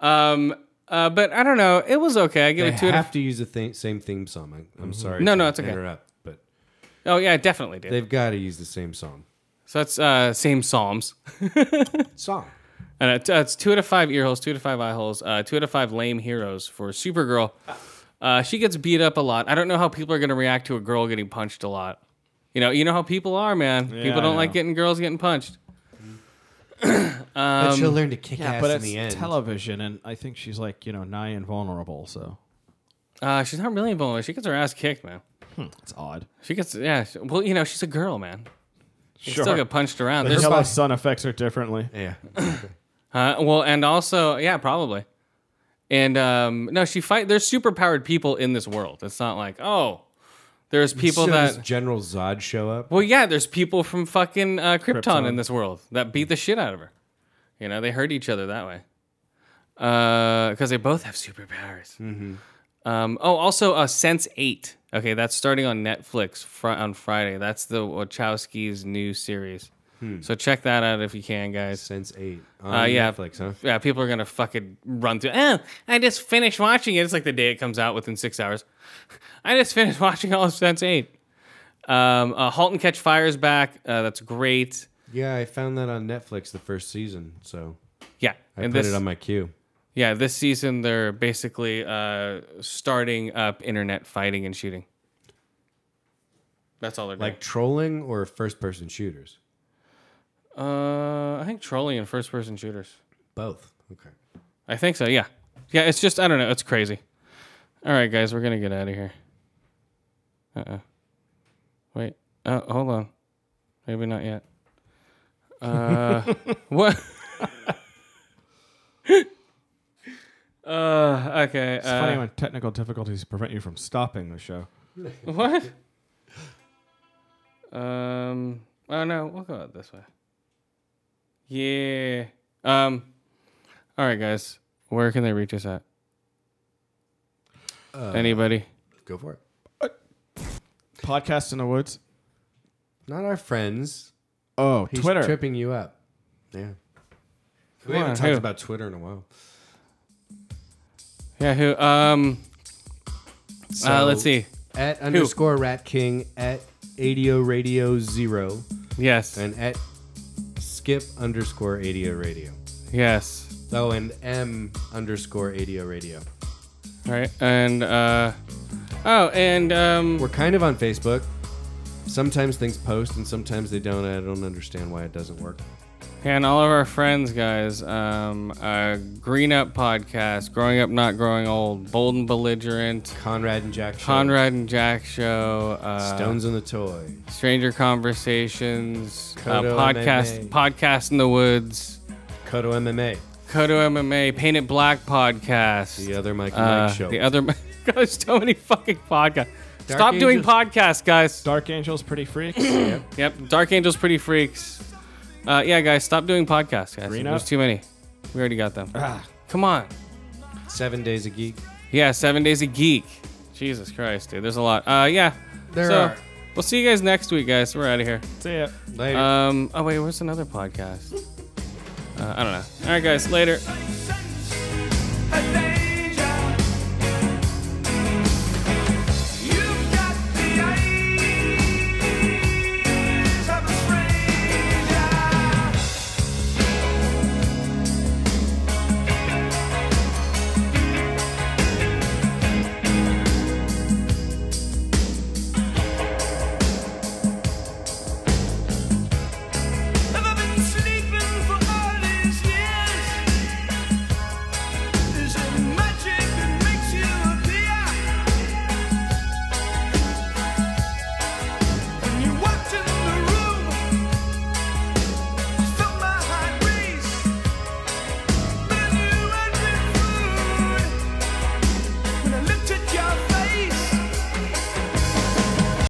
S1: Um, uh, but I don't know. It was okay. I give
S2: They
S1: it two. out of-
S2: have to use the th- same theme song. I'm, I'm sorry.
S1: Mm-hmm. No,
S2: to
S1: no, it's okay.
S2: Interrupt, but
S1: oh yeah, I definitely did.
S2: they've got to use the same song.
S1: so that's uh, same Psalms.
S2: Song.
S1: And it's, uh, it's two out of five ear holes, two out of five eye holes, uh, two out of five lame heroes for Supergirl. Uh, she gets beat up a lot. I don't know how people are going to react to a girl getting punched a lot. You know, you know how people are, man.
S3: Yeah,
S1: people don't
S3: I
S1: like
S3: know.
S1: getting girls getting punched. Um,
S6: but she'll learn to kick
S3: Yeah,
S6: ass
S3: but
S6: in
S3: it's
S6: the end.
S3: television, and I think she's like you know nigh invulnerable, so
S1: Uh, she's not really vulnerable. She gets her ass kicked, man.
S3: it's odd.
S1: She gets yeah. she- well, you know, she's a girl, man. She
S3: Sure.
S1: still get punched around.
S3: Her
S1: There's,
S3: yellow sun affects her differently.
S6: yeah.
S1: uh, well, and also yeah, probably. And um, no, she fight. There's super powered people in this world. It's not like oh, there's people
S2: So
S1: that
S2: does General Zod show up?
S1: Well, yeah, there's people from fucking uh, Krypton,
S3: Krypton.
S1: in this world that beat the shit out of her. You know, they hurt each other that way because they both have superpowers. Um, oh, also uh, Sense Eight. Okay, that's starting on Netflix fr- on Friday. That's the Wachowskis' new series. So check that out if you can, guys.
S2: Sense eight. On
S1: Uh, yeah,
S2: Netflix, huh?
S1: Yeah, people are gonna fucking run through. Oh, I just finished watching it. It's like the day it comes out within six hours. I just finished watching all of Sense Eight. Um, uh, *Halt and Catch Fire* is back. Uh, that's great.
S2: Yeah, I found that on Netflix the first season, so
S1: Yeah,
S2: I put it on my queue.
S1: yeah this season they're basically uh, starting up internet fighting and shooting. That's all they're
S2: Like trolling or first person shooters?
S1: doing. Uh, I think trolling and first-person shooters.
S2: Both. Okay.
S1: I think so. Yeah, yeah. It's just I don't know. It's crazy. All right, guys, we're gonna get out of here. Uh oh. Wait. Oh, hold on. Maybe not yet. Uh, what? uh, okay.
S3: It's funny
S1: Uh,
S3: when technical difficulties prevent you from stopping the show.
S1: what? Um. Oh no, we'll go out this way. Yeah. Um. All right, guys. Where can they reach us at?
S2: Uh,
S1: Anybody?
S2: Go for it.
S3: Podcast in the woods.
S2: Not our friends.
S3: Oh,
S2: He's
S3: Twitter.
S2: tripping you up. Yeah. We
S1: on,
S2: haven't talked
S1: who?
S2: about Twitter in a while.
S1: Yeah, who? Um, uh,
S2: So-
S1: let's see.
S2: At underscore Rat King, at ADO Radio Zero,
S1: Yes,
S2: and at skip underscore ADO Radio.
S1: yes,
S2: Oh, and M underscore ADO Radio.
S1: right, and uh, oh, and um,
S2: We're kind of on Facebook. Sometimes things post and sometimes they don't. I don't understand why it doesn't work.
S1: and all of our friends, guys. Um, uh, Green Up Podcast, Growing Up, Not Growing Old, Bold and Belligerent,
S2: Conrad and Jack. Show.
S1: Conrad and Jack Show, uh,
S2: Stones in the Toy.
S1: Stranger Conversations, uh,
S2: Kodo
S1: podcast,
S2: MMA.
S1: podcast in the woods,
S2: Kodo MMA.
S1: Kodo MMA, Paint It Black Podcast,
S2: The other Mike and
S1: Uh,
S2: Mike show.
S1: The other, God, there's so many fucking podcasts.
S2: Dark
S1: Stop doing
S2: Angels-
S1: podcasts, guys.
S3: Dark Angels, pretty freaks.
S1: Yep, Dark Angels, Pretty Freaks. Uh, yeah, guys, stop doing podcasts, guys.
S3: Green
S1: there's
S3: Up?
S1: too many. We already got them.
S2: Ah.
S1: Come on.
S2: Seven Days a Geek.
S1: Yeah, Seven Days a Geek. Jesus Christ, dude. There's a lot. Uh, yeah.
S2: There
S1: so,
S2: are.
S1: We'll see you guys next week, guys. We're out of here.
S3: See ya.
S2: Later.
S1: Um, oh wait, where's another podcast? Uh, I don't know. All right, guys. Later.
S7: Sunshine,